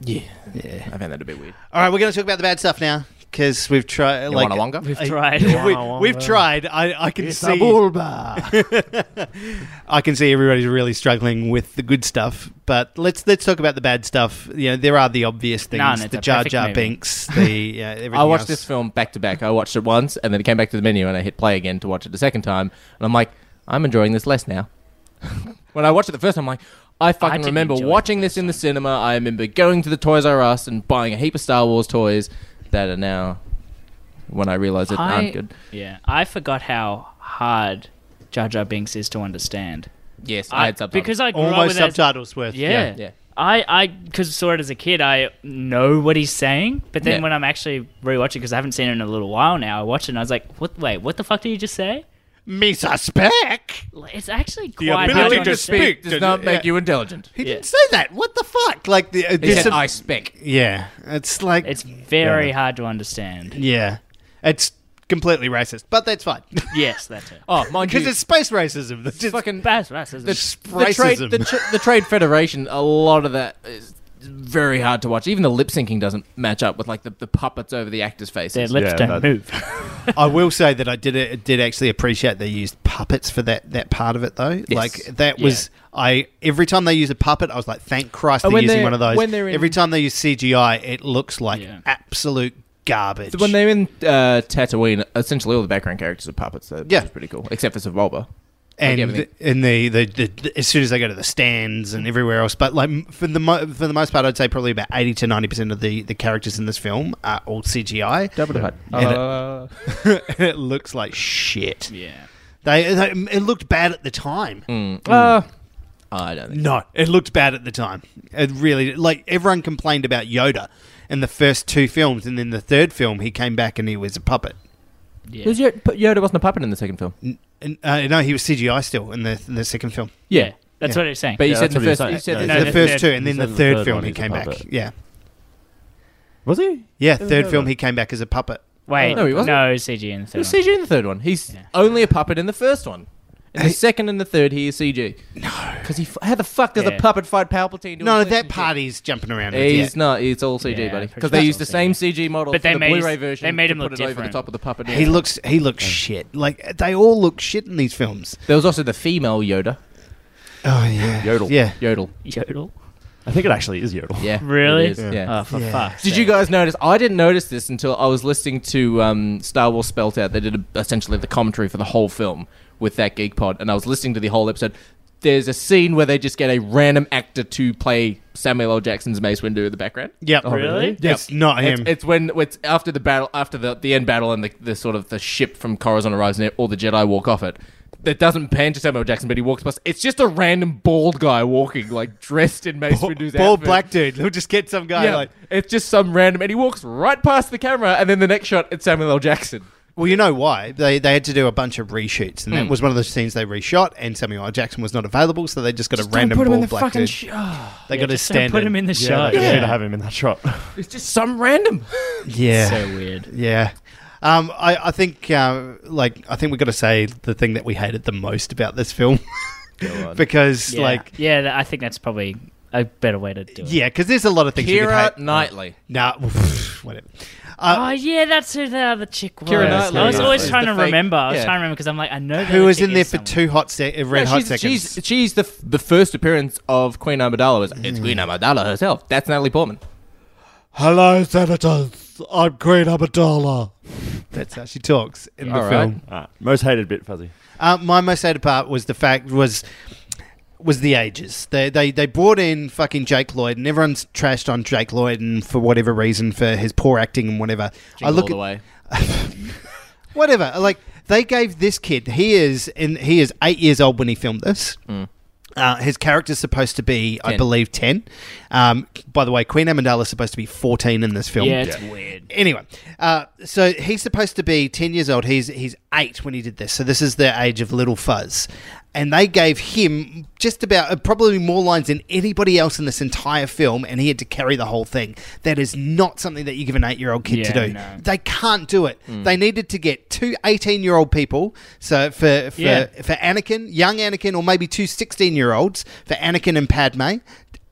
Speaker 3: Yeah, yeah. I found that a bit weird.
Speaker 6: All right, we're going to talk about the bad stuff now because we've tried.
Speaker 3: You
Speaker 6: Like,
Speaker 3: want a longer?
Speaker 4: We've
Speaker 6: I-
Speaker 4: tried.
Speaker 6: we, have tried. I, I can see. [LAUGHS] I can see everybody's really struggling with the good stuff, but let's let's talk about the bad stuff. You know, there are the obvious things:
Speaker 4: and it's
Speaker 6: the
Speaker 4: a
Speaker 6: Jar
Speaker 4: perfect
Speaker 6: Jar
Speaker 4: movie.
Speaker 6: Binks, the uh, everything
Speaker 3: I watched
Speaker 6: else.
Speaker 3: this film back to back. I watched it once and then it came back to the menu and I hit play again to watch it the second time. And I'm like, I'm enjoying this less now. [LAUGHS] when I watched it the first time, I'm like, I fucking
Speaker 4: didn't
Speaker 3: remember
Speaker 4: enjoy it
Speaker 3: watching
Speaker 4: the
Speaker 3: this in the cinema. I remember going to the Toys R Us and buying a heap of Star Wars toys that are now, when I realize it,
Speaker 4: I-
Speaker 3: aren't good.
Speaker 4: Yeah, I forgot how hard Jar Jar Binks is to understand.
Speaker 3: Yes, I, had subtitles.
Speaker 4: because I grew up
Speaker 6: almost
Speaker 4: with it as-
Speaker 6: subtitles worth.
Speaker 4: yeah,
Speaker 3: Yeah, yeah.
Speaker 4: I I because saw it as a kid, I know what he's saying. But then
Speaker 3: Yeah.
Speaker 4: when I'm actually rewatching, because I haven't seen it in a little while now, I watched it and I was like, "What? Wait, what the fuck did you just say?"
Speaker 6: Me suspect.
Speaker 4: Like, It's actually
Speaker 6: The
Speaker 4: quite
Speaker 6: ability
Speaker 4: hard to
Speaker 6: to
Speaker 4: understand.
Speaker 6: speak.
Speaker 3: does not make you intelligent.
Speaker 6: He
Speaker 4: Yeah.
Speaker 6: didn't say that. What the fuck? Like the uh,
Speaker 3: He
Speaker 6: there's
Speaker 3: said,
Speaker 6: some- [LAUGHS]
Speaker 3: I spec.
Speaker 6: yeah. It's like
Speaker 4: It's very hard to understand.
Speaker 6: yeah. It's completely racist, but that's [LAUGHS] fine
Speaker 4: yes, that's it.
Speaker 3: Oh, mind
Speaker 6: because
Speaker 3: you,
Speaker 6: it's space racism. It's just
Speaker 3: fucking
Speaker 4: That's right. so it's-
Speaker 6: just
Speaker 3: the trade,
Speaker 6: racism.
Speaker 3: the, tr- the trade federation, a lot of that is very hard to watch. Even the lip syncing doesn't match up with like the, the puppets over the actors'
Speaker 4: Their
Speaker 3: faces.
Speaker 4: lips
Speaker 5: Yeah,
Speaker 4: don't
Speaker 5: that-
Speaker 4: move.
Speaker 3: [LAUGHS]
Speaker 6: I will say that I did did actually appreciate they used puppets for that, that part of it though. Like that was I every time they use a puppet, I was like, thank Christ
Speaker 3: And
Speaker 6: they're
Speaker 3: Oh, when
Speaker 6: using
Speaker 3: they're-
Speaker 6: one of those.
Speaker 3: when they're in-
Speaker 6: every time they use CGI, it looks like
Speaker 4: Yeah.
Speaker 6: absolute garbage.
Speaker 3: When they're in uh, Tatooine, essentially all the background characters are puppets. So
Speaker 6: Yeah.
Speaker 3: yeah, pretty cool, except for Sebulba.
Speaker 6: and
Speaker 3: everything.
Speaker 6: and the, the, the, as soon as they go to the stands and everywhere else, but like m- for the mo- for the most part, I'd say probably about eighty to ninety percent of the, the characters in this film are all CGI.
Speaker 3: Double the
Speaker 6: And it- [LAUGHS]
Speaker 3: uh,
Speaker 6: it looks like shit.
Speaker 4: yeah.
Speaker 6: They, they it looked bad at the time.
Speaker 3: uh, I don't think.
Speaker 6: No, it looked bad at the time. It really like everyone complained about Yoda in the first two films, and then the third film he came back and he was a puppet.
Speaker 4: Yeah.
Speaker 3: It was Yoda, but Yoda wasn't a puppet in the second film.
Speaker 6: And, uh, no, he was CGI still in the the second film.
Speaker 4: Yeah, That's
Speaker 6: Yeah.
Speaker 4: what it's saying.
Speaker 3: But you
Speaker 5: Yeah,
Speaker 3: said
Speaker 5: that's
Speaker 3: the
Speaker 5: what he
Speaker 3: first.
Speaker 5: was saying.
Speaker 3: You said
Speaker 5: No,
Speaker 3: the-
Speaker 4: no,
Speaker 6: the,
Speaker 4: the
Speaker 6: first
Speaker 4: third-
Speaker 6: two, and then
Speaker 5: he
Speaker 6: the
Speaker 5: said the
Speaker 6: third,
Speaker 5: third
Speaker 6: film
Speaker 5: one
Speaker 6: he
Speaker 5: he's a
Speaker 6: came back.
Speaker 5: puppet.
Speaker 6: Yeah,
Speaker 5: Was he?
Speaker 6: yeah,
Speaker 5: Who's
Speaker 6: third
Speaker 5: that
Speaker 6: film
Speaker 5: one?
Speaker 6: he came back as a puppet.
Speaker 4: Wait,
Speaker 3: No,
Speaker 4: no,
Speaker 3: he wasn't.
Speaker 4: CG in the
Speaker 3: It
Speaker 4: third
Speaker 3: was
Speaker 4: one.
Speaker 3: CG in the third one. He's
Speaker 4: Yeah.
Speaker 3: only a puppet in the first one. In the
Speaker 6: Hey.
Speaker 3: second and the third, he is CG. No, because he f- how the fuck does a
Speaker 4: Yeah.
Speaker 3: puppet fight Palpatine? doing
Speaker 6: No,
Speaker 3: this
Speaker 6: that
Speaker 3: and shit?
Speaker 6: part he's jumping around. with,
Speaker 3: He's
Speaker 6: yeah.
Speaker 3: not. It's all CG,
Speaker 4: Yeah,
Speaker 3: buddy.
Speaker 4: pretty
Speaker 3: Because they
Speaker 4: much
Speaker 3: used the
Speaker 4: all
Speaker 3: same
Speaker 4: CG.
Speaker 3: CG model
Speaker 4: But
Speaker 3: for
Speaker 4: they
Speaker 3: the
Speaker 4: made-
Speaker 3: Blu-ray version.
Speaker 4: they made
Speaker 3: to
Speaker 4: him
Speaker 3: put
Speaker 4: look
Speaker 3: it over
Speaker 4: different.
Speaker 3: the top
Speaker 4: [LAUGHS]
Speaker 3: of the puppet.
Speaker 6: He looks he looks shit. Like they all look shit in these films.
Speaker 3: There was also the female Yoda.
Speaker 6: Oh yeah,
Speaker 5: Yodel.
Speaker 6: yeah.
Speaker 3: Yodel.
Speaker 4: Yodel.
Speaker 5: I think it actually is Yodel.
Speaker 3: Yeah.
Speaker 4: Really?
Speaker 3: it is, Yeah.
Speaker 4: Oh, for
Speaker 6: Yeah.
Speaker 4: fuck's
Speaker 3: Did you guys notice? I didn't notice this until I was listening to um, Star Wars Spelt Out. They did a, essentially the commentary for the whole film with that Geek Pod, and I was listening to the whole episode. There's a scene where they just get a random actor to play Samuel L. Jackson's Mace Windu in the background.
Speaker 6: Yep.
Speaker 5: Oh,
Speaker 4: Really?
Speaker 6: It's not him.
Speaker 3: It's, it's when it's after the battle, after the, the end battle, and the, the sort of the ship from Coruscant arrives, and all the Jedi walk off it. That doesn't pan to Samuel Jackson, but he walks past. It's just a random bald guy walking, like dressed in Mace
Speaker 6: bald,
Speaker 3: Windu's
Speaker 6: bald
Speaker 3: outfit.
Speaker 6: black dude. He'll just get some guy
Speaker 3: Yeah,
Speaker 6: like
Speaker 3: it's just some random, and he walks right past the camera, and then the next shot it's Samuel L. Jackson.
Speaker 6: Well, you know why they they had to do a bunch of reshoots,
Speaker 4: Hmm.
Speaker 6: and that was one of those scenes they reshot. And Samuel L. Jackson was not available, so they just got a random bald black dude. they got a
Speaker 4: oh. Just don't
Speaker 6: stand.
Speaker 4: put him in the
Speaker 5: Yeah,
Speaker 4: shot.
Speaker 5: they should have him in that shot.
Speaker 3: It's just some random.
Speaker 6: [LAUGHS] Yeah,
Speaker 4: So weird.
Speaker 6: yeah. Um, I I think uh, like I think we got to say the thing that we hated the most about this film [LAUGHS] because
Speaker 4: Yeah.
Speaker 6: like
Speaker 4: yeah, tha- I think that's probably a better way to do it.
Speaker 6: yeah, because there's a lot of things. we could
Speaker 3: Kira
Speaker 6: hate.
Speaker 3: Knightley.
Speaker 6: Nah, [LAUGHS] whatever.
Speaker 4: Oh
Speaker 6: Uh,
Speaker 4: yeah, that's who the other chick was.
Speaker 3: Keira
Speaker 5: Knightley.
Speaker 4: I was always
Speaker 5: Knightley.
Speaker 4: trying to
Speaker 3: The fake-
Speaker 4: remember. I was
Speaker 3: yeah.
Speaker 4: trying to remember because I'm like, I know that
Speaker 6: who was
Speaker 4: chick
Speaker 6: in there
Speaker 4: is
Speaker 6: for
Speaker 4: someone.
Speaker 6: two hot sec- uh, red
Speaker 3: No,
Speaker 6: hot
Speaker 3: she's,
Speaker 6: seconds?
Speaker 3: she's she's the f- the first appearance of Queen Amidala. It's, it's Queen Amidala herself. That's Natalie Portman.
Speaker 6: Hello, senators. I'm Queen Amidala. That's how she talks in the
Speaker 3: All right.
Speaker 6: film.
Speaker 5: Alright, most hated bit, Fuzzy.
Speaker 6: Uh, my most hated part was the fact was was the ages. They, they they brought in fucking Jake Lloyd, and everyone's trashed on Jake Lloyd, and for whatever reason, for his poor acting and whatever.
Speaker 3: Jingle all the
Speaker 6: at
Speaker 3: way.
Speaker 6: whatever. Like they gave this kid. He is in. He is eight years old when he filmed this.
Speaker 4: Mm.
Speaker 6: Uh, his character's supposed to be, I
Speaker 3: Ten.
Speaker 6: believe, ten. Um, by the way, Queen Amidala's supposed to be fourteen in this film.
Speaker 4: Yeah, it's weird.
Speaker 6: Anyway, uh, so he's supposed to be ten years old. He's he's eight when he did this. So this is the age of Little Fuzz, and they gave him just about uh, probably more lines than anybody else in this entire film, and he had to carry the whole thing. That is not something that you give an eight-year-old kid to
Speaker 4: Yeah,
Speaker 6: do.
Speaker 4: no.
Speaker 6: They can't do it.
Speaker 4: Hmm.
Speaker 6: They needed to get two 18-year-old people. So for for,
Speaker 4: Yeah.
Speaker 6: for Anakin, young Anakin, or maybe two 16-year-olds for Anakin and Padme.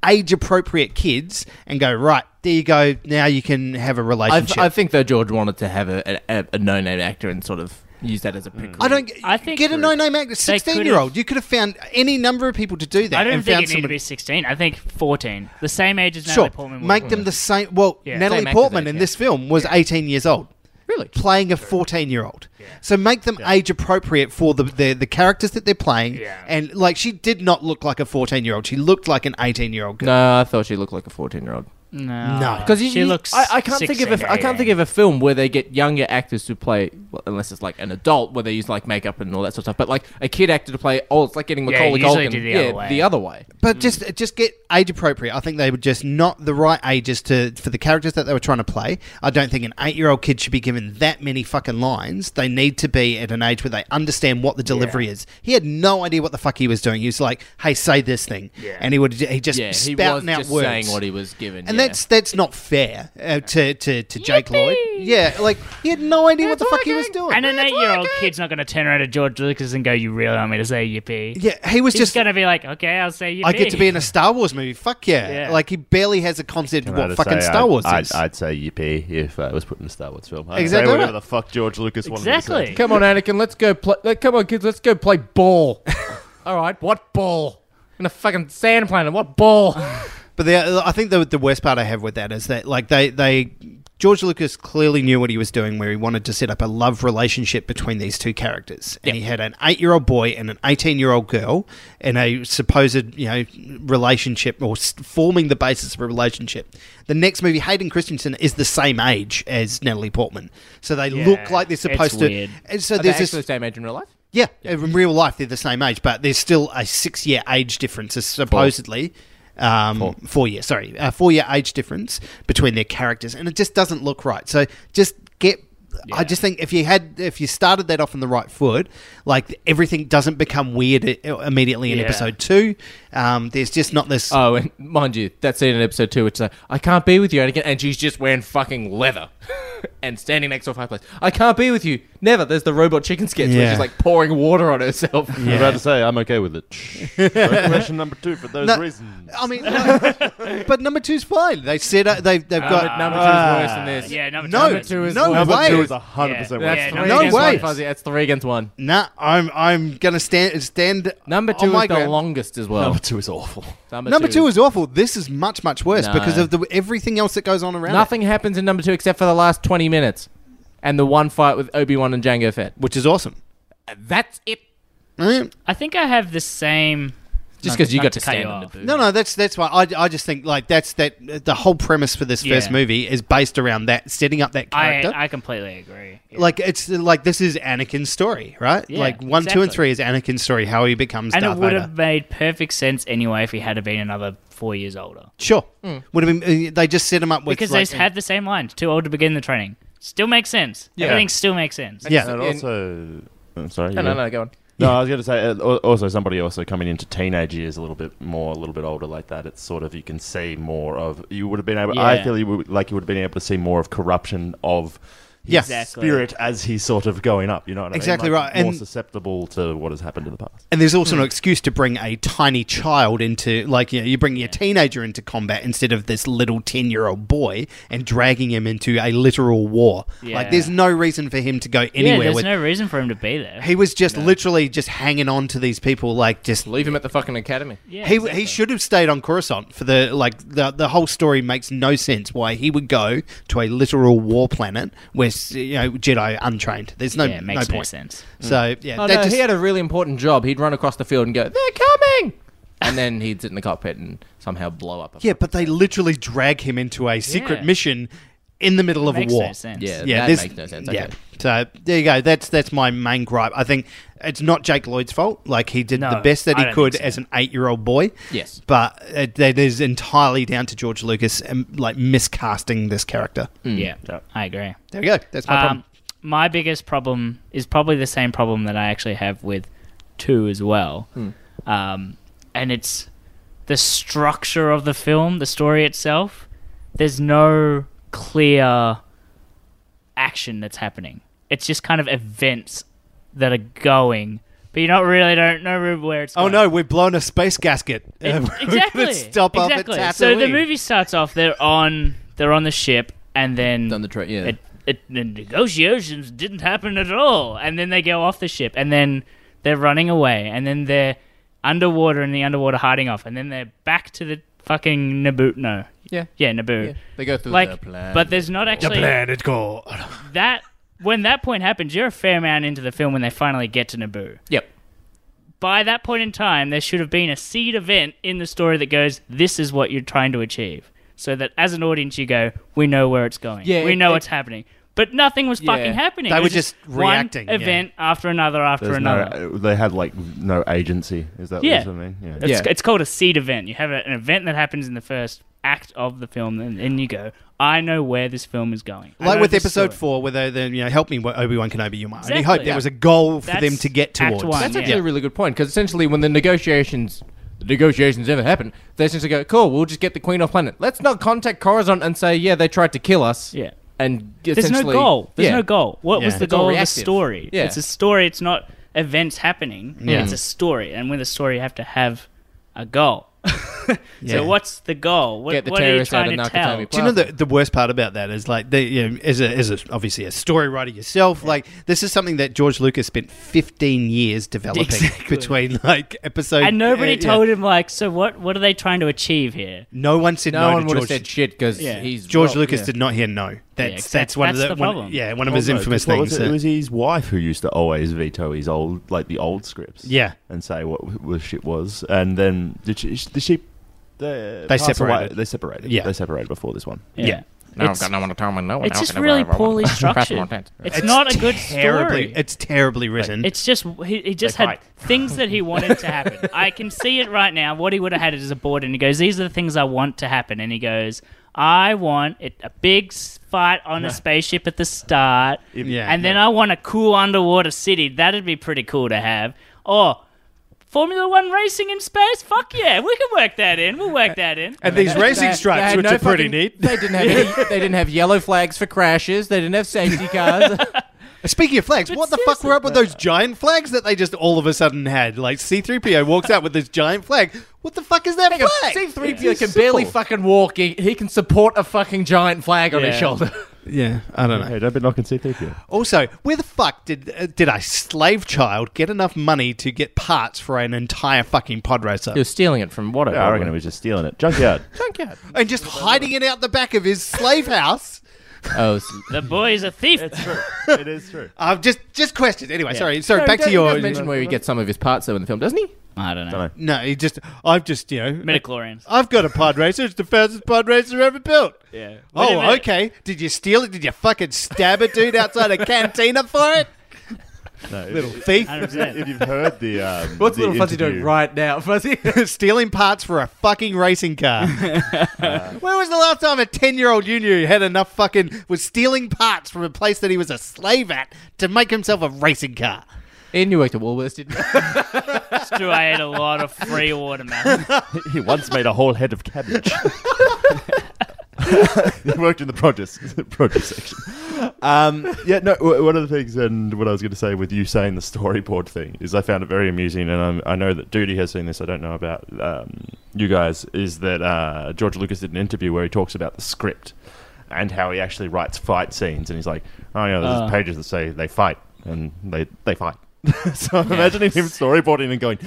Speaker 6: Age-appropriate kids, and go right there. You go now. You can have a relationship.
Speaker 3: I, th- I think though George wanted to have a, a, a known-name actor and sort of use that as a pick.
Speaker 6: I don't. g-
Speaker 4: I think
Speaker 6: get a no-name actor, sixteen-year-old. You could have found any number of people to do that.
Speaker 4: I don't
Speaker 6: and
Speaker 4: think
Speaker 6: found
Speaker 4: it needed to be 16. I think 14. The same age as
Speaker 6: sure.
Speaker 4: Natalie Portman. was.
Speaker 6: Make them the same. Well,
Speaker 4: Yeah.
Speaker 6: Natalie
Speaker 3: Same actor's
Speaker 6: Portman
Speaker 3: age,
Speaker 6: in
Speaker 3: yeah.
Speaker 6: this film was eighteen years old,
Speaker 3: really.
Speaker 6: playing a fourteen-year-old. So make them age-appropriate for the, the the characters that they're playing.
Speaker 4: Yeah.
Speaker 6: And like, she did not look like a fourteen-year-old. She looked like an eighteen-year-old girl.
Speaker 3: No, I thought she looked like a fourteen-year-old.
Speaker 4: No.
Speaker 6: No.
Speaker 4: Because
Speaker 3: Because
Speaker 4: she looks.
Speaker 3: I, I can't think of.
Speaker 4: 16,
Speaker 3: A, I can't think of a film where they get younger actors to play, well, unless it's like an adult where they use like makeup and all that sort of stuff. But like a kid actor to play, oh, it's like getting
Speaker 4: Yeah,
Speaker 3: Macaulay
Speaker 4: you usually
Speaker 3: Culkin.
Speaker 4: do the
Speaker 3: yeah,
Speaker 4: other way.
Speaker 3: the other way.
Speaker 6: But just just get age appropriate. I think they were just not the right ages to for the characters that they were trying to play. I don't think an eight year old kid should be given that many fucking lines. They need to be at an age where they understand what the delivery is. He had no idea what the fuck he was doing. He was like, "Hey, say this thing,"
Speaker 4: Yeah.
Speaker 6: and he would he just
Speaker 3: Yeah, he was
Speaker 6: spouting out
Speaker 3: just
Speaker 6: words.
Speaker 3: saying what he was given.
Speaker 6: and
Speaker 3: yeah.
Speaker 6: that's that's not fair uh, to, to, to Jake Lloyd. Yeah, like he had no idea what the fuck he was doing.
Speaker 4: And an eight-year-old kid's not going to turn around to George Lucas and go, "You really want me to say yippee?"
Speaker 6: yeah, he was
Speaker 4: He's just
Speaker 6: just
Speaker 4: going to be like, "Okay, I'll say yippee."
Speaker 6: I get to be in a Star Wars movie. Fuck yeah.
Speaker 4: Yeah.
Speaker 6: Like he barely has a concept
Speaker 5: Can
Speaker 6: of
Speaker 5: I
Speaker 6: what
Speaker 5: just
Speaker 6: fucking
Speaker 5: say
Speaker 6: Star
Speaker 5: I'd-
Speaker 6: Wars
Speaker 5: I'd,
Speaker 6: is.
Speaker 5: I'd, say yippee if uh, it was put in a Star Wars film. I'd
Speaker 6: Exactly
Speaker 5: say
Speaker 6: right.
Speaker 5: whatever the fuck George Lucas wanted to
Speaker 4: Exactly.
Speaker 5: say.
Speaker 3: Come on, Anakin, let's go play. Like, uh, come on, kids, let's go play ball. [LAUGHS] All right, what ball? In a fucking sand planet, what [LAUGHS] ball?
Speaker 6: But the, I think the, the worst part I have with that is that like they they George Lucas clearly knew what he was doing, where he wanted to set up a love relationship between these two characters, and he had an eight-year-old boy and an eighteen-year-old girl in a supposed you know relationship or s- forming the basis of a relationship. The next movie, Hayden Christensen is the same age as Natalie Portman, so they look
Speaker 4: Yeah,
Speaker 6: like they're
Speaker 4: it's
Speaker 6: supposed to.
Speaker 4: weird.
Speaker 6: And so
Speaker 3: Are they
Speaker 6: there's
Speaker 3: actually
Speaker 6: this
Speaker 3: the same age in real life?
Speaker 6: yeah, in real life they're the same age, but there's still a six-year age difference, uh, supposedly. Um, four. year, sorry, uh, four year age difference between their characters, and it just doesn't look right. So just get. I just think if you had, if you started that off on the right foot, like everything doesn't become weird i- immediately in
Speaker 4: Yeah.
Speaker 6: episode two. Um, there's just not this.
Speaker 3: Oh, and mind you, that scene in episode two, it's like, I can't be with you, Anakin, and she's just wearing fucking leather [LAUGHS] and standing next to a fireplace. I can't be with you, never. There's the robot chicken sketch where
Speaker 6: Yeah.
Speaker 3: she's like pouring water
Speaker 6: [LAUGHS]
Speaker 3: on herself.
Speaker 5: I was about to say I'm okay with it. So question number two for those
Speaker 6: No,
Speaker 5: reasons.
Speaker 6: I mean, no, but number two's fine. They said uh, they've they've got
Speaker 3: [LAUGHS] number two is worse than this.
Speaker 4: Yeah, number two.
Speaker 6: no,
Speaker 4: number two is
Speaker 6: no
Speaker 3: Number
Speaker 6: way.
Speaker 5: two is hundred percent.
Speaker 4: Yeah.
Speaker 3: That's
Speaker 4: Yeah,
Speaker 3: three
Speaker 6: no
Speaker 3: against
Speaker 6: way.
Speaker 3: one, Fuzzy. That's three against one.
Speaker 6: Nah, I'm I'm gonna stand stand.
Speaker 3: Number
Speaker 6: on
Speaker 3: two
Speaker 6: Oh my
Speaker 3: is the
Speaker 6: ground.
Speaker 3: longest as well.
Speaker 5: Number
Speaker 4: Oh.
Speaker 5: two is awful.
Speaker 6: Number two is awful. This is much much worse
Speaker 3: No.
Speaker 6: because of the everything else that goes on around. it.
Speaker 3: Nothing happens in number two except for the last 20 minutes and the one fight with Obi Wan and Jango Fett.
Speaker 6: which is awesome.
Speaker 3: That's it.
Speaker 6: Mm.
Speaker 4: I think I have the same.
Speaker 3: Just
Speaker 4: Not-
Speaker 3: because you
Speaker 4: not
Speaker 3: got to
Speaker 4: to cut
Speaker 3: stand
Speaker 4: you
Speaker 3: on the
Speaker 4: off.
Speaker 3: booth.
Speaker 6: No, no, that's that's why I, I just think like that's that the whole premise for this
Speaker 4: Yeah.
Speaker 6: first movie is based around that setting up that
Speaker 4: I,
Speaker 6: character.
Speaker 4: I completely agree. Yeah.
Speaker 6: like it's like this is Anakin's story, right?
Speaker 4: Yeah,
Speaker 6: like one, two, and
Speaker 4: exactly.
Speaker 6: three is Anakin's story, how he becomes
Speaker 4: and
Speaker 6: Darth
Speaker 4: it would
Speaker 6: Vader.
Speaker 4: have made perfect sense anyway if he had been another four years older.
Speaker 6: Sure, would have been. uh, They just set him up with
Speaker 4: Hmm. Because
Speaker 6: like,
Speaker 4: they just had the same line: "Too old to begin the training." Still makes sense.
Speaker 3: Yeah.
Speaker 4: Everything still makes sense.
Speaker 6: yeah,
Speaker 5: And
Speaker 3: In-
Speaker 5: also, I'm sorry.
Speaker 3: No, no,
Speaker 5: yeah.
Speaker 3: no, go on.
Speaker 5: No, I was going to say uh, al- also somebody also coming into teenage years a little bit more, a little bit older like that. It's sort of you can see more of you would have been able. I
Speaker 4: Yeah.
Speaker 5: feel you would, like you would have been able to see more of corruption of. His
Speaker 6: Yeah.
Speaker 4: Exactly.
Speaker 5: spirit as he's sort of going up, you know what I mean?
Speaker 6: Exactly
Speaker 5: Like,
Speaker 6: right,
Speaker 5: More
Speaker 6: and-
Speaker 5: susceptible to what has happened in the past.
Speaker 6: And there's
Speaker 4: Hmm.
Speaker 6: also no excuse to bring a tiny child into, like, you know, you bring your teenager into combat instead of this little 10 year old boy and dragging him into a literal war. Like,
Speaker 4: Yeah.
Speaker 6: there's no reason for him to go
Speaker 4: Yeah,
Speaker 6: anywhere
Speaker 4: there's
Speaker 6: with.
Speaker 4: no reason for him to be there.
Speaker 6: he was just literally just hanging on to these people, like, just.
Speaker 3: Leave him at the fucking academy.
Speaker 4: yeah,
Speaker 6: He,
Speaker 4: exactly.
Speaker 6: he should have stayed on Coruscant for the like the the whole story makes no sense why he would go to a literal war planet where you know Jedi are untrained. There's no
Speaker 4: Yeah, it makes
Speaker 6: no
Speaker 4: no
Speaker 6: point.
Speaker 4: sense.
Speaker 6: So yeah,
Speaker 3: Oh,
Speaker 6: that
Speaker 3: no,
Speaker 6: just-
Speaker 3: he had a really important job. He'd run across the field and go, "They're coming," and then he'd sit in the cockpit and somehow blow up. A [LAUGHS]
Speaker 6: Yeah, but they literally drag him into a secret
Speaker 4: Yeah.
Speaker 6: mission in the middle of
Speaker 4: Makes
Speaker 6: a war.
Speaker 4: no sense.
Speaker 3: yeah,
Speaker 6: Yeah,
Speaker 3: that
Speaker 6: this-
Speaker 3: makes no sense.
Speaker 6: Yeah.
Speaker 3: Okay.
Speaker 6: So there you go. That's that's my main gripe. I think it's not Jake Lloyd's fault. Like he did
Speaker 4: No,
Speaker 6: the best that
Speaker 4: I
Speaker 6: he
Speaker 4: don't
Speaker 6: could
Speaker 4: think so.
Speaker 6: as an eight-year-old boy.
Speaker 3: Yes.
Speaker 6: but it, that is entirely down to George Lucas and like miscasting this character.
Speaker 3: Mm.
Speaker 4: Yeah,
Speaker 3: Hmm.
Speaker 4: I agree.
Speaker 6: There we go. That's my problem.
Speaker 4: Um, my biggest problem is probably the same problem that I actually have with two as well,
Speaker 6: Hmm.
Speaker 4: um, and it's the structure of the film, the story itself. There's no clear action that's happening. It's just kind of events that are going, but you not really don't know where it's.
Speaker 6: Oh
Speaker 4: going. [LAUGHS]
Speaker 6: no, we've blown a space gasket. [LAUGHS]
Speaker 4: It- exactly.
Speaker 6: Stop
Speaker 4: exactly.
Speaker 6: up at Tatooine.
Speaker 4: So the movie starts off. They're on. They're on the ship, and then
Speaker 3: Done the tra- yeah.
Speaker 4: It, it, the negotiations didn't happen at all, and then they go off the ship, and then they're running away, and then they're underwater in the underwater hiding off, and then they're back to the fucking Naboo. No,
Speaker 3: yeah,
Speaker 4: yeah, Naboo.
Speaker 3: yeah. They go through
Speaker 4: Like,
Speaker 3: the plan.
Speaker 4: but there's not actually
Speaker 6: planet go.
Speaker 4: that. When that point happens, you're a fair amount into the film when they finally get to Naboo
Speaker 3: yep,
Speaker 4: by that point in time, there should have been a seed event in the story that goes, "This is what you're trying to achieve," so that as an audience you go, "We know where it's going.
Speaker 3: Yeah,
Speaker 4: we
Speaker 3: it-
Speaker 4: know
Speaker 3: it-
Speaker 4: what's happening." But nothing was
Speaker 3: Yeah.
Speaker 4: fucking happening.
Speaker 6: They
Speaker 4: It was
Speaker 6: were just
Speaker 4: one
Speaker 6: reacting, yeah.
Speaker 4: event after another after
Speaker 5: There's no,
Speaker 4: another.
Speaker 5: uh, they had like no agency. Is that
Speaker 4: Yeah.
Speaker 5: what I mean? Yeah.
Speaker 4: It's,
Speaker 3: Yeah.
Speaker 4: it's called a seed event. You have a, an event that happens in the first act of the film, and then you go, "I know where this film is going." I
Speaker 6: Like
Speaker 4: know
Speaker 6: with
Speaker 4: this
Speaker 6: episode
Speaker 4: story.
Speaker 6: four, where they, they you know, help me, Obi Wan Kenobi, you my only
Speaker 4: Exactly.
Speaker 6: hope. There
Speaker 4: Yeah.
Speaker 6: was a goal for
Speaker 4: That's
Speaker 6: them to get
Speaker 4: Act
Speaker 6: towards.
Speaker 4: One.
Speaker 3: that's
Speaker 4: Yeah.
Speaker 3: actually a really good point because essentially, when the negotiations, the negotiations ever happen, they essentially go, "Cool, we'll just get the Queen off planet. Let's not contact Coruscant and say, yeah, they tried to kill us.'
Speaker 4: Yeah.
Speaker 3: and
Speaker 4: There's no
Speaker 3: essentially-
Speaker 4: goal. There's
Speaker 3: yeah.
Speaker 4: no goal. What was
Speaker 6: Yeah.
Speaker 4: the
Speaker 6: It's
Speaker 3: all
Speaker 4: goal of the
Speaker 3: reactive.
Speaker 4: story?
Speaker 3: Yeah.
Speaker 4: It's a story. It's not events happening.
Speaker 6: Yeah.
Speaker 4: It's a story, and with a story, you have to have a goal. [LAUGHS]
Speaker 6: Yeah.
Speaker 4: So what's the goal? What,
Speaker 3: Get the
Speaker 4: what are you
Speaker 3: terrorists out
Speaker 4: trying
Speaker 3: of
Speaker 4: to tell?
Speaker 3: Nakatomi
Speaker 6: Do you know the, the worst part about that is like they, you know, as a, as a, obviously a story writer yourself, like this is something that George Lucas spent 15 years developing
Speaker 4: Exactly.
Speaker 6: between like episode
Speaker 4: And nobody
Speaker 6: uh, yeah.
Speaker 4: told him like, so what? What are they trying to achieve here?
Speaker 6: No one said no,
Speaker 3: No one
Speaker 6: to
Speaker 3: would have
Speaker 6: George.
Speaker 3: said shit because
Speaker 4: Yeah.
Speaker 3: he's
Speaker 6: George
Speaker 3: rock,
Speaker 6: Lucas
Speaker 3: yeah.
Speaker 6: did not hear no. That's
Speaker 4: exact-
Speaker 6: that's one
Speaker 4: that's
Speaker 6: of the,
Speaker 4: the
Speaker 6: one-
Speaker 4: problem.
Speaker 6: yeah one of his
Speaker 5: Oh, no, 'cause
Speaker 6: infamous
Speaker 5: what was
Speaker 6: things.
Speaker 5: it?
Speaker 6: that-
Speaker 5: it was his wife who used to always veto his old, like the old scripts.
Speaker 6: yeah,
Speaker 5: and say what w- what shit was, and then the, ch- the sheep. The
Speaker 6: They
Speaker 5: uh, pass away-
Speaker 6: separated.
Speaker 5: they separated.
Speaker 6: Yeah.
Speaker 5: they separated before this one.
Speaker 6: Yeah.
Speaker 3: No, I've
Speaker 4: It's-
Speaker 3: got no one to tell me no.
Speaker 4: it's
Speaker 3: now
Speaker 4: just
Speaker 3: can I-
Speaker 4: really
Speaker 3: I- I- I- [LAUGHS]
Speaker 4: poorly
Speaker 3: That's more
Speaker 4: structured.
Speaker 3: tense.
Speaker 4: It's, not a good
Speaker 6: terribly,
Speaker 4: story.
Speaker 6: It's terribly written.
Speaker 4: It's just he, he just
Speaker 5: They
Speaker 4: had
Speaker 5: fight.
Speaker 4: things that he
Speaker 6: [LAUGHS]
Speaker 4: wanted to happen. I can see it right now. What he would have had is a board, and he goes, "These are the things I want to happen." And he goes, "I want it, a big s- fight on a spaceship at the start,
Speaker 6: Yeah.
Speaker 4: and then I want a cool underwater city. That'd be pretty cool to have." Or Formula One racing in space? Fuck yeah, we can work that in. We'll work that in.
Speaker 6: and these racing
Speaker 3: They- they
Speaker 6: stripes,
Speaker 3: had
Speaker 6: which
Speaker 3: no
Speaker 6: are pretty
Speaker 3: fucking-
Speaker 6: neat. [LAUGHS]
Speaker 3: They didn't have any, they didn't have yellow flags for crashes. They didn't have safety cars.
Speaker 6: Speaking of flags, what the fuck were up with those giant flags that they just all of a sudden had? Like C3PO walks out with this giant flag. What the fuck is that flag?
Speaker 3: C-3PO can barely fucking walk. He, he can support a fucking giant flag on his
Speaker 4: Yeah.
Speaker 3: shoulder. [LAUGHS]
Speaker 6: Yeah, I don't know.
Speaker 5: Hey, don't be knocking C-3PO.
Speaker 6: Also, where the fuck did uh, did a slave child get enough money to get parts for an entire fucking pod racer?
Speaker 3: He was stealing it from what?
Speaker 5: Yeah, I reckon he was just stealing
Speaker 6: [LAUGHS]
Speaker 5: it. Junkyard.
Speaker 3: junkyard.
Speaker 6: and just hiding it out the back of his slave house? [LAUGHS]
Speaker 3: Oh, s-
Speaker 4: The boy's a thief.
Speaker 5: it is true.
Speaker 6: I've Uh, just just questions. Anyway, sorry, sorry.
Speaker 3: No,
Speaker 6: back to
Speaker 3: he does- he does
Speaker 6: your
Speaker 3: mention where he gets some of his parts though in the film, doesn't he?
Speaker 4: I don't know.
Speaker 6: no. He just I've just you know
Speaker 4: Midichlorians.
Speaker 6: I've got a pod racer. It's the fastest pod racer ever built.
Speaker 4: Yeah. Wait a
Speaker 6: Oh,
Speaker 4: minute.
Speaker 6: okay. Did you steal it? Did you fucking stab a dude outside a cantina for it?
Speaker 5: No, if-
Speaker 6: Little thief.
Speaker 4: 100%.
Speaker 5: If you've heard the um,
Speaker 3: What's
Speaker 5: the
Speaker 3: little Fuzzy doing
Speaker 5: interview-
Speaker 3: right now, Fuzzy?
Speaker 6: [LAUGHS] Stealing parts for a fucking racing
Speaker 3: [LAUGHS]
Speaker 6: car. when was the last time a 10 year old you knew had enough fucking. was stealing parts from a place that he was a slave at to make himself a racing car?
Speaker 3: and you worked at Woolworths, didn't you?
Speaker 4: It's true, I ate a lot of free
Speaker 6: [LAUGHS]
Speaker 4: watermelon.
Speaker 5: He once made a whole head of cabbage. he worked in the produce produce section. Um, yeah, no. w- One of the things, and what I was going to say with you saying the storyboard thing is, I found it very amusing, and I'm, I know that Duty has seen this. I don't know about um, you guys. Is that uh, George Lucas did an interview where he talks about the script and how he actually writes fight scenes, and he's like, "Oh yeah, there's
Speaker 4: Uh.
Speaker 5: pages that say they fight, and they they fight." [LAUGHS] so I'm imagining him storyboarding and going,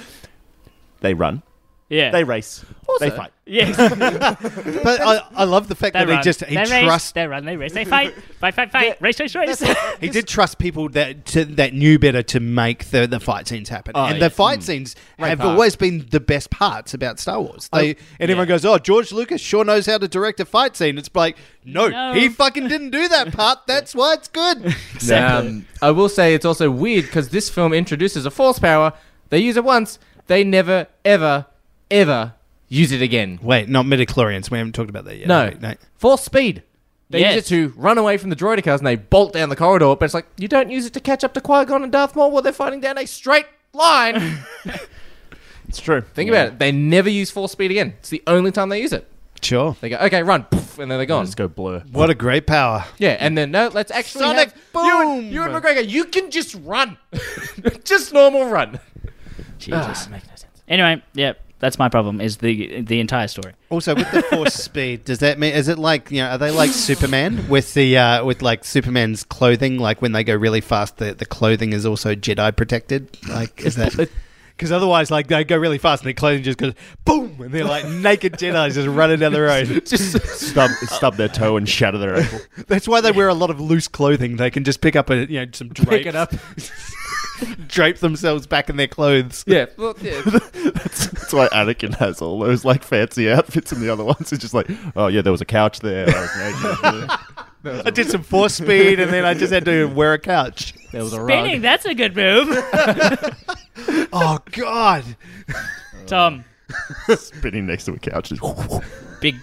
Speaker 5: "They run,
Speaker 4: Yeah.
Speaker 5: they race,
Speaker 3: Also-
Speaker 5: they fight."
Speaker 4: Yes.
Speaker 6: But I, I love the fact
Speaker 4: They
Speaker 6: that
Speaker 4: run.
Speaker 6: he just. he
Speaker 4: they race,
Speaker 6: trusts.
Speaker 4: They run. They race. They fight. Fight. Fight. Fight. race. Race. Race.
Speaker 6: He did trust people that to, that knew better to make the, the fight scenes happen, and
Speaker 3: yeah.
Speaker 6: the fight scenes have
Speaker 3: part.
Speaker 6: always been the best parts about Star Wars. They and everyone goes, "Oh, George Lucas sure knows how to direct a fight scene." It's like, no,
Speaker 4: No.
Speaker 6: he fucking didn't do that [LAUGHS] part. That's why it's [LAUGHS] good.
Speaker 3: Um, I will say it's also weird because this film introduces a force power. They use it once. They never, ever, ever use it again.
Speaker 6: Wait, not midichlorians. We haven't talked about that yet.
Speaker 3: No.
Speaker 6: have we? no.
Speaker 3: Force speed. They use
Speaker 4: Yes.
Speaker 3: it to run away from the droider cars and they bolt down the corridor, but it's like, you don't use it to catch up to Qui Gon and Darth Maul while they're fighting down a straight line.
Speaker 5: It's true.
Speaker 3: Think about it. They never use force speed again. It's the only time they use it.
Speaker 6: Sure.
Speaker 3: They go, okay, run, poof, and then they're gone.
Speaker 5: Let's go blur.
Speaker 6: What a great power.
Speaker 3: Yeah, and then no, let's actually
Speaker 6: Sonic
Speaker 3: have- You and,
Speaker 6: boom!
Speaker 3: you and McGregor, you can just run, just normal run.
Speaker 4: [LAUGHS] Jesus, make no sense. Anyway, yeah, that's my problem. Is the the entire story?
Speaker 6: Also, with the [LAUGHS] force speed, does that mean is it like you know are they like Superman with the uh, with like Superman's clothing? Like when they go really fast, the, the clothing is also Jedi protected. Like is that because otherwise, like they go really fast and their clothing just goes boom, and they're like naked Jedi's just running down the [LAUGHS] road.
Speaker 3: Just
Speaker 5: Stub, stub their toe and shatter their ankle.
Speaker 6: That's why they wear a lot of loose clothing. They can just pick up a you know some drapes,
Speaker 3: pick it up.
Speaker 6: drape themselves back in their clothes.
Speaker 3: [LAUGHS] Yeah, well, yeah.
Speaker 5: that's, [LAUGHS] that's why Anakin has all those like fancy outfits, and the other ones is just like, oh yeah, there was a couch there. I was naked.
Speaker 6: I did some force speed, and then I just had to wear a couch.
Speaker 3: There was a
Speaker 4: Spinning.
Speaker 3: rug.
Speaker 4: That's a good move,
Speaker 6: Oh God.
Speaker 4: Tom.
Speaker 5: [LAUGHS] Spinning next to a couch. [LAUGHS]
Speaker 4: Big.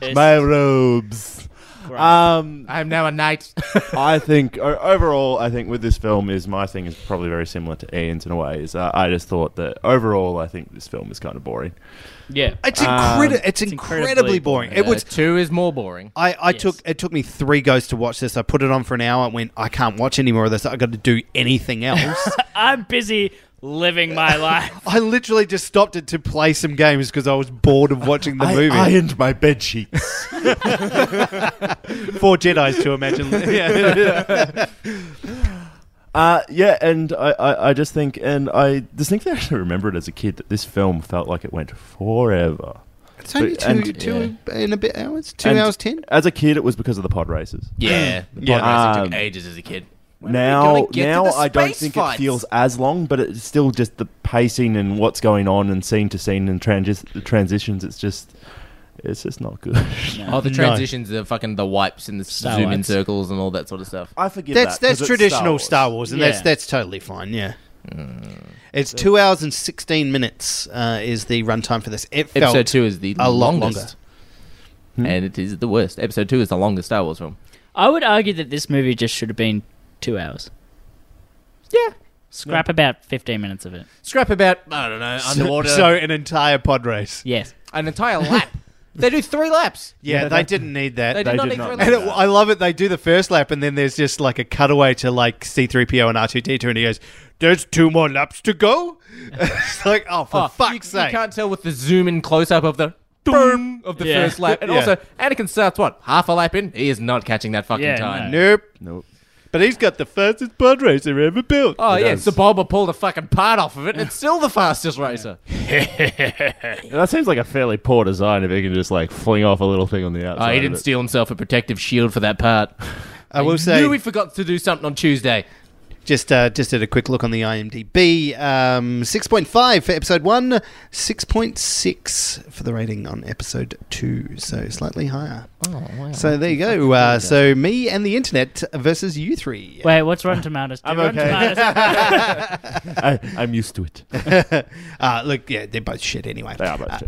Speaker 4: Yes.
Speaker 5: My robes. Um,
Speaker 3: I'm now a [LAUGHS] knight.
Speaker 5: I think o- overall, I think with this film is my thing is probably very similar to Ian's in a way. Is uh, I just thought that overall, I think this film is kind of boring.
Speaker 4: Yeah. Uh,
Speaker 6: It's incredi- it's, incredibly,
Speaker 4: incredibly
Speaker 6: boring.
Speaker 4: boring.
Speaker 6: It was.
Speaker 3: two is more boring.
Speaker 6: I, I
Speaker 4: Yes.
Speaker 6: took it took me three goes to watch this. I put it on for an hour and went, I can't watch any more of this. I got to do anything else.
Speaker 4: I'm busy living my life.
Speaker 6: I literally just stopped it to play some games because I was bored of watching the movie.
Speaker 5: ironed my bed sheets.
Speaker 6: [LAUGHS] Four Jedi's to imagine. [LAUGHS]
Speaker 5: Uh, yeah, and I, I, I just think, and I distinctly actually remembered as a kid that this film felt like it went forever.
Speaker 6: It's only
Speaker 5: But-
Speaker 6: two,
Speaker 5: and-
Speaker 6: two and a bit hours. Two
Speaker 5: And
Speaker 6: hours ten.
Speaker 5: As a kid, it was because of the pod races.
Speaker 3: [CLEARS THROAT] Yeah, the
Speaker 6: Yeah.
Speaker 3: podcast
Speaker 5: Um,
Speaker 3: took ages as a kid.
Speaker 5: now,
Speaker 3: get to
Speaker 5: now
Speaker 3: the
Speaker 5: I don't
Speaker 3: space
Speaker 5: think
Speaker 3: fights?
Speaker 5: it feels as long, but it's still just the pacing and what's going on and scene to scene and transi- the transitions. It's just, it's just not
Speaker 3: [LAUGHS]
Speaker 5: good.
Speaker 3: Oh, the
Speaker 6: No.
Speaker 3: transitions, the fucking the wipes and the
Speaker 4: Star
Speaker 3: zoom in
Speaker 4: wipes.
Speaker 3: circles and all that sort of stuff.
Speaker 5: I forget
Speaker 6: That's
Speaker 5: that, 'cause
Speaker 6: that's
Speaker 5: it's
Speaker 6: traditional Star Wars, and that's
Speaker 4: Yeah.
Speaker 6: that's totally fine. Yeah. It's two hours and sixteen minutes uh, is the runtime for this. It felt
Speaker 3: Episode two is the
Speaker 6: a lot
Speaker 3: longest, and it is the worst. Episode two is the longest Star Wars film.
Speaker 4: I would argue that this movie just should have been two hours. Yeah. Scrap about 15 minutes of it.
Speaker 3: Scrap about I don't know
Speaker 6: longer.
Speaker 3: underwater.
Speaker 6: [LAUGHS] So, so an entire pod race.
Speaker 4: Yes.
Speaker 3: an entire lap. they do three laps.
Speaker 6: Yeah,
Speaker 5: Yeah,
Speaker 6: they
Speaker 5: that-
Speaker 6: didn't need that.
Speaker 3: They,
Speaker 5: They
Speaker 3: do not
Speaker 5: did
Speaker 3: need
Speaker 5: not
Speaker 3: three
Speaker 5: do
Speaker 6: And
Speaker 3: laps.
Speaker 6: it, I love it. They do the first lap, and then there's just like a cutaway to like C3PO and R2D2, and he goes, There's two more laps to go. [LAUGHS] it's like, oh, for
Speaker 3: Oh,
Speaker 6: fuck's
Speaker 3: you,
Speaker 6: sake.
Speaker 3: You can't tell with the zoom in close up of the boom of the
Speaker 4: Yeah.
Speaker 3: first lap. And
Speaker 6: Yeah.
Speaker 3: also, Anakin starts what? Half a lap in? He is not catching that fucking
Speaker 4: Yeah,
Speaker 3: time.
Speaker 4: no.
Speaker 6: Nope.
Speaker 5: Nope.
Speaker 6: But he's got the fastest pod racer ever built.
Speaker 3: Oh,
Speaker 5: He
Speaker 3: yeah.
Speaker 5: does.
Speaker 3: Sebulba pulled a fucking part off of it, and it's still the fastest racer.
Speaker 5: That seems like a fairly poor design if you can just like fling off a little thing on the outside.
Speaker 3: Oh, he
Speaker 5: of
Speaker 3: didn't
Speaker 5: it.
Speaker 3: steal himself a protective shield for that part.
Speaker 6: I will
Speaker 3: Knew
Speaker 6: say,
Speaker 3: we forgot to do something on Tuesday.
Speaker 6: just uh, just did a quick look on the IMDb. Um, 6.5 for episode one, 6.6 for the rating on episode two. So slightly higher.
Speaker 3: Oh, wow.
Speaker 6: So there you go. Uh, so me and the internet versus you three.
Speaker 4: Wait, what's Rotten Tomatoes? Do
Speaker 5: I'm
Speaker 4: Rotten
Speaker 5: okay.
Speaker 4: Tomatoes-
Speaker 5: [LAUGHS] I, I'm used to it.
Speaker 6: Uh, look, yeah, they're both shit anyway.
Speaker 5: They are both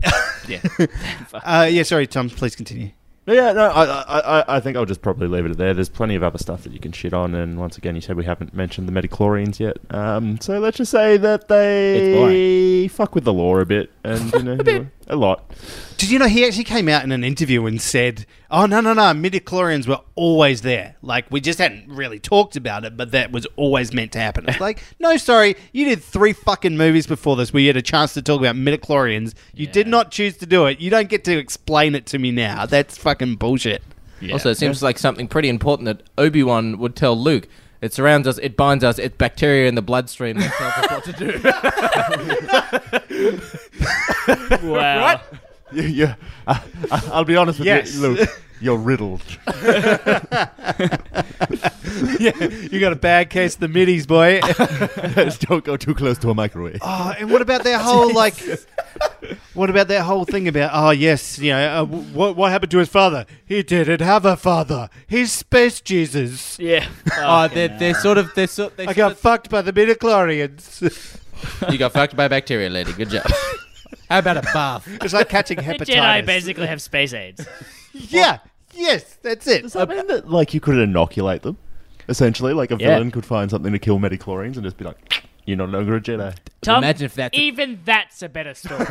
Speaker 5: shit.
Speaker 6: Uh, yeah, sorry, Tom. Please continue.
Speaker 5: But [LAUGHS] yeah, no, I, I, I- I think I'll just probably leave it there. There's plenty of other stuff that you can shit on, and once again, you said we haven't mentioned the Metachlorians yet. Um, so let's just say that
Speaker 4: It's
Speaker 5: they fuck with the law a bit, and you know, [LAUGHS] a, lot.
Speaker 6: Did you know he actually came out in an interview and said, "Oh no, no, no, midichlorians were always there. Like we just hadn't really talked about it, but that was always meant to happen."
Speaker 5: [LAUGHS]
Speaker 6: It's like, "No, sorry, you did three fucking movies before this where you had a chance to talk about midichlorians. You did
Speaker 4: Yeah.
Speaker 6: not choose to do it. You don't get to explain it to me now. That's fucking
Speaker 5: [LAUGHS]
Speaker 6: bullshit." [LAUGHS]
Speaker 3: Also, it seems like something pretty important that Obi Wan would tell Luke. It surrounds us, it binds us, it's bacteria in the bloodstream that tells us what to do.
Speaker 4: wow.
Speaker 5: You, you, I, Uh, I'll be honest with
Speaker 6: Yes.
Speaker 5: you, [LAUGHS] Luke. You're riddled.
Speaker 6: yeah, you got a bad case of the middies, boy.
Speaker 5: Don't go too close to a microwave.
Speaker 6: Oh, and what about
Speaker 3: [LAUGHS]
Speaker 6: their whole like? What about their whole thing about? Oh yes, you know uh, what what happened to his father? He didn't have a father. He's space Jesus.
Speaker 4: Yeah.
Speaker 3: Oh, they're, they're sort of. They're sort,
Speaker 6: [LAUGHS]
Speaker 3: they
Speaker 6: I got fucked by the midichlorians.
Speaker 3: you got fucked by bacteria, lady. Good job. How about a bath?
Speaker 6: [LAUGHS] it's like
Speaker 3: [LAUGHS]
Speaker 6: catching
Speaker 4: the Jedi
Speaker 6: hepatitis.
Speaker 4: basically have space aids.
Speaker 6: Yeah. Yes, that's it.
Speaker 5: Does that mean that like you could inoculate them? Essentially, like a
Speaker 4: Yeah.
Speaker 5: villain could find something to kill Metachlorians and just be like, "You're no longer a Jedi."
Speaker 4: Tom,
Speaker 3: Imagine if that's-
Speaker 4: even that's a better
Speaker 6: [LAUGHS]
Speaker 4: story.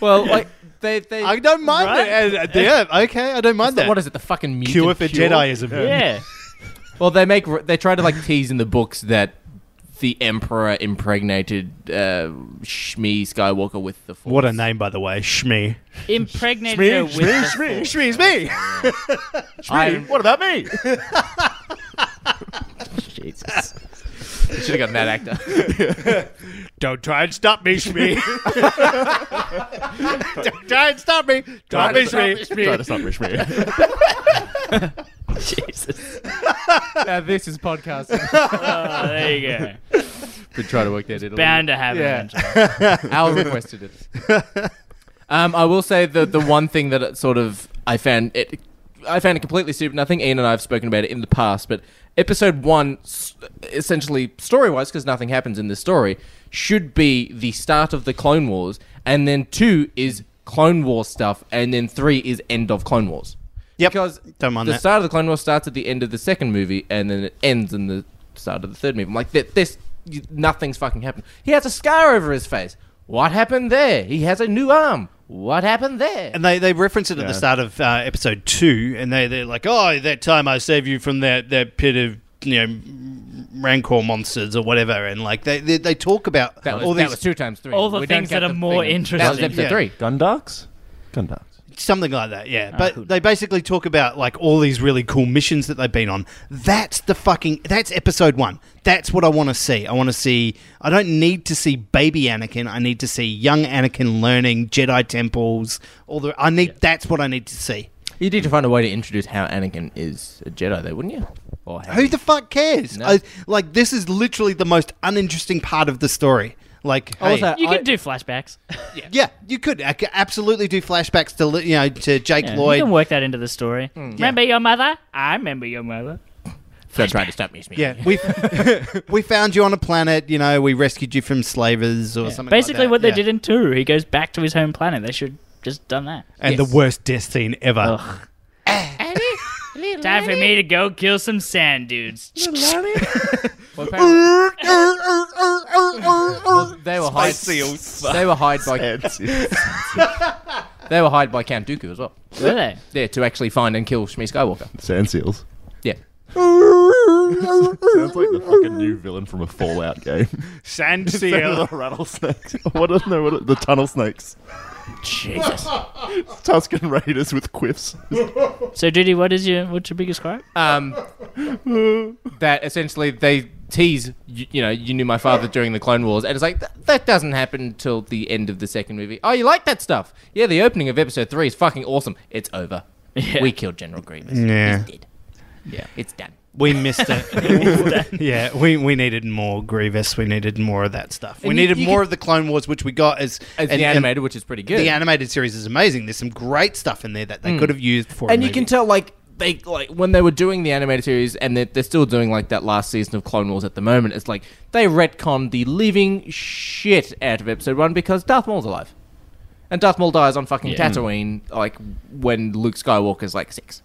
Speaker 3: Well, like they they.
Speaker 6: I don't mind it. Uh, yeah, okay, I don't mind that.
Speaker 3: what is it? The fucking mutant
Speaker 6: cure for Jediism?
Speaker 4: yeah.
Speaker 3: Well, they make they try to like tease in the books that the Emperor impregnated uh, Shmi Skywalker with the Force.
Speaker 6: What a name, by the way, Shmi.
Speaker 4: Impregnated her with the force.
Speaker 6: Shmi's me.
Speaker 3: I
Speaker 5: What about me?
Speaker 4: Jesus.
Speaker 3: should have gotten that actor. [LAUGHS]
Speaker 6: Don't try and stop me, Shmi. Don't try and stop me. Stop me, Shmi.
Speaker 5: Try to stop me, [LAUGHS] Shmi.
Speaker 4: Jesus.
Speaker 3: now this is podcasting. [LAUGHS]
Speaker 4: Oh, there you
Speaker 6: [LAUGHS]
Speaker 4: go.
Speaker 3: We try to work that in.
Speaker 4: Bound to happen.
Speaker 6: Yeah.
Speaker 4: eventually.
Speaker 6: [LAUGHS]
Speaker 3: Al requested it. um, I will say the the one thing that it sort of I found it. I found it completely stupid. And I think Ian and I have spoken about it in the past, but episode one, s- essentially story wise, because nothing happens in this story, should be the start of the Clone Wars, and then two is Clone Wars stuff, and then three is end of Clone Wars.
Speaker 6: Yep.
Speaker 3: Because
Speaker 6: Don't mind
Speaker 3: the
Speaker 6: that.
Speaker 3: start of the Clone Wars starts at the end of the second movie, and then it ends in the start of the third movie. I'm like, "Th- this, you- nothing's fucking happened. He has a scar over his face. What happened there? He has a new arm. What happened there?
Speaker 6: And they, they reference it at the start of uh, episode two, and they, they're like, oh, that time I saved you from that, that pit of, you know, rancor monsters or whatever, and like they they, they talk about
Speaker 3: That was,
Speaker 6: all
Speaker 3: that
Speaker 6: these
Speaker 3: was two times three.
Speaker 4: all the
Speaker 3: We don't
Speaker 4: things
Speaker 3: count
Speaker 4: that are
Speaker 3: the
Speaker 4: more
Speaker 3: thing.
Speaker 4: interesting.
Speaker 3: That was episode
Speaker 6: Yeah.
Speaker 3: three.
Speaker 5: Gundarks? Gundarks.
Speaker 6: something like that. Yeah,
Speaker 3: Ah,
Speaker 6: but
Speaker 4: who
Speaker 6: they basically talk about like all these really cool missions that they've been on. That's the fucking that's episode one. That's what I want to see. I want to see. I don't need to see baby Anakin. I need to see young Anakin learning Jedi temples. All the I need. That's what I need to see.
Speaker 3: You need to find a way to introduce how Anakin is a Jedi, though, wouldn't you? Or how
Speaker 6: Who the fuck cares?
Speaker 3: No.
Speaker 6: I, like this is literally the most uninteresting part of the story. Like,
Speaker 3: I was
Speaker 6: hey,
Speaker 3: like,
Speaker 4: You
Speaker 3: I-
Speaker 4: can do flashbacks.
Speaker 6: yeah, you could I could absolutely do flashbacks to li- you know to Jake
Speaker 4: Yeah,
Speaker 6: Lloyd. Hmm.
Speaker 4: You can work that into the story. Remember your mother? I remember your mother.
Speaker 3: Don't try to stop me. Smeagol.
Speaker 6: Yeah, we [LAUGHS] we found you on a planet. You know, we rescued you from slavers or something. like
Speaker 4: Basically,
Speaker 6: that,
Speaker 4: what
Speaker 6: yeah.
Speaker 4: they did in two, he goes back to his home planet. They should just done that.
Speaker 6: and
Speaker 3: Yes.
Speaker 6: the worst death scene ever.
Speaker 4: Ugh. Time for me to go kill some sand dudes.
Speaker 3: [LAUGHS] Well, apparently
Speaker 6: Well,
Speaker 3: [LAUGHS] they were hired.
Speaker 5: seals.
Speaker 3: They were hired by. They were hired by Count Dooku as well.
Speaker 4: Were they?
Speaker 3: Yeah, to actually find and kill Shmi Skywalker.
Speaker 5: Sand seals.
Speaker 3: Yeah.
Speaker 5: [LAUGHS] Sounds like the fucking new villain from a Fallout game. [LAUGHS]
Speaker 6: [LAUGHS] Sand
Speaker 5: the
Speaker 6: seal.
Speaker 5: rattlesnakes. What are no, what are, the tunnel snakes?
Speaker 3: Jesus.
Speaker 5: [LAUGHS] Tuscan Raiders with quiffs.
Speaker 4: So, Judy, what is your what's your biggest gripe?
Speaker 6: Uh,
Speaker 3: um, that essentially they tease, you, you know, you knew my father during the Clone Wars, and it's like, that, that doesn't happen until the end of the second movie. Oh, you like that stuff? Yeah, the opening of episode three is fucking awesome. It's over.
Speaker 4: Yeah.
Speaker 3: We killed General Grievous.
Speaker 6: Yeah.
Speaker 3: He's dead. Yeah, it's done.
Speaker 6: [LAUGHS] We missed
Speaker 4: [LAUGHS]
Speaker 6: it. [LAUGHS] yeah, we, we needed more Grievous. We needed more of that stuff. we
Speaker 3: And you-
Speaker 6: needed
Speaker 3: you
Speaker 6: more
Speaker 3: can-
Speaker 6: of the Clone Wars, which we got as
Speaker 3: It's the animated, which is pretty good. Mm.
Speaker 6: The animated series is amazing. There's some great stuff in there that they could have used for.
Speaker 3: and you can tell like they like when they were doing the animated series and they're, they're still doing like that last season of clone wars at the moment it's like they retcon the living shit out of episode one because darth maul's alive and darth maul dies on fucking
Speaker 4: Yeah.
Speaker 3: tatooine like when luke skywalker's like six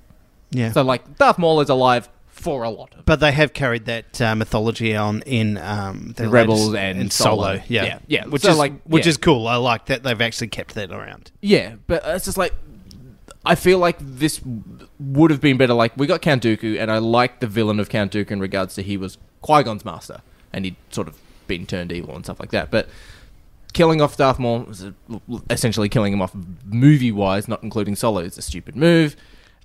Speaker 6: yeah.
Speaker 3: so like darth maul is alive for a lot of
Speaker 6: But they have carried that uh, mythology on in um, the
Speaker 3: Rebels and Solo.
Speaker 6: Yeah,
Speaker 3: Yeah, yeah.
Speaker 6: Which
Speaker 3: So,
Speaker 6: is
Speaker 3: like,
Speaker 6: which
Speaker 3: yeah.
Speaker 6: is cool. I like that they've actually kept that around.
Speaker 3: Yeah, but it's just like I feel like this would have been better. Like we got Count Dooku, and I liked the villain of Count Dooku in regards to he was Qui Gon's master, and he'd sort of been turned evil and stuff like that. But killing off Darth Maul, was a- essentially killing him off movie wise, not including Solo, is a stupid move.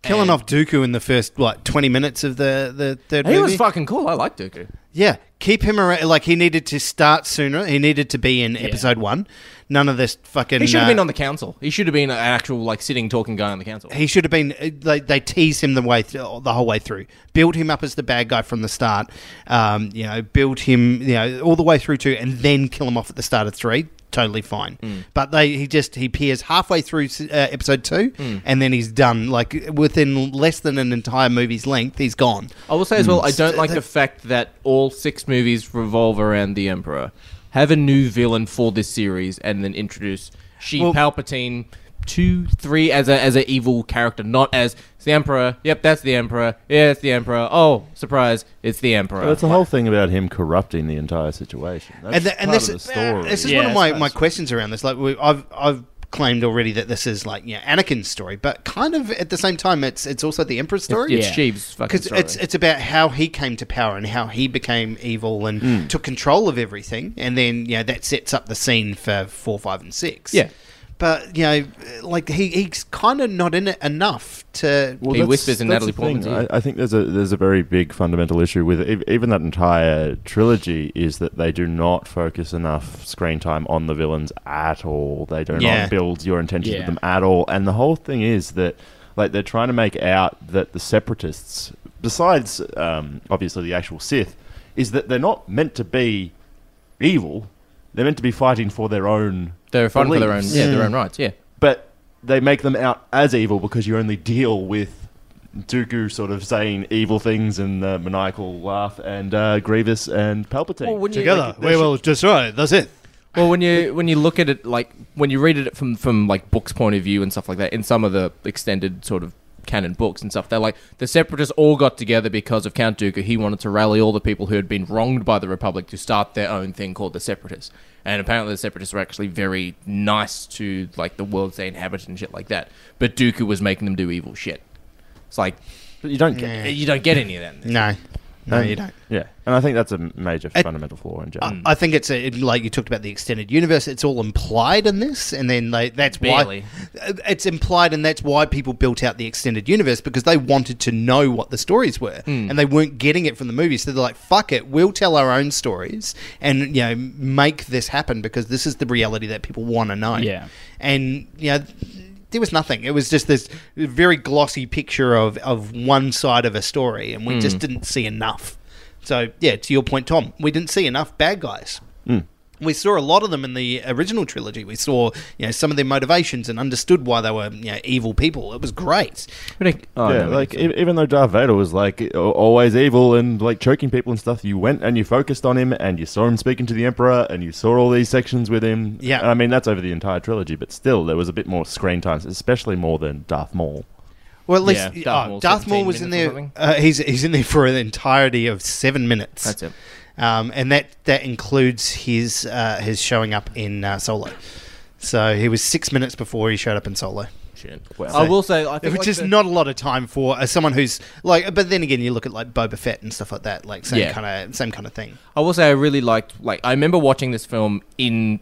Speaker 6: Killing
Speaker 3: And
Speaker 6: off Dooku in the first what twenty minutes of the the third
Speaker 3: He
Speaker 6: movie.
Speaker 3: was fucking cool. I like Dooku.
Speaker 6: yeah, keep him around. Like he needed to start sooner. He needed to be in episode one. None of this fucking.
Speaker 3: He should have
Speaker 6: uh,
Speaker 3: been on the council. He should have been an actual like sitting talking guy on the council.
Speaker 6: He should have been. uh, They, they tease him the way through, the whole way through. Build him up as the bad guy from the start. Um, you know, build him. You know, all the way through to, and then kill him off at the start of three. Totally fine. But they he just he appears halfway through s- uh, episode two, and then he's done. Like within less than an entire movie's length, he's gone.
Speaker 3: I will say as well, I don't like the fact Hmm. that all six movies revolve around the Emperor. Have a new villain for this series, and then introduce she
Speaker 6: Well-
Speaker 3: Palpatine two, three as a as an evil character, not as it's the Emperor. Yep, that's the Emperor. Yeah, it's the Emperor. Oh, surprise, it's the Emperor.
Speaker 5: That's the whole thing about him corrupting the entire situation. That's
Speaker 6: and, th-
Speaker 5: part
Speaker 6: and this,
Speaker 5: of the
Speaker 6: is-
Speaker 5: story.
Speaker 6: this is
Speaker 4: Yeah,
Speaker 6: one of my,
Speaker 4: that's-
Speaker 6: my questions around this. Like we, I've I've claimed already that this is like you know, Anakin's story, but kind of at the same time, it's it's also the Emperor's story.
Speaker 3: it's
Speaker 4: Yeah.
Speaker 3: Sheev's fucking
Speaker 6: because
Speaker 3: story.
Speaker 6: it's it's about how he came to power and how he became evil and
Speaker 5: Hmm.
Speaker 6: took control of everything, and then you know that sets up the scene for four, five, and six.
Speaker 3: Yeah.
Speaker 6: but you know, like he, he's kind of not in it enough to.
Speaker 5: Well,
Speaker 3: He
Speaker 5: that's-
Speaker 3: whispers in
Speaker 5: that's
Speaker 3: Natalie
Speaker 5: the thing.
Speaker 3: Portman's ear.
Speaker 5: I, I think there's a there's a very big fundamental issue with ev- even that entire trilogy is that they do not focus enough screen time on the villains at all. They do
Speaker 6: Yeah.
Speaker 5: not build your intentions
Speaker 4: Yeah.
Speaker 5: with them at all. And the whole thing is that like they're trying to make out that the separatists, besides um, obviously the actual Sith, is that they're not meant to be evil. They're meant to be fighting for their own.
Speaker 3: They're fighting for their own
Speaker 5: beliefs
Speaker 3: yeah, their own rights. Yeah,
Speaker 5: but they make them out as evil because you only deal with Dooku sort of saying evil things and the maniacal laugh and uh, Grievous and Palpatine.
Speaker 6: we will destroy this. It.
Speaker 3: Well, when you when you look at it, like when you read it from from like books point of view and stuff like that, in some of the extended sort of canon books and stuff, they're like the separatists all got together because of Count Dooku. He wanted to rally all the people who had been wronged by the Republic to start their own thing called the Separatists. And apparently, the Separatists were actually very nice to like the worlds they inhabit and shit like that. But Dooku was making them do evil shit. It's like
Speaker 5: But you don't
Speaker 6: [LAUGHS]
Speaker 5: get
Speaker 3: you don't get any of that.
Speaker 6: No, No,
Speaker 5: And-
Speaker 6: you don't.
Speaker 5: Yeah, and I think that's a major
Speaker 6: It-
Speaker 5: fundamental flaw in general.
Speaker 6: I, I think it's a, it- like you talked about the extended universe. It's all implied in this, and then they, that's
Speaker 3: Barely.
Speaker 6: why Uh, it's implied, and that's why people built out the extended universe because they wanted to know what the stories were, and they weren't getting it from the movies. So they're like, "Fuck it, we'll tell our own stories, and you know, make this happen because this is the reality that people want to know."
Speaker 4: Yeah.
Speaker 6: and you know. There was nothing. It was just this very glossy picture of, of one side of a story, and we just didn't see enough. So yeah, to your point, Tom, we didn't see enough bad guys. We saw a lot of them in the original trilogy. We saw you know some of their motivations and understood why they were you know, evil people. It was great.
Speaker 3: Ridic- oh,
Speaker 5: yeah,
Speaker 3: no,
Speaker 5: like e- even though Darth Vader was like a- always evil and like choking people and stuff, you went and you focused on him and you saw him speaking to the Emperor and you saw all these sections with him.
Speaker 6: Yeah.
Speaker 5: and I mean that's over the entire trilogy, but still there was a bit more screen time, especially more than Darth Maul.
Speaker 6: Well, at least
Speaker 3: Yeah, Darth
Speaker 6: Darth,
Speaker 3: Maul,
Speaker 6: Darth Maul
Speaker 3: 17
Speaker 6: was in
Speaker 3: minutes or
Speaker 6: there.
Speaker 3: something.
Speaker 6: Uh, he's he's in there for an entirety of seven minutes.
Speaker 3: That's it.
Speaker 6: um, and that that includes his uh, his showing up in uh, Solo. So he was six minutes before he showed up in Solo.
Speaker 3: shit. I will say, I think
Speaker 6: which
Speaker 3: like,
Speaker 6: is
Speaker 3: the-
Speaker 6: not a lot of time for uh, someone who's like. But then again, you look at like Boba Fett and stuff like that, like same
Speaker 3: Yeah.
Speaker 6: kind of same kind of thing.
Speaker 3: I will say I really liked. Like I remember watching this film in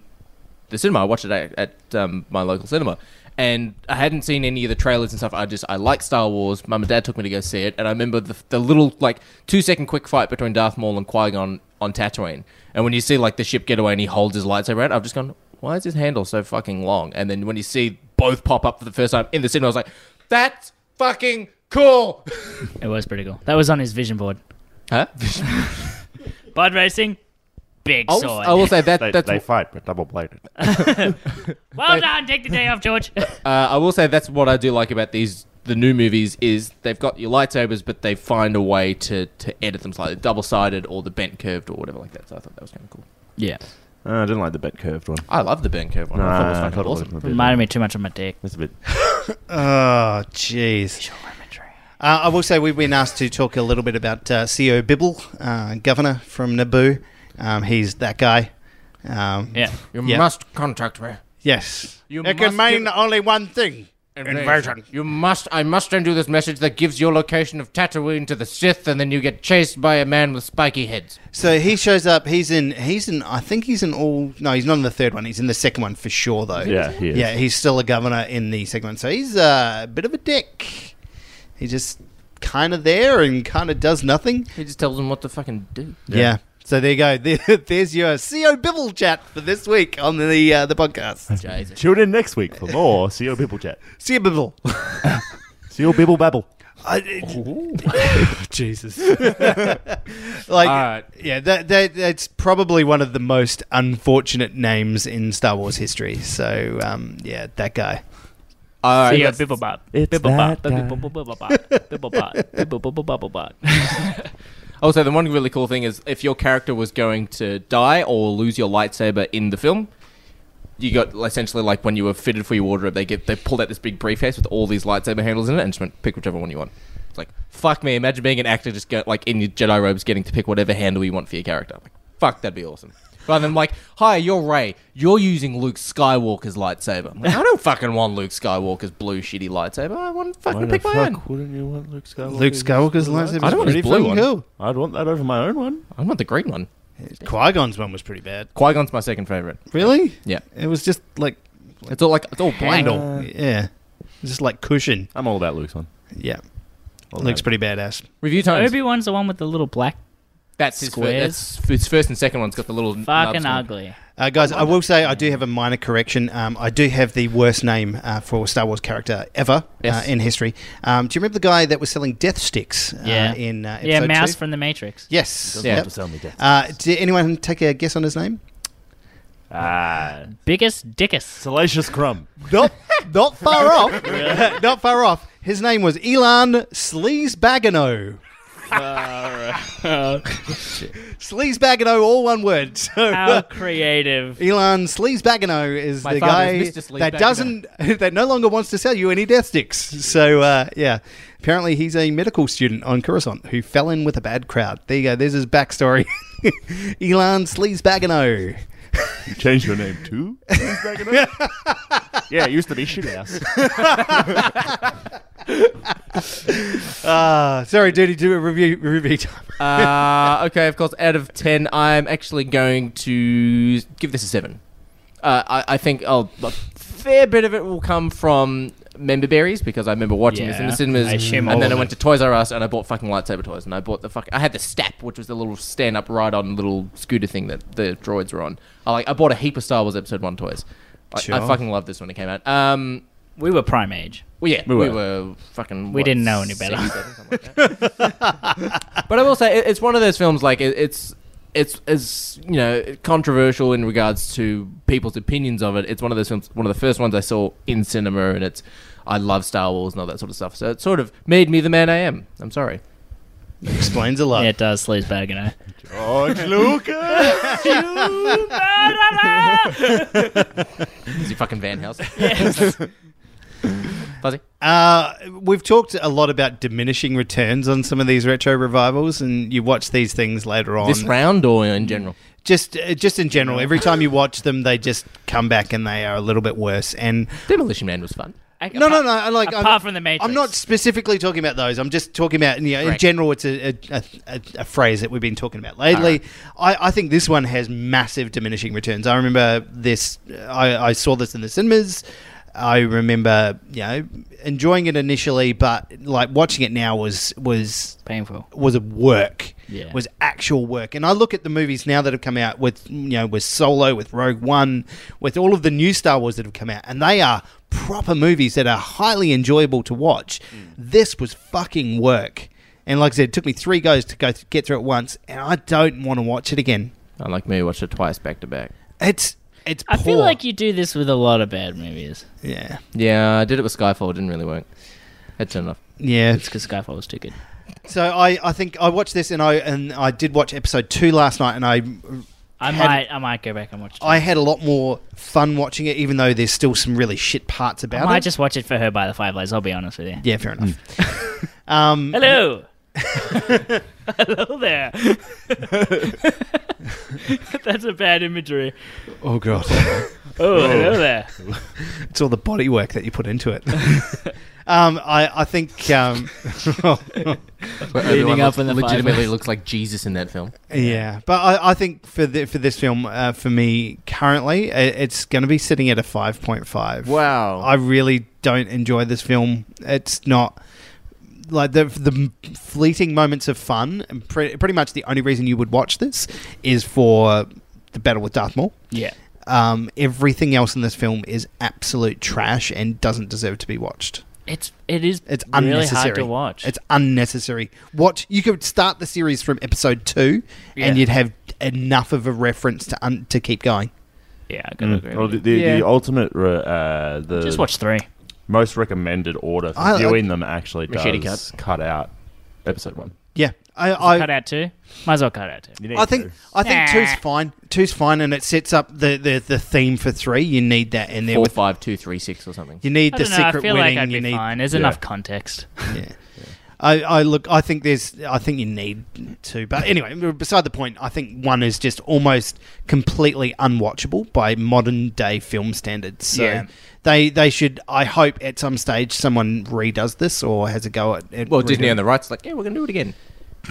Speaker 3: the cinema. I watched it at, at um, my local cinema, and I hadn't seen any of the trailers and stuff. I just I like Star Wars. Mum and Dad took me to go see it, and I remember the, the little like two second quick fight between Darth Maul and Qui Gon on Tatooine. And when you see like the ship get away and he holds his lightsaber out, I've just gone, why is his handle so fucking long? And then when you see both pop up for the first time in the cinema, I was like, that's fucking cool.
Speaker 4: It was pretty cool. That was on his vision board.
Speaker 3: Huh?
Speaker 4: Bud racing, big
Speaker 5: [LAUGHS]
Speaker 3: I will,
Speaker 4: sword.
Speaker 3: I will say that
Speaker 5: They,
Speaker 3: that's
Speaker 5: they fight, but double bladed.
Speaker 4: well done. Take the day off, George.
Speaker 6: [LAUGHS]
Speaker 3: Uh, I will say that's what I do like about these the new movies is they've got your lightsabers, but they find a way to, to edit them slightly, double sided or the bent curved or whatever like that. So I thought that was kind of cool.
Speaker 4: yeah,
Speaker 5: Uh, I didn't like the bent curved one.
Speaker 3: I love the bent curved one. I thought it was
Speaker 5: Nah, I
Speaker 3: fucking
Speaker 5: thought it was
Speaker 3: awesome.
Speaker 5: a bit-
Speaker 4: reminded me too much of my dick.
Speaker 5: It's a bit.
Speaker 6: Oh, jeez. Uh, I will say we've been asked to talk a little bit about uh, CEO Bibble, uh, governor from Naboo. Um, he's that guy. Um,
Speaker 4: Yeah,
Speaker 3: You
Speaker 6: Yeah.
Speaker 3: must contact me.
Speaker 6: Yes.
Speaker 3: You
Speaker 6: it can
Speaker 3: must
Speaker 6: mean only one thing. Invasion.
Speaker 3: You must. I must send you this message that gives your location of Tatooine to the Sith, and then you get chased by a man with spiky heads.
Speaker 6: So he shows up. He's in. He's in. I think he's in all. No, he's not in the third one. He's in the second one for sure, though.
Speaker 5: Yeah, he is.
Speaker 6: Yeah, he's still a governor in the second one. So he's uh, a bit of a dick. He just kind of there and kind of does nothing.
Speaker 3: He just tells them what to fucking do.
Speaker 6: Yeah. So there you go. [LAUGHS] There, there's your CO Bibble chat for this week on the uh, the podcast.
Speaker 3: Jesus.
Speaker 5: Tune in next week for
Speaker 3: [LAUGHS]
Speaker 5: more CEO Bibble Chat.
Speaker 6: CO [LAUGHS] Bibble.
Speaker 5: CEO Bibble Babble.
Speaker 6: [LAUGHS] Jesus. [LAUGHS] like,
Speaker 3: Alright.
Speaker 6: yeah, that, that that's probably one of the most unfortunate names in Star Wars history. So, um, yeah, that guy.
Speaker 3: All
Speaker 4: See
Speaker 3: right.
Speaker 4: ya,
Speaker 3: let's-
Speaker 4: Bibblebop.
Speaker 5: It's
Speaker 4: Bibblebop,
Speaker 5: that guy.
Speaker 4: Bibblebop, Bibblebop, Bibblebop, Bibblebop.
Speaker 3: Also, the one really cool thing is if your character was going to die or lose your lightsaber in the film, you got essentially like when you were fitted for your wardrobe, they get they pulled out this big briefcase with all these lightsaber handles in it and just went pick whichever one you want. It's like fuck me, imagine being an actor just go, like in your Jedi robes, getting to pick whatever handle you want for your character. Like fuck, that'd be awesome. Rather than like, hi, you're Ray. You're using Luke Skywalker's lightsaber. I'm like, I don't fucking want Luke Skywalker's blue shitty lightsaber. I want to fucking pick my own.
Speaker 5: wouldn't you want Luke Skywalker?
Speaker 6: Luke Skywalker's lightsaber.
Speaker 3: I don't want his
Speaker 6: pretty
Speaker 3: blue
Speaker 6: fucking
Speaker 3: one.
Speaker 6: Cool.
Speaker 5: I'd want that over my own one.
Speaker 3: I want the green one.
Speaker 6: Qui Gon's one was pretty bad.
Speaker 3: Qui Gon's my second favorite.
Speaker 6: Really?
Speaker 3: Yeah.
Speaker 6: It was just like
Speaker 3: It's all like it's all black.
Speaker 6: handle. yeah. Just like cushion.
Speaker 5: I'm all about Luke's one.
Speaker 6: Yeah.
Speaker 5: All
Speaker 6: Looks
Speaker 5: about
Speaker 6: pretty badass.
Speaker 3: Review time.
Speaker 4: [LAUGHS] Obi Wan's the one with the little black,
Speaker 3: That's his first,
Speaker 4: Squares.
Speaker 3: that's f- his first and second one's got the little n-
Speaker 4: fucking
Speaker 3: nubs on it.
Speaker 4: ugly.
Speaker 6: Uh, guys, I will say I do have a minor correction. Um, I do have the worst name uh, for a Star Wars character ever
Speaker 3: Yes.
Speaker 6: uh, in history. Um, do you remember the guy that was selling death sticks? Uh,
Speaker 4: Yeah.
Speaker 6: In uh,
Speaker 4: Yeah,
Speaker 6: episode
Speaker 4: Mouse
Speaker 6: two?
Speaker 4: from the Matrix.
Speaker 6: yes.
Speaker 3: Yeah.
Speaker 6: Yep. Uh, did anyone take a guess on his name?
Speaker 5: Ah,
Speaker 4: Biggest dickus.
Speaker 5: Salacious Crumb.
Speaker 6: Not, not far off. [LAUGHS] not far off. His name was Elon Sleazebagano. [LAUGHS] Sleazebagano, all one word. So, [LAUGHS]
Speaker 4: How creative.
Speaker 6: Elon Sleazebagano is
Speaker 3: My
Speaker 6: the
Speaker 3: father
Speaker 6: guy
Speaker 3: is Mr.
Speaker 6: that
Speaker 3: Sleazebagano.
Speaker 6: doesn't, [LAUGHS] that no longer wants to sell you any death sticks. So uh, yeah, apparently he's a medical student on Coruscant who fell in with a bad crowd. There you go. There's his backstory. [LAUGHS] Elon Sleazebagano.
Speaker 5: You changed your name
Speaker 3: [LAUGHS]
Speaker 5: too? yeah, it used to be Shithouse.
Speaker 6: Ah, sorry, duty do a review review time.
Speaker 3: [LAUGHS] Uh, okay, of course, out of 10, I'm actually going to give this a 7. Uh, I, I think oh, a fair bit of it will come from member berries because I remember watching this in the
Speaker 4: Yeah,
Speaker 3: cinemas.
Speaker 4: I assume all
Speaker 3: and then I
Speaker 4: of
Speaker 3: went to Toys R Us and I bought fucking lightsaber toys. And I bought the fuck. I had the Stap, which was the little stand up ride on little scooter thing that the droids were on. I, like, I bought a heap of Star Wars Episode 1 toys. I,
Speaker 6: Sure.
Speaker 3: I fucking loved this when it came out. Um,
Speaker 4: We were prime age.
Speaker 3: well, yeah, we
Speaker 5: We
Speaker 3: were,
Speaker 5: were.
Speaker 3: fucking.
Speaker 4: We
Speaker 3: what,
Speaker 4: didn't know any
Speaker 3: six,
Speaker 4: better.
Speaker 3: seven, something like that. [LAUGHS] but I will say, it, it's one of those films. Like it, it's, it's, it's you know controversial in regards to people's opinions of it. It's one of those films, one of the first ones I saw in cinema, and it's. I love Star Wars and all that sort of stuff. So it sort of made me the man I am. I'm sorry.
Speaker 6: Explains a lot.
Speaker 4: Yeah, it does. Sleazebagger.
Speaker 3: [LAUGHS]
Speaker 5: George Lucas.
Speaker 3: Is he fucking Van
Speaker 4: [LAUGHS]
Speaker 3: House? [LAUGHS] Fuzzy.
Speaker 6: Uh, we've talked a lot about diminishing returns on some of these retro revivals, and you watch these things later on.
Speaker 3: This round or in general?
Speaker 6: just, uh, just in general, every time you watch them, they just come back and they are a little bit worse. And
Speaker 3: Demolition Man was fun.
Speaker 6: no, no, no. I like
Speaker 4: apart
Speaker 6: I'm,
Speaker 4: from the Matrix.
Speaker 6: I'm not specifically talking about those. I'm just talking about you know, in
Speaker 3: Right.
Speaker 6: general. It's a, a, a, a- a phrase that we've been talking about lately. I, I think this one has massive diminishing returns. I remember this. I, I saw this in the cinemas. I remember you know enjoying it initially, but like watching it now was was
Speaker 4: painful.
Speaker 6: was a work.
Speaker 4: Yeah.
Speaker 6: Was actual work. And I look at the movies now that have come out with you know, with Solo, with Rogue One, with all of the new Star Wars that have come out, and they are proper movies that are highly enjoyable to watch.
Speaker 4: Mm.
Speaker 6: This was fucking work. And like I said, it took me three goes to go th- get through it once, and I don't want to watch it again.
Speaker 3: Unlike me, watched it twice back to back.
Speaker 6: It's it's
Speaker 4: I
Speaker 6: poor.
Speaker 4: feel like you do this with a lot of bad movies.
Speaker 6: yeah,
Speaker 3: Yeah, I did it with Skyfall. It didn't really work. Had turned off.
Speaker 6: yeah.
Speaker 4: It's because Skyfall was too good.
Speaker 6: So I, I think I watched this, and I and I did watch episode two last night, and I
Speaker 4: I
Speaker 6: Had-
Speaker 4: might, I might go back and watch it.
Speaker 6: I had a lot more fun watching it, even though there's still some really shit parts
Speaker 4: I
Speaker 6: about
Speaker 4: might
Speaker 6: it.
Speaker 4: just watch it for her by the Five Lights. I'll be honest with you.
Speaker 6: yeah, fair enough.
Speaker 4: [LAUGHS]
Speaker 6: um,
Speaker 4: Hello. [LAUGHS] Hello there. [LAUGHS] That's a bad imagery.
Speaker 6: oh god,
Speaker 4: Oh, hello there.
Speaker 6: [LAUGHS] it's all the body work that you put into it. [LAUGHS] um, I, I think, um, [LAUGHS]
Speaker 4: Leaning
Speaker 3: Everyone
Speaker 4: up
Speaker 3: looks-
Speaker 4: in the
Speaker 3: legitimately
Speaker 4: fireplace.
Speaker 3: looks like Jesus in that film.
Speaker 6: yeah, but I, I think for the, for this film, uh, for me currently, it, it's going to be sitting at a five point five.
Speaker 3: Wow.
Speaker 6: I really don't enjoy this film. It's not like the the fleeting moments of fun. And pre- pretty much the only reason you would watch this is for the battle with Darth Maul.
Speaker 4: Yeah.
Speaker 6: Um, everything else in this film is absolute trash and doesn't deserve to be watched.
Speaker 4: It's it is
Speaker 6: It's
Speaker 4: really
Speaker 6: unnecessary
Speaker 4: hard to watch.
Speaker 6: It's unnecessary. Watch. You could start the series from episode two,
Speaker 4: Yeah.
Speaker 6: and you'd have enough of a reference to un- to keep going.
Speaker 4: yeah, I
Speaker 6: Mm.
Speaker 3: Mm.
Speaker 4: gotta agree.
Speaker 5: Mm. Or the,
Speaker 4: with
Speaker 5: the,
Speaker 3: Yeah.
Speaker 5: the ultimate, re- uh, the
Speaker 4: you. Just watch three.
Speaker 5: most recommended order for
Speaker 6: I- I-
Speaker 5: viewing them actually
Speaker 3: Machete
Speaker 5: does cut out episode one.
Speaker 6: Yeah, I
Speaker 4: cut
Speaker 6: I,
Speaker 4: out two. Might as well cut out two.
Speaker 5: You need
Speaker 6: I think
Speaker 5: to.
Speaker 6: I think
Speaker 4: Nah.
Speaker 6: two's fine. Two's fine, and it sets up the, the, the theme for three. You need that in there
Speaker 3: Four,
Speaker 6: with
Speaker 3: five, two, three, six, or something.
Speaker 6: you need
Speaker 4: I
Speaker 6: the
Speaker 4: don't know. I
Speaker 6: secret
Speaker 4: feel
Speaker 6: wedding.
Speaker 4: like I'd
Speaker 6: you
Speaker 4: be
Speaker 6: need
Speaker 4: fine. There's
Speaker 5: Yeah.
Speaker 4: enough context.
Speaker 6: yeah. I, I look. I think there's. I think you need to. But anyway, beside the point. I think one is just almost completely unwatchable by modern day film standards. So
Speaker 4: Yeah.
Speaker 6: they they should. I hope at some stage someone redoes this or has a go at. at
Speaker 3: Well, Disney
Speaker 6: redoing-
Speaker 3: on the right's like, yeah, we're gonna do it again.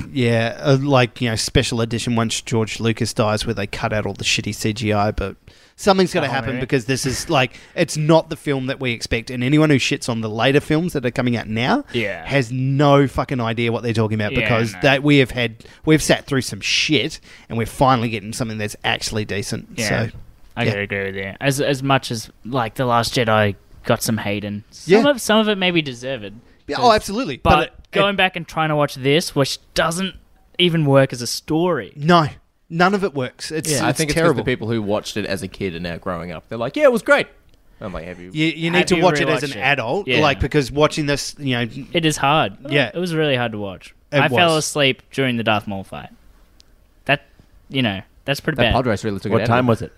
Speaker 6: Yeah, uh, like you know, special edition once George Lucas dies, where they cut out all the shitty CGI. But something's got to
Speaker 4: Oh,
Speaker 6: happen
Speaker 4: maybe.
Speaker 6: because this is like it's not the film that we expect. And anyone who shits on the later films that are coming out now,
Speaker 4: Yeah.
Speaker 6: has no fucking idea what they're talking about
Speaker 4: Yeah,
Speaker 6: because
Speaker 4: no.
Speaker 6: that we have had we've sat through some shit, and we're finally getting something that's actually decent.
Speaker 4: Yeah.
Speaker 6: So
Speaker 4: I
Speaker 6: yeah.
Speaker 4: gotta agree with you. As as much as like the Last Jedi got some hate and some
Speaker 6: Yeah.
Speaker 4: of some of it maybe deserved.
Speaker 6: yeah, oh, absolutely.
Speaker 4: But,
Speaker 6: it- it-
Speaker 4: going back and trying to watch this, which doesn't even work as a story.
Speaker 6: no, none of it works. It's,
Speaker 4: Yeah.
Speaker 6: it's
Speaker 3: I think it's 'cause
Speaker 6: terrible.
Speaker 3: the people who watched it as a kid are now growing up. They're like, yeah, it was great. I'm like, have you?
Speaker 6: you, you
Speaker 4: Have
Speaker 6: need to
Speaker 4: you
Speaker 6: watch it as
Speaker 4: rewatched
Speaker 6: an
Speaker 4: it?
Speaker 6: adult,
Speaker 4: Yeah.
Speaker 6: like because watching this, you know,
Speaker 4: It is hard.
Speaker 6: Yeah.
Speaker 4: It was really hard to watch.
Speaker 6: It
Speaker 4: I fell
Speaker 6: was.
Speaker 4: asleep during the Darth Maul fight. That you know, that's pretty
Speaker 3: That
Speaker 4: [LAUGHS]
Speaker 3: pod
Speaker 4: bad.
Speaker 3: race really took it
Speaker 5: What
Speaker 3: out
Speaker 5: time
Speaker 3: of
Speaker 5: was it?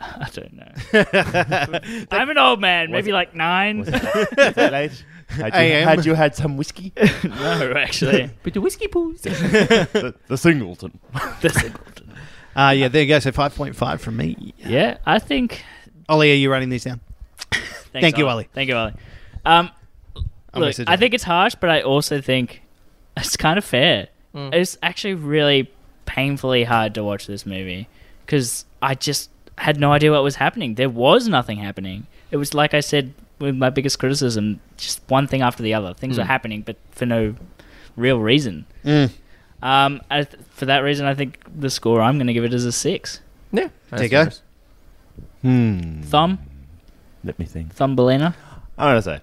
Speaker 4: I
Speaker 6: [LAUGHS]
Speaker 4: don't know. I'm an old man, maybe like nine.
Speaker 5: That age? [LAUGHS] Had you,
Speaker 6: AM.
Speaker 5: had you had some whiskey?
Speaker 4: [LAUGHS] no,
Speaker 3: [LAUGHS]
Speaker 4: actually.
Speaker 3: But the whiskey poos.
Speaker 5: the, the Singleton.
Speaker 4: That's it.
Speaker 6: Uh, yeah, there you go. So 5.5 from me.
Speaker 4: yeah, I think
Speaker 6: Ollie, are you writing these down?
Speaker 4: Thanks,
Speaker 6: Thank you, Ollie.
Speaker 4: Thank you, Ollie. Um,
Speaker 6: I'll
Speaker 4: Look,
Speaker 6: message
Speaker 4: I
Speaker 6: him.
Speaker 4: think it's harsh, but I also think [LAUGHS] it's kind of fair. It's actually really painfully hard to watch this movie because I just had no idea what was happening. There was nothing happening. It was like I said with my biggest criticism, just one thing after the other. Things were happening, but for no real reason.
Speaker 6: Mm.
Speaker 4: Um, I th- for that reason, I think the score I'm going to give it is a six.
Speaker 3: Yeah.
Speaker 6: There you go.
Speaker 5: Hmm.
Speaker 4: Thumb,
Speaker 5: Let me think.
Speaker 4: Thumbelina.
Speaker 5: I don't know.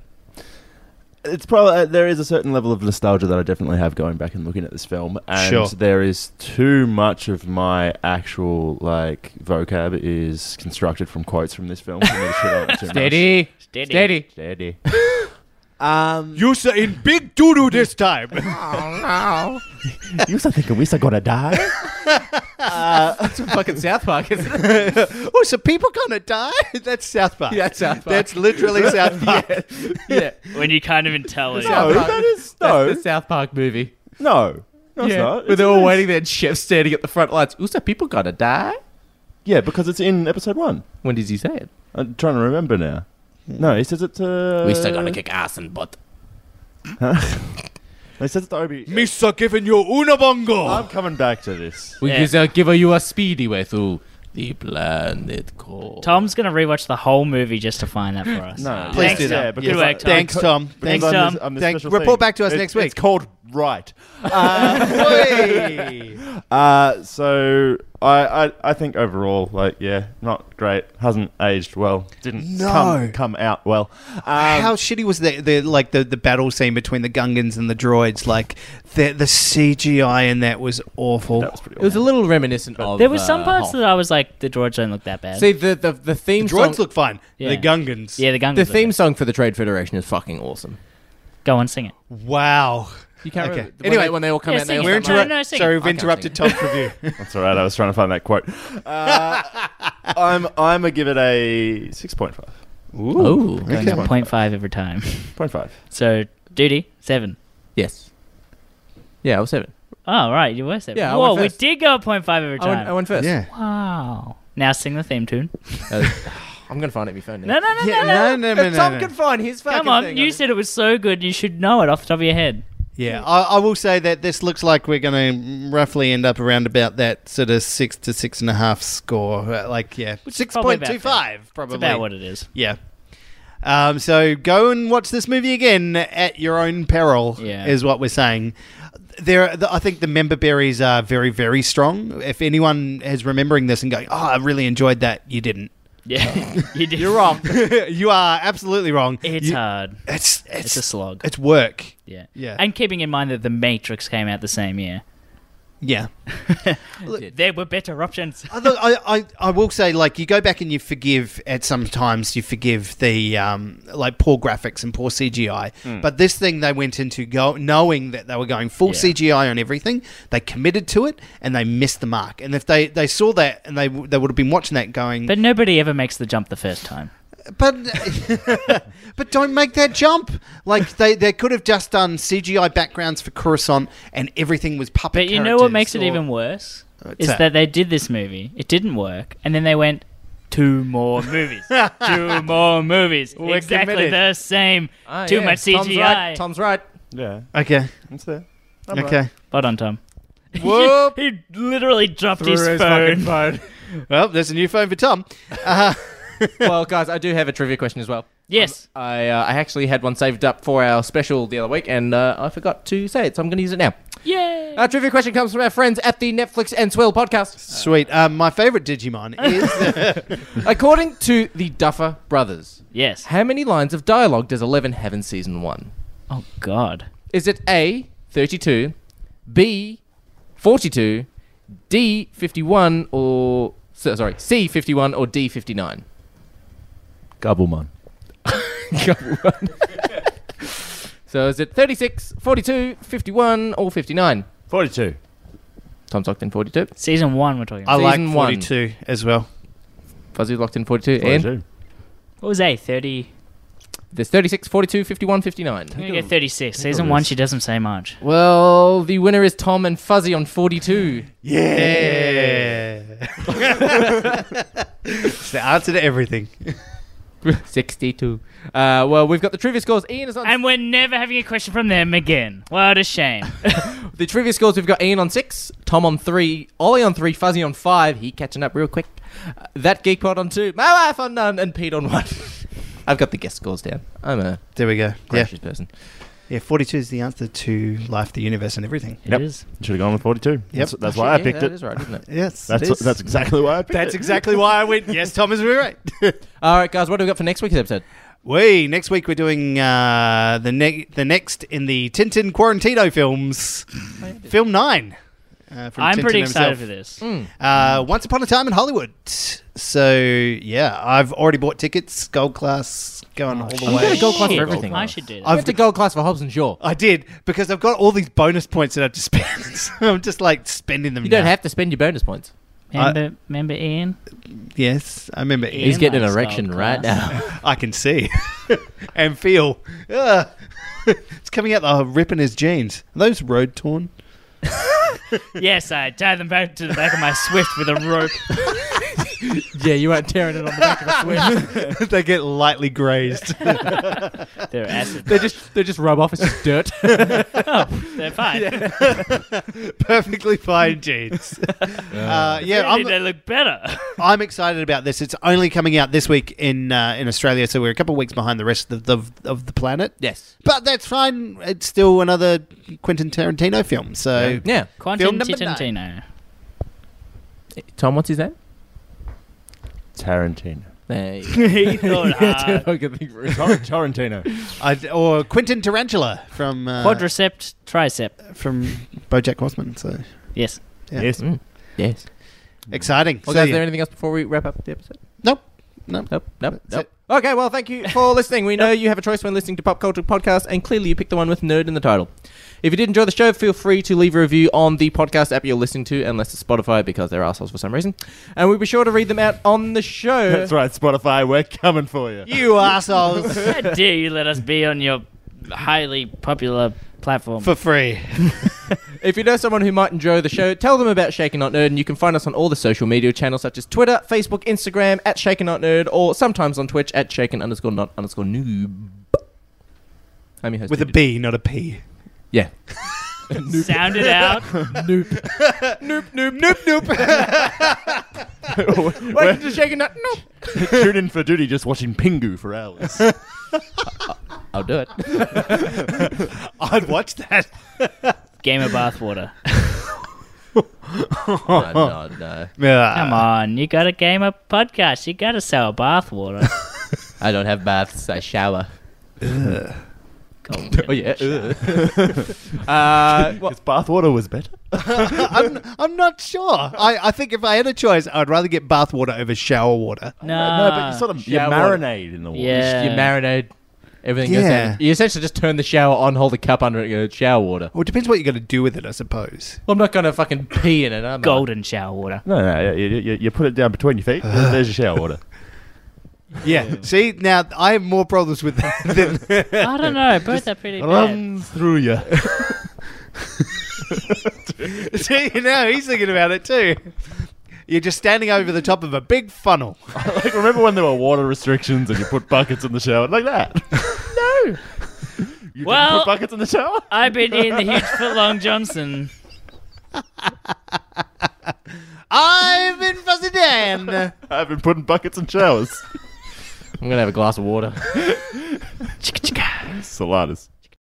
Speaker 5: It's probably uh, there is a certain level of nostalgia that I definitely have going back and looking at this film, and
Speaker 6: Sure.
Speaker 5: there is too much of my actual like vocab is constructed from quotes from this film. for me to shit on too much.
Speaker 3: Steady.
Speaker 4: Steady.
Speaker 3: Steady.
Speaker 5: steady.
Speaker 3: Um,
Speaker 6: You say in big doo doo this time.
Speaker 5: you start thinking we are gonna die.
Speaker 3: [LAUGHS] That's from fucking South Park, isn't it? [LAUGHS]
Speaker 6: oh, so people gonna die? That's South Park.
Speaker 3: That's South Park.
Speaker 6: That's literally
Speaker 3: [LAUGHS]
Speaker 6: South Park.
Speaker 3: yeah.
Speaker 4: When you can't even tell it.
Speaker 5: no,
Speaker 3: Park.
Speaker 5: that is
Speaker 3: That's
Speaker 5: no,
Speaker 3: the South Park movie.
Speaker 5: no. No, it's
Speaker 3: yeah.
Speaker 5: not.
Speaker 3: Where
Speaker 5: It's
Speaker 3: they're all
Speaker 5: in-
Speaker 3: waiting there and Chef's standing at the front lines. Ooh, so people gotta die?
Speaker 5: Yeah, because it's in episode one.
Speaker 3: When did he say it?
Speaker 5: I'm trying to remember now. No, he says it to.
Speaker 3: kick ass and butt.
Speaker 5: He says it to Obi.
Speaker 6: Mister giving you una
Speaker 5: I'm
Speaker 6: bongo.
Speaker 5: coming back to this.
Speaker 3: We
Speaker 4: Yeah.
Speaker 3: just uh, give you a speedy way through the planet core.
Speaker 4: Tom's going to rewatch the whole movie just to find that
Speaker 6: [LAUGHS]
Speaker 4: for us.
Speaker 5: No,
Speaker 6: Please
Speaker 4: Thanks,
Speaker 6: do that.
Speaker 5: Yeah,
Speaker 4: Tom.
Speaker 5: because
Speaker 4: Good
Speaker 5: I-
Speaker 4: work, Tom.
Speaker 6: Thanks, Tom.
Speaker 5: Because
Speaker 6: Thanks.
Speaker 4: Thanks,
Speaker 5: I'm
Speaker 4: Tom.
Speaker 5: the- I'm the
Speaker 6: Thank-
Speaker 5: special
Speaker 6: report
Speaker 5: thing.
Speaker 6: back to us
Speaker 5: It's-
Speaker 6: next week.
Speaker 5: It's called um, right.
Speaker 4: Uh,
Speaker 5: [LAUGHS]
Speaker 6: Hey.
Speaker 5: Uh, so I, I I think overall, like, yeah, not great. Hasn't aged well. Didn't
Speaker 6: No.
Speaker 5: come, come out well. Uh,
Speaker 6: How shitty was the, the like the, the battle scene between the Gungans and the droids? Like the the CGI in that was awful.
Speaker 5: That was pretty.
Speaker 3: It was a little reminiscent of.
Speaker 4: There were
Speaker 3: uh,
Speaker 4: some parts
Speaker 3: Hoth.
Speaker 4: that I was like, the droids don't look that bad.
Speaker 3: See the the the theme
Speaker 6: the droids
Speaker 3: song.
Speaker 6: look fine.
Speaker 4: Yeah.
Speaker 6: The Gungans.
Speaker 4: yeah, the gun.
Speaker 3: the theme song for the Trade Federation is fucking awesome.
Speaker 4: Go on, sing it.
Speaker 6: Wow.
Speaker 3: You can't
Speaker 6: Okay.
Speaker 3: remember. When
Speaker 6: Anyway,
Speaker 3: they, when they all come
Speaker 4: yeah,
Speaker 3: out, they
Speaker 4: sing
Speaker 3: all
Speaker 4: it.
Speaker 6: We're
Speaker 4: We're
Speaker 3: start
Speaker 4: interrupt-
Speaker 6: interrupted.
Speaker 4: interrupt- no, sing it.
Speaker 6: sorry,
Speaker 4: I
Speaker 6: we've
Speaker 3: can't
Speaker 6: interrupted Tom's
Speaker 5: [LAUGHS]
Speaker 6: review.
Speaker 5: That's all right. I was trying to find that quote. Uh, [LAUGHS] I'm I'm gonna give it a six point five.
Speaker 3: Ooh.
Speaker 4: Going up 0.5 every time. [LAUGHS]
Speaker 5: Point five.
Speaker 4: So, duty, seven.
Speaker 3: Yes. Yeah, I was seven.
Speaker 4: Oh, right, you were seven.
Speaker 3: Yeah, I
Speaker 4: Whoa,
Speaker 3: went
Speaker 4: we
Speaker 3: first.
Speaker 4: did go up 0.5 every
Speaker 3: I
Speaker 4: time.
Speaker 3: went, I went first.
Speaker 6: yeah.
Speaker 4: Wow. Now sing the theme tune.
Speaker 3: Uh, I'm gonna find it in my phone now.
Speaker 4: No, no, no, no, no.
Speaker 6: No, no, no,
Speaker 3: If Tom
Speaker 6: no, no.
Speaker 3: can find his fucking
Speaker 4: Come on,
Speaker 3: thing,
Speaker 4: you
Speaker 3: I'll-
Speaker 4: said it was so good, you should know it off the top of your head.
Speaker 6: Yeah, I, I will say that this looks like we're going to roughly end up around about that sort of six to six and a half score. Uh, Like, yeah,
Speaker 4: Which is
Speaker 6: six
Speaker 4: probably
Speaker 6: point
Speaker 4: about
Speaker 6: two five, probably.
Speaker 4: It's about what it is. [LAUGHS]
Speaker 6: Yeah. Um, so go and watch this movie again at your own peril.
Speaker 4: Yeah.
Speaker 6: is what we're saying. There, the, I think the member berries are very, very strong. If anyone is remembering this and going, "Oh, I really enjoyed that," you didn't. [LAUGHS]
Speaker 4: Yeah, you did.
Speaker 6: You're wrong. you are absolutely wrong.
Speaker 4: It's
Speaker 6: You-
Speaker 4: hard.
Speaker 6: it's
Speaker 4: It's
Speaker 6: it's
Speaker 4: a slog.
Speaker 6: it's work.
Speaker 4: yeah.
Speaker 6: yeah.
Speaker 4: And keeping in mind that The Matrix came out the same year.
Speaker 6: Yeah.
Speaker 4: There were better options.
Speaker 6: I, look, I, I, I will say, like, you go back and you forgive at sometimes you forgive the um, like poor graphics and poor CGI. But this thing they went into go- knowing that they were going full
Speaker 4: Yeah.
Speaker 6: CGI on everything. They committed to it and they missed the mark. And if they, they saw that and they w- they would have been watching that going,
Speaker 4: But nobody ever makes the jump the first time.
Speaker 6: but but [LAUGHS] don't make that jump. Like they, they could have just done CGI backgrounds for Coruscant and everything was puppet.
Speaker 4: But you know what
Speaker 6: characters
Speaker 4: makes it
Speaker 6: or-
Speaker 4: even worse
Speaker 6: What's
Speaker 4: is
Speaker 6: that?
Speaker 4: that? they did this movie. It didn't work, and then they went two more movies, two more movies,
Speaker 3: We're
Speaker 4: exactly
Speaker 3: committed.
Speaker 4: the same.
Speaker 3: Ah,
Speaker 4: Too
Speaker 3: yeah,
Speaker 4: much
Speaker 3: Tom's
Speaker 4: CGI.
Speaker 3: right, Tom's right.
Speaker 5: Yeah,
Speaker 6: okay?
Speaker 5: it's there.
Speaker 6: okay.
Speaker 4: Hold on, Tom.
Speaker 6: Whoop.
Speaker 4: he literally dropped his
Speaker 3: Threw his
Speaker 4: phone.
Speaker 5: [LAUGHS]
Speaker 6: Well, there's a new phone for Tom.
Speaker 3: [LAUGHS] well, guys, I do have a trivia question as well.
Speaker 4: Yes.
Speaker 3: I uh, I actually had one saved up for our special the other week, and uh, I forgot to say it, so I'm going to use it now.
Speaker 4: Yay.
Speaker 3: Our trivia question comes from our friends at the Netflix and Swill
Speaker 6: [LAUGHS]
Speaker 3: podcast.
Speaker 6: Sweet. Um, my favorite [LAUGHS] Digimon is
Speaker 3: According to the Duffer Brothers,
Speaker 4: yes.
Speaker 3: how many lines of dialogue does Eleven have in season one?
Speaker 4: Oh God.
Speaker 3: Is it A, 32, B, 42, D, 51, or. so- Sorry, C, 51, or D, 59?
Speaker 5: Gobblemon.
Speaker 3: So is it 36, 42, 51, or 59?
Speaker 5: Forty-two.
Speaker 3: Tom's locked in 42.
Speaker 4: Season one, we're talking.
Speaker 6: I
Speaker 4: About.
Speaker 6: like
Speaker 3: Season one.
Speaker 6: 42 as well.
Speaker 3: Fuzzy's locked in 42. And
Speaker 5: Forty-two.
Speaker 4: What was A? Thirty.
Speaker 3: there's 36, 42, 51, 59.
Speaker 4: I'm gonna go thirty-six. Season one, she doesn't say much.
Speaker 3: Well, the winner is Tom and Fuzzy on [LAUGHS] 42.
Speaker 6: Yeah. it's the answer to everything.
Speaker 3: 62. Uh, well, we've got the trivia scores. Ian is on.
Speaker 4: And we're never having a question from them again. What a shame.
Speaker 3: the trivia scores we've got Ian on six, Tom on three, Ollie on three, Fuzzy on five. He catching up real quick. Uh, that geek pod on two, my wife on none, and Pete on one. [LAUGHS] I've got the guest scores down. I'm a
Speaker 6: There we go. Yeah.
Speaker 3: gracious person.
Speaker 6: Yeah, 42 is the answer to life, the universe, and everything.
Speaker 5: Yep.
Speaker 4: It is.
Speaker 5: Should have gone with 42. That's, that's why I
Speaker 3: Actually, yeah,
Speaker 5: picked
Speaker 3: That
Speaker 5: it.
Speaker 3: is right, isn't it?
Speaker 6: Yes. it
Speaker 5: That's,
Speaker 6: is.
Speaker 5: that's exactly why I picked
Speaker 6: That's
Speaker 5: it.
Speaker 6: exactly why I went, yes, Tom is very right.
Speaker 3: All right, guys, what do we got for next week's episode?
Speaker 6: [LAUGHS] we, next week we're doing uh, the, ne- the next in the Tintin Quarantino films, film nine. Uh, from
Speaker 4: I'm
Speaker 6: Tintin
Speaker 4: pretty
Speaker 6: himself.
Speaker 4: excited for this.
Speaker 6: Uh, Once Upon a Time in Hollywood. So, yeah, I've already bought tickets, gold class, going all the
Speaker 3: I'm
Speaker 6: way.
Speaker 3: gonna go class for
Speaker 4: Shit.
Speaker 3: everything.
Speaker 4: I should do that.
Speaker 3: I
Speaker 6: I've
Speaker 3: went to gold class for Hobbs and Shaw.
Speaker 6: I did because I've got all these bonus points that I've to [LAUGHS] spend. so I'm just like spending them.
Speaker 3: You don't
Speaker 6: now.
Speaker 3: have to spend your bonus points.
Speaker 4: Remember, remember Ian?
Speaker 6: Yes, I remember.
Speaker 4: Ian
Speaker 3: He's getting an
Speaker 4: likes
Speaker 3: erection
Speaker 4: gold
Speaker 3: right
Speaker 4: class.
Speaker 3: now.
Speaker 6: I can see [LAUGHS] and feel. Ugh. [LAUGHS] it's coming out the rip in his jeans. Are those road torn?
Speaker 4: [LAUGHS] yes, I tied them back to the back of my Swift with a rope.
Speaker 3: yeah, you weren't tearing it on the back of a
Speaker 6: [LAUGHS]
Speaker 3: switch.
Speaker 6: they get lightly grazed.
Speaker 4: They're acid.
Speaker 3: they just they just rub off. It's just dirt.
Speaker 4: They're fine.
Speaker 6: [LAUGHS] Perfectly fine [LAUGHS] jeans. Uh, yeah,
Speaker 4: Really, they
Speaker 6: I'm,
Speaker 4: look better.
Speaker 6: I'm excited about this. It's only coming out this week in uh, in Australia, so we're a couple of weeks behind the rest of the of the planet.
Speaker 3: yes.
Speaker 6: But that's fine. It's still another Quentin Tarantino film. So
Speaker 3: Yeah.
Speaker 4: Quentin
Speaker 6: number nine.
Speaker 4: Tarantino.
Speaker 3: Tom, what's his name?
Speaker 5: Tarantino.
Speaker 3: There you [LAUGHS] go.
Speaker 4: [LAUGHS] he [LAUGHS] thought hard.
Speaker 5: Tor- Tarantino.
Speaker 6: I, or Quentin Tarantula from uh,
Speaker 4: Quadricept, tricep.
Speaker 6: from BoJack Horseman. So
Speaker 4: Yes.
Speaker 6: Yeah.
Speaker 5: Yes.
Speaker 3: Mm. Yes.
Speaker 6: exciting.
Speaker 3: Well,
Speaker 6: So,
Speaker 3: guys, is
Speaker 6: yeah.
Speaker 3: there anything else before we wrap up the episode?
Speaker 6: Nope. Nope.
Speaker 3: Nope. Nope.
Speaker 6: That's
Speaker 3: Nope. Okay, well, thank you for listening. [LAUGHS] We know you have a choice when listening to pop culture podcasts, and clearly you picked the one with nerd in the title. If you did enjoy the show, feel free to leave a review on the podcast app you're listening to, unless it's Spotify because they're assholes for some reason. And we'll be sure to read them out on the [LAUGHS] show.
Speaker 5: That's right, Spotify. We're coming for you. [LAUGHS]
Speaker 6: You assholes
Speaker 4: How dare you let us be on your highly popular platform? [LAUGHS]
Speaker 6: for free.
Speaker 3: If you know someone who might enjoy the show, tell them about Shaken Not Nerd, and you can find us on all the social media channels such as Twitter, Facebook, Instagram at Shaken Not Nerd, or sometimes on Twitch at Shaken underscore not underscore noob. I'm your
Speaker 6: [LAUGHS]
Speaker 3: host
Speaker 6: With a
Speaker 3: David.
Speaker 6: B, not a P.
Speaker 3: Yeah.
Speaker 4: Sound it out. [LAUGHS]
Speaker 3: Noop. noop, noop, noop, noop. Welcome
Speaker 5: [LAUGHS]
Speaker 3: to Shaken [LAUGHS] Not Noop.
Speaker 5: Tune in for duty just watching Pingu for hours.
Speaker 3: I'll
Speaker 5: [LAUGHS]
Speaker 3: do it.
Speaker 6: I'd watch that.
Speaker 4: Game of bathwater.
Speaker 3: no, no, no.
Speaker 4: Come
Speaker 5: [LAUGHS]
Speaker 4: on, you got a game of podcast. You got to
Speaker 6: [LAUGHS]
Speaker 4: sell bathwater. [LAUGHS]
Speaker 3: I don't have baths. I shower.
Speaker 4: Cold.
Speaker 3: Oh, yeah. ugh. uh, well,
Speaker 5: Because bathwater was better.
Speaker 6: [LAUGHS] I'm, I'm not sure. I, I think if I had a choice, I'd rather get bathwater over shower water.
Speaker 4: No,
Speaker 5: no, but you sort of you
Speaker 3: shower.
Speaker 5: marinade in the water.
Speaker 4: Yeah.
Speaker 3: you marinade. Everything goes
Speaker 6: Yeah.
Speaker 3: down. You essentially just turn the shower on, hold the cup under it, and go shower water.
Speaker 6: Well, it depends what you're going to do with it, I suppose.
Speaker 3: I'm not gonna fucking pee in it. I'm
Speaker 4: golden shower water.
Speaker 5: No, no, you, you, you- you put it down between your feet. there's your shower water.
Speaker 6: Yeah. See, now I have more problems with that than
Speaker 4: I don't know. Both are pretty bad.
Speaker 5: Runs through
Speaker 6: [LAUGHS]
Speaker 5: you.
Speaker 6: See, now he's thinking about it too. You're just standing over the top of a big funnel.
Speaker 5: like remember when there were water restrictions and you put buckets in the shower like that? no. You
Speaker 4: Well-
Speaker 5: didn't put buckets in the shower.
Speaker 4: I've been eating the huge foot long Johnson.
Speaker 6: I've been Fuzzy Dan.
Speaker 5: I've been putting buckets in showers.
Speaker 3: I'm gonna have a glass of water.
Speaker 5: Saladas.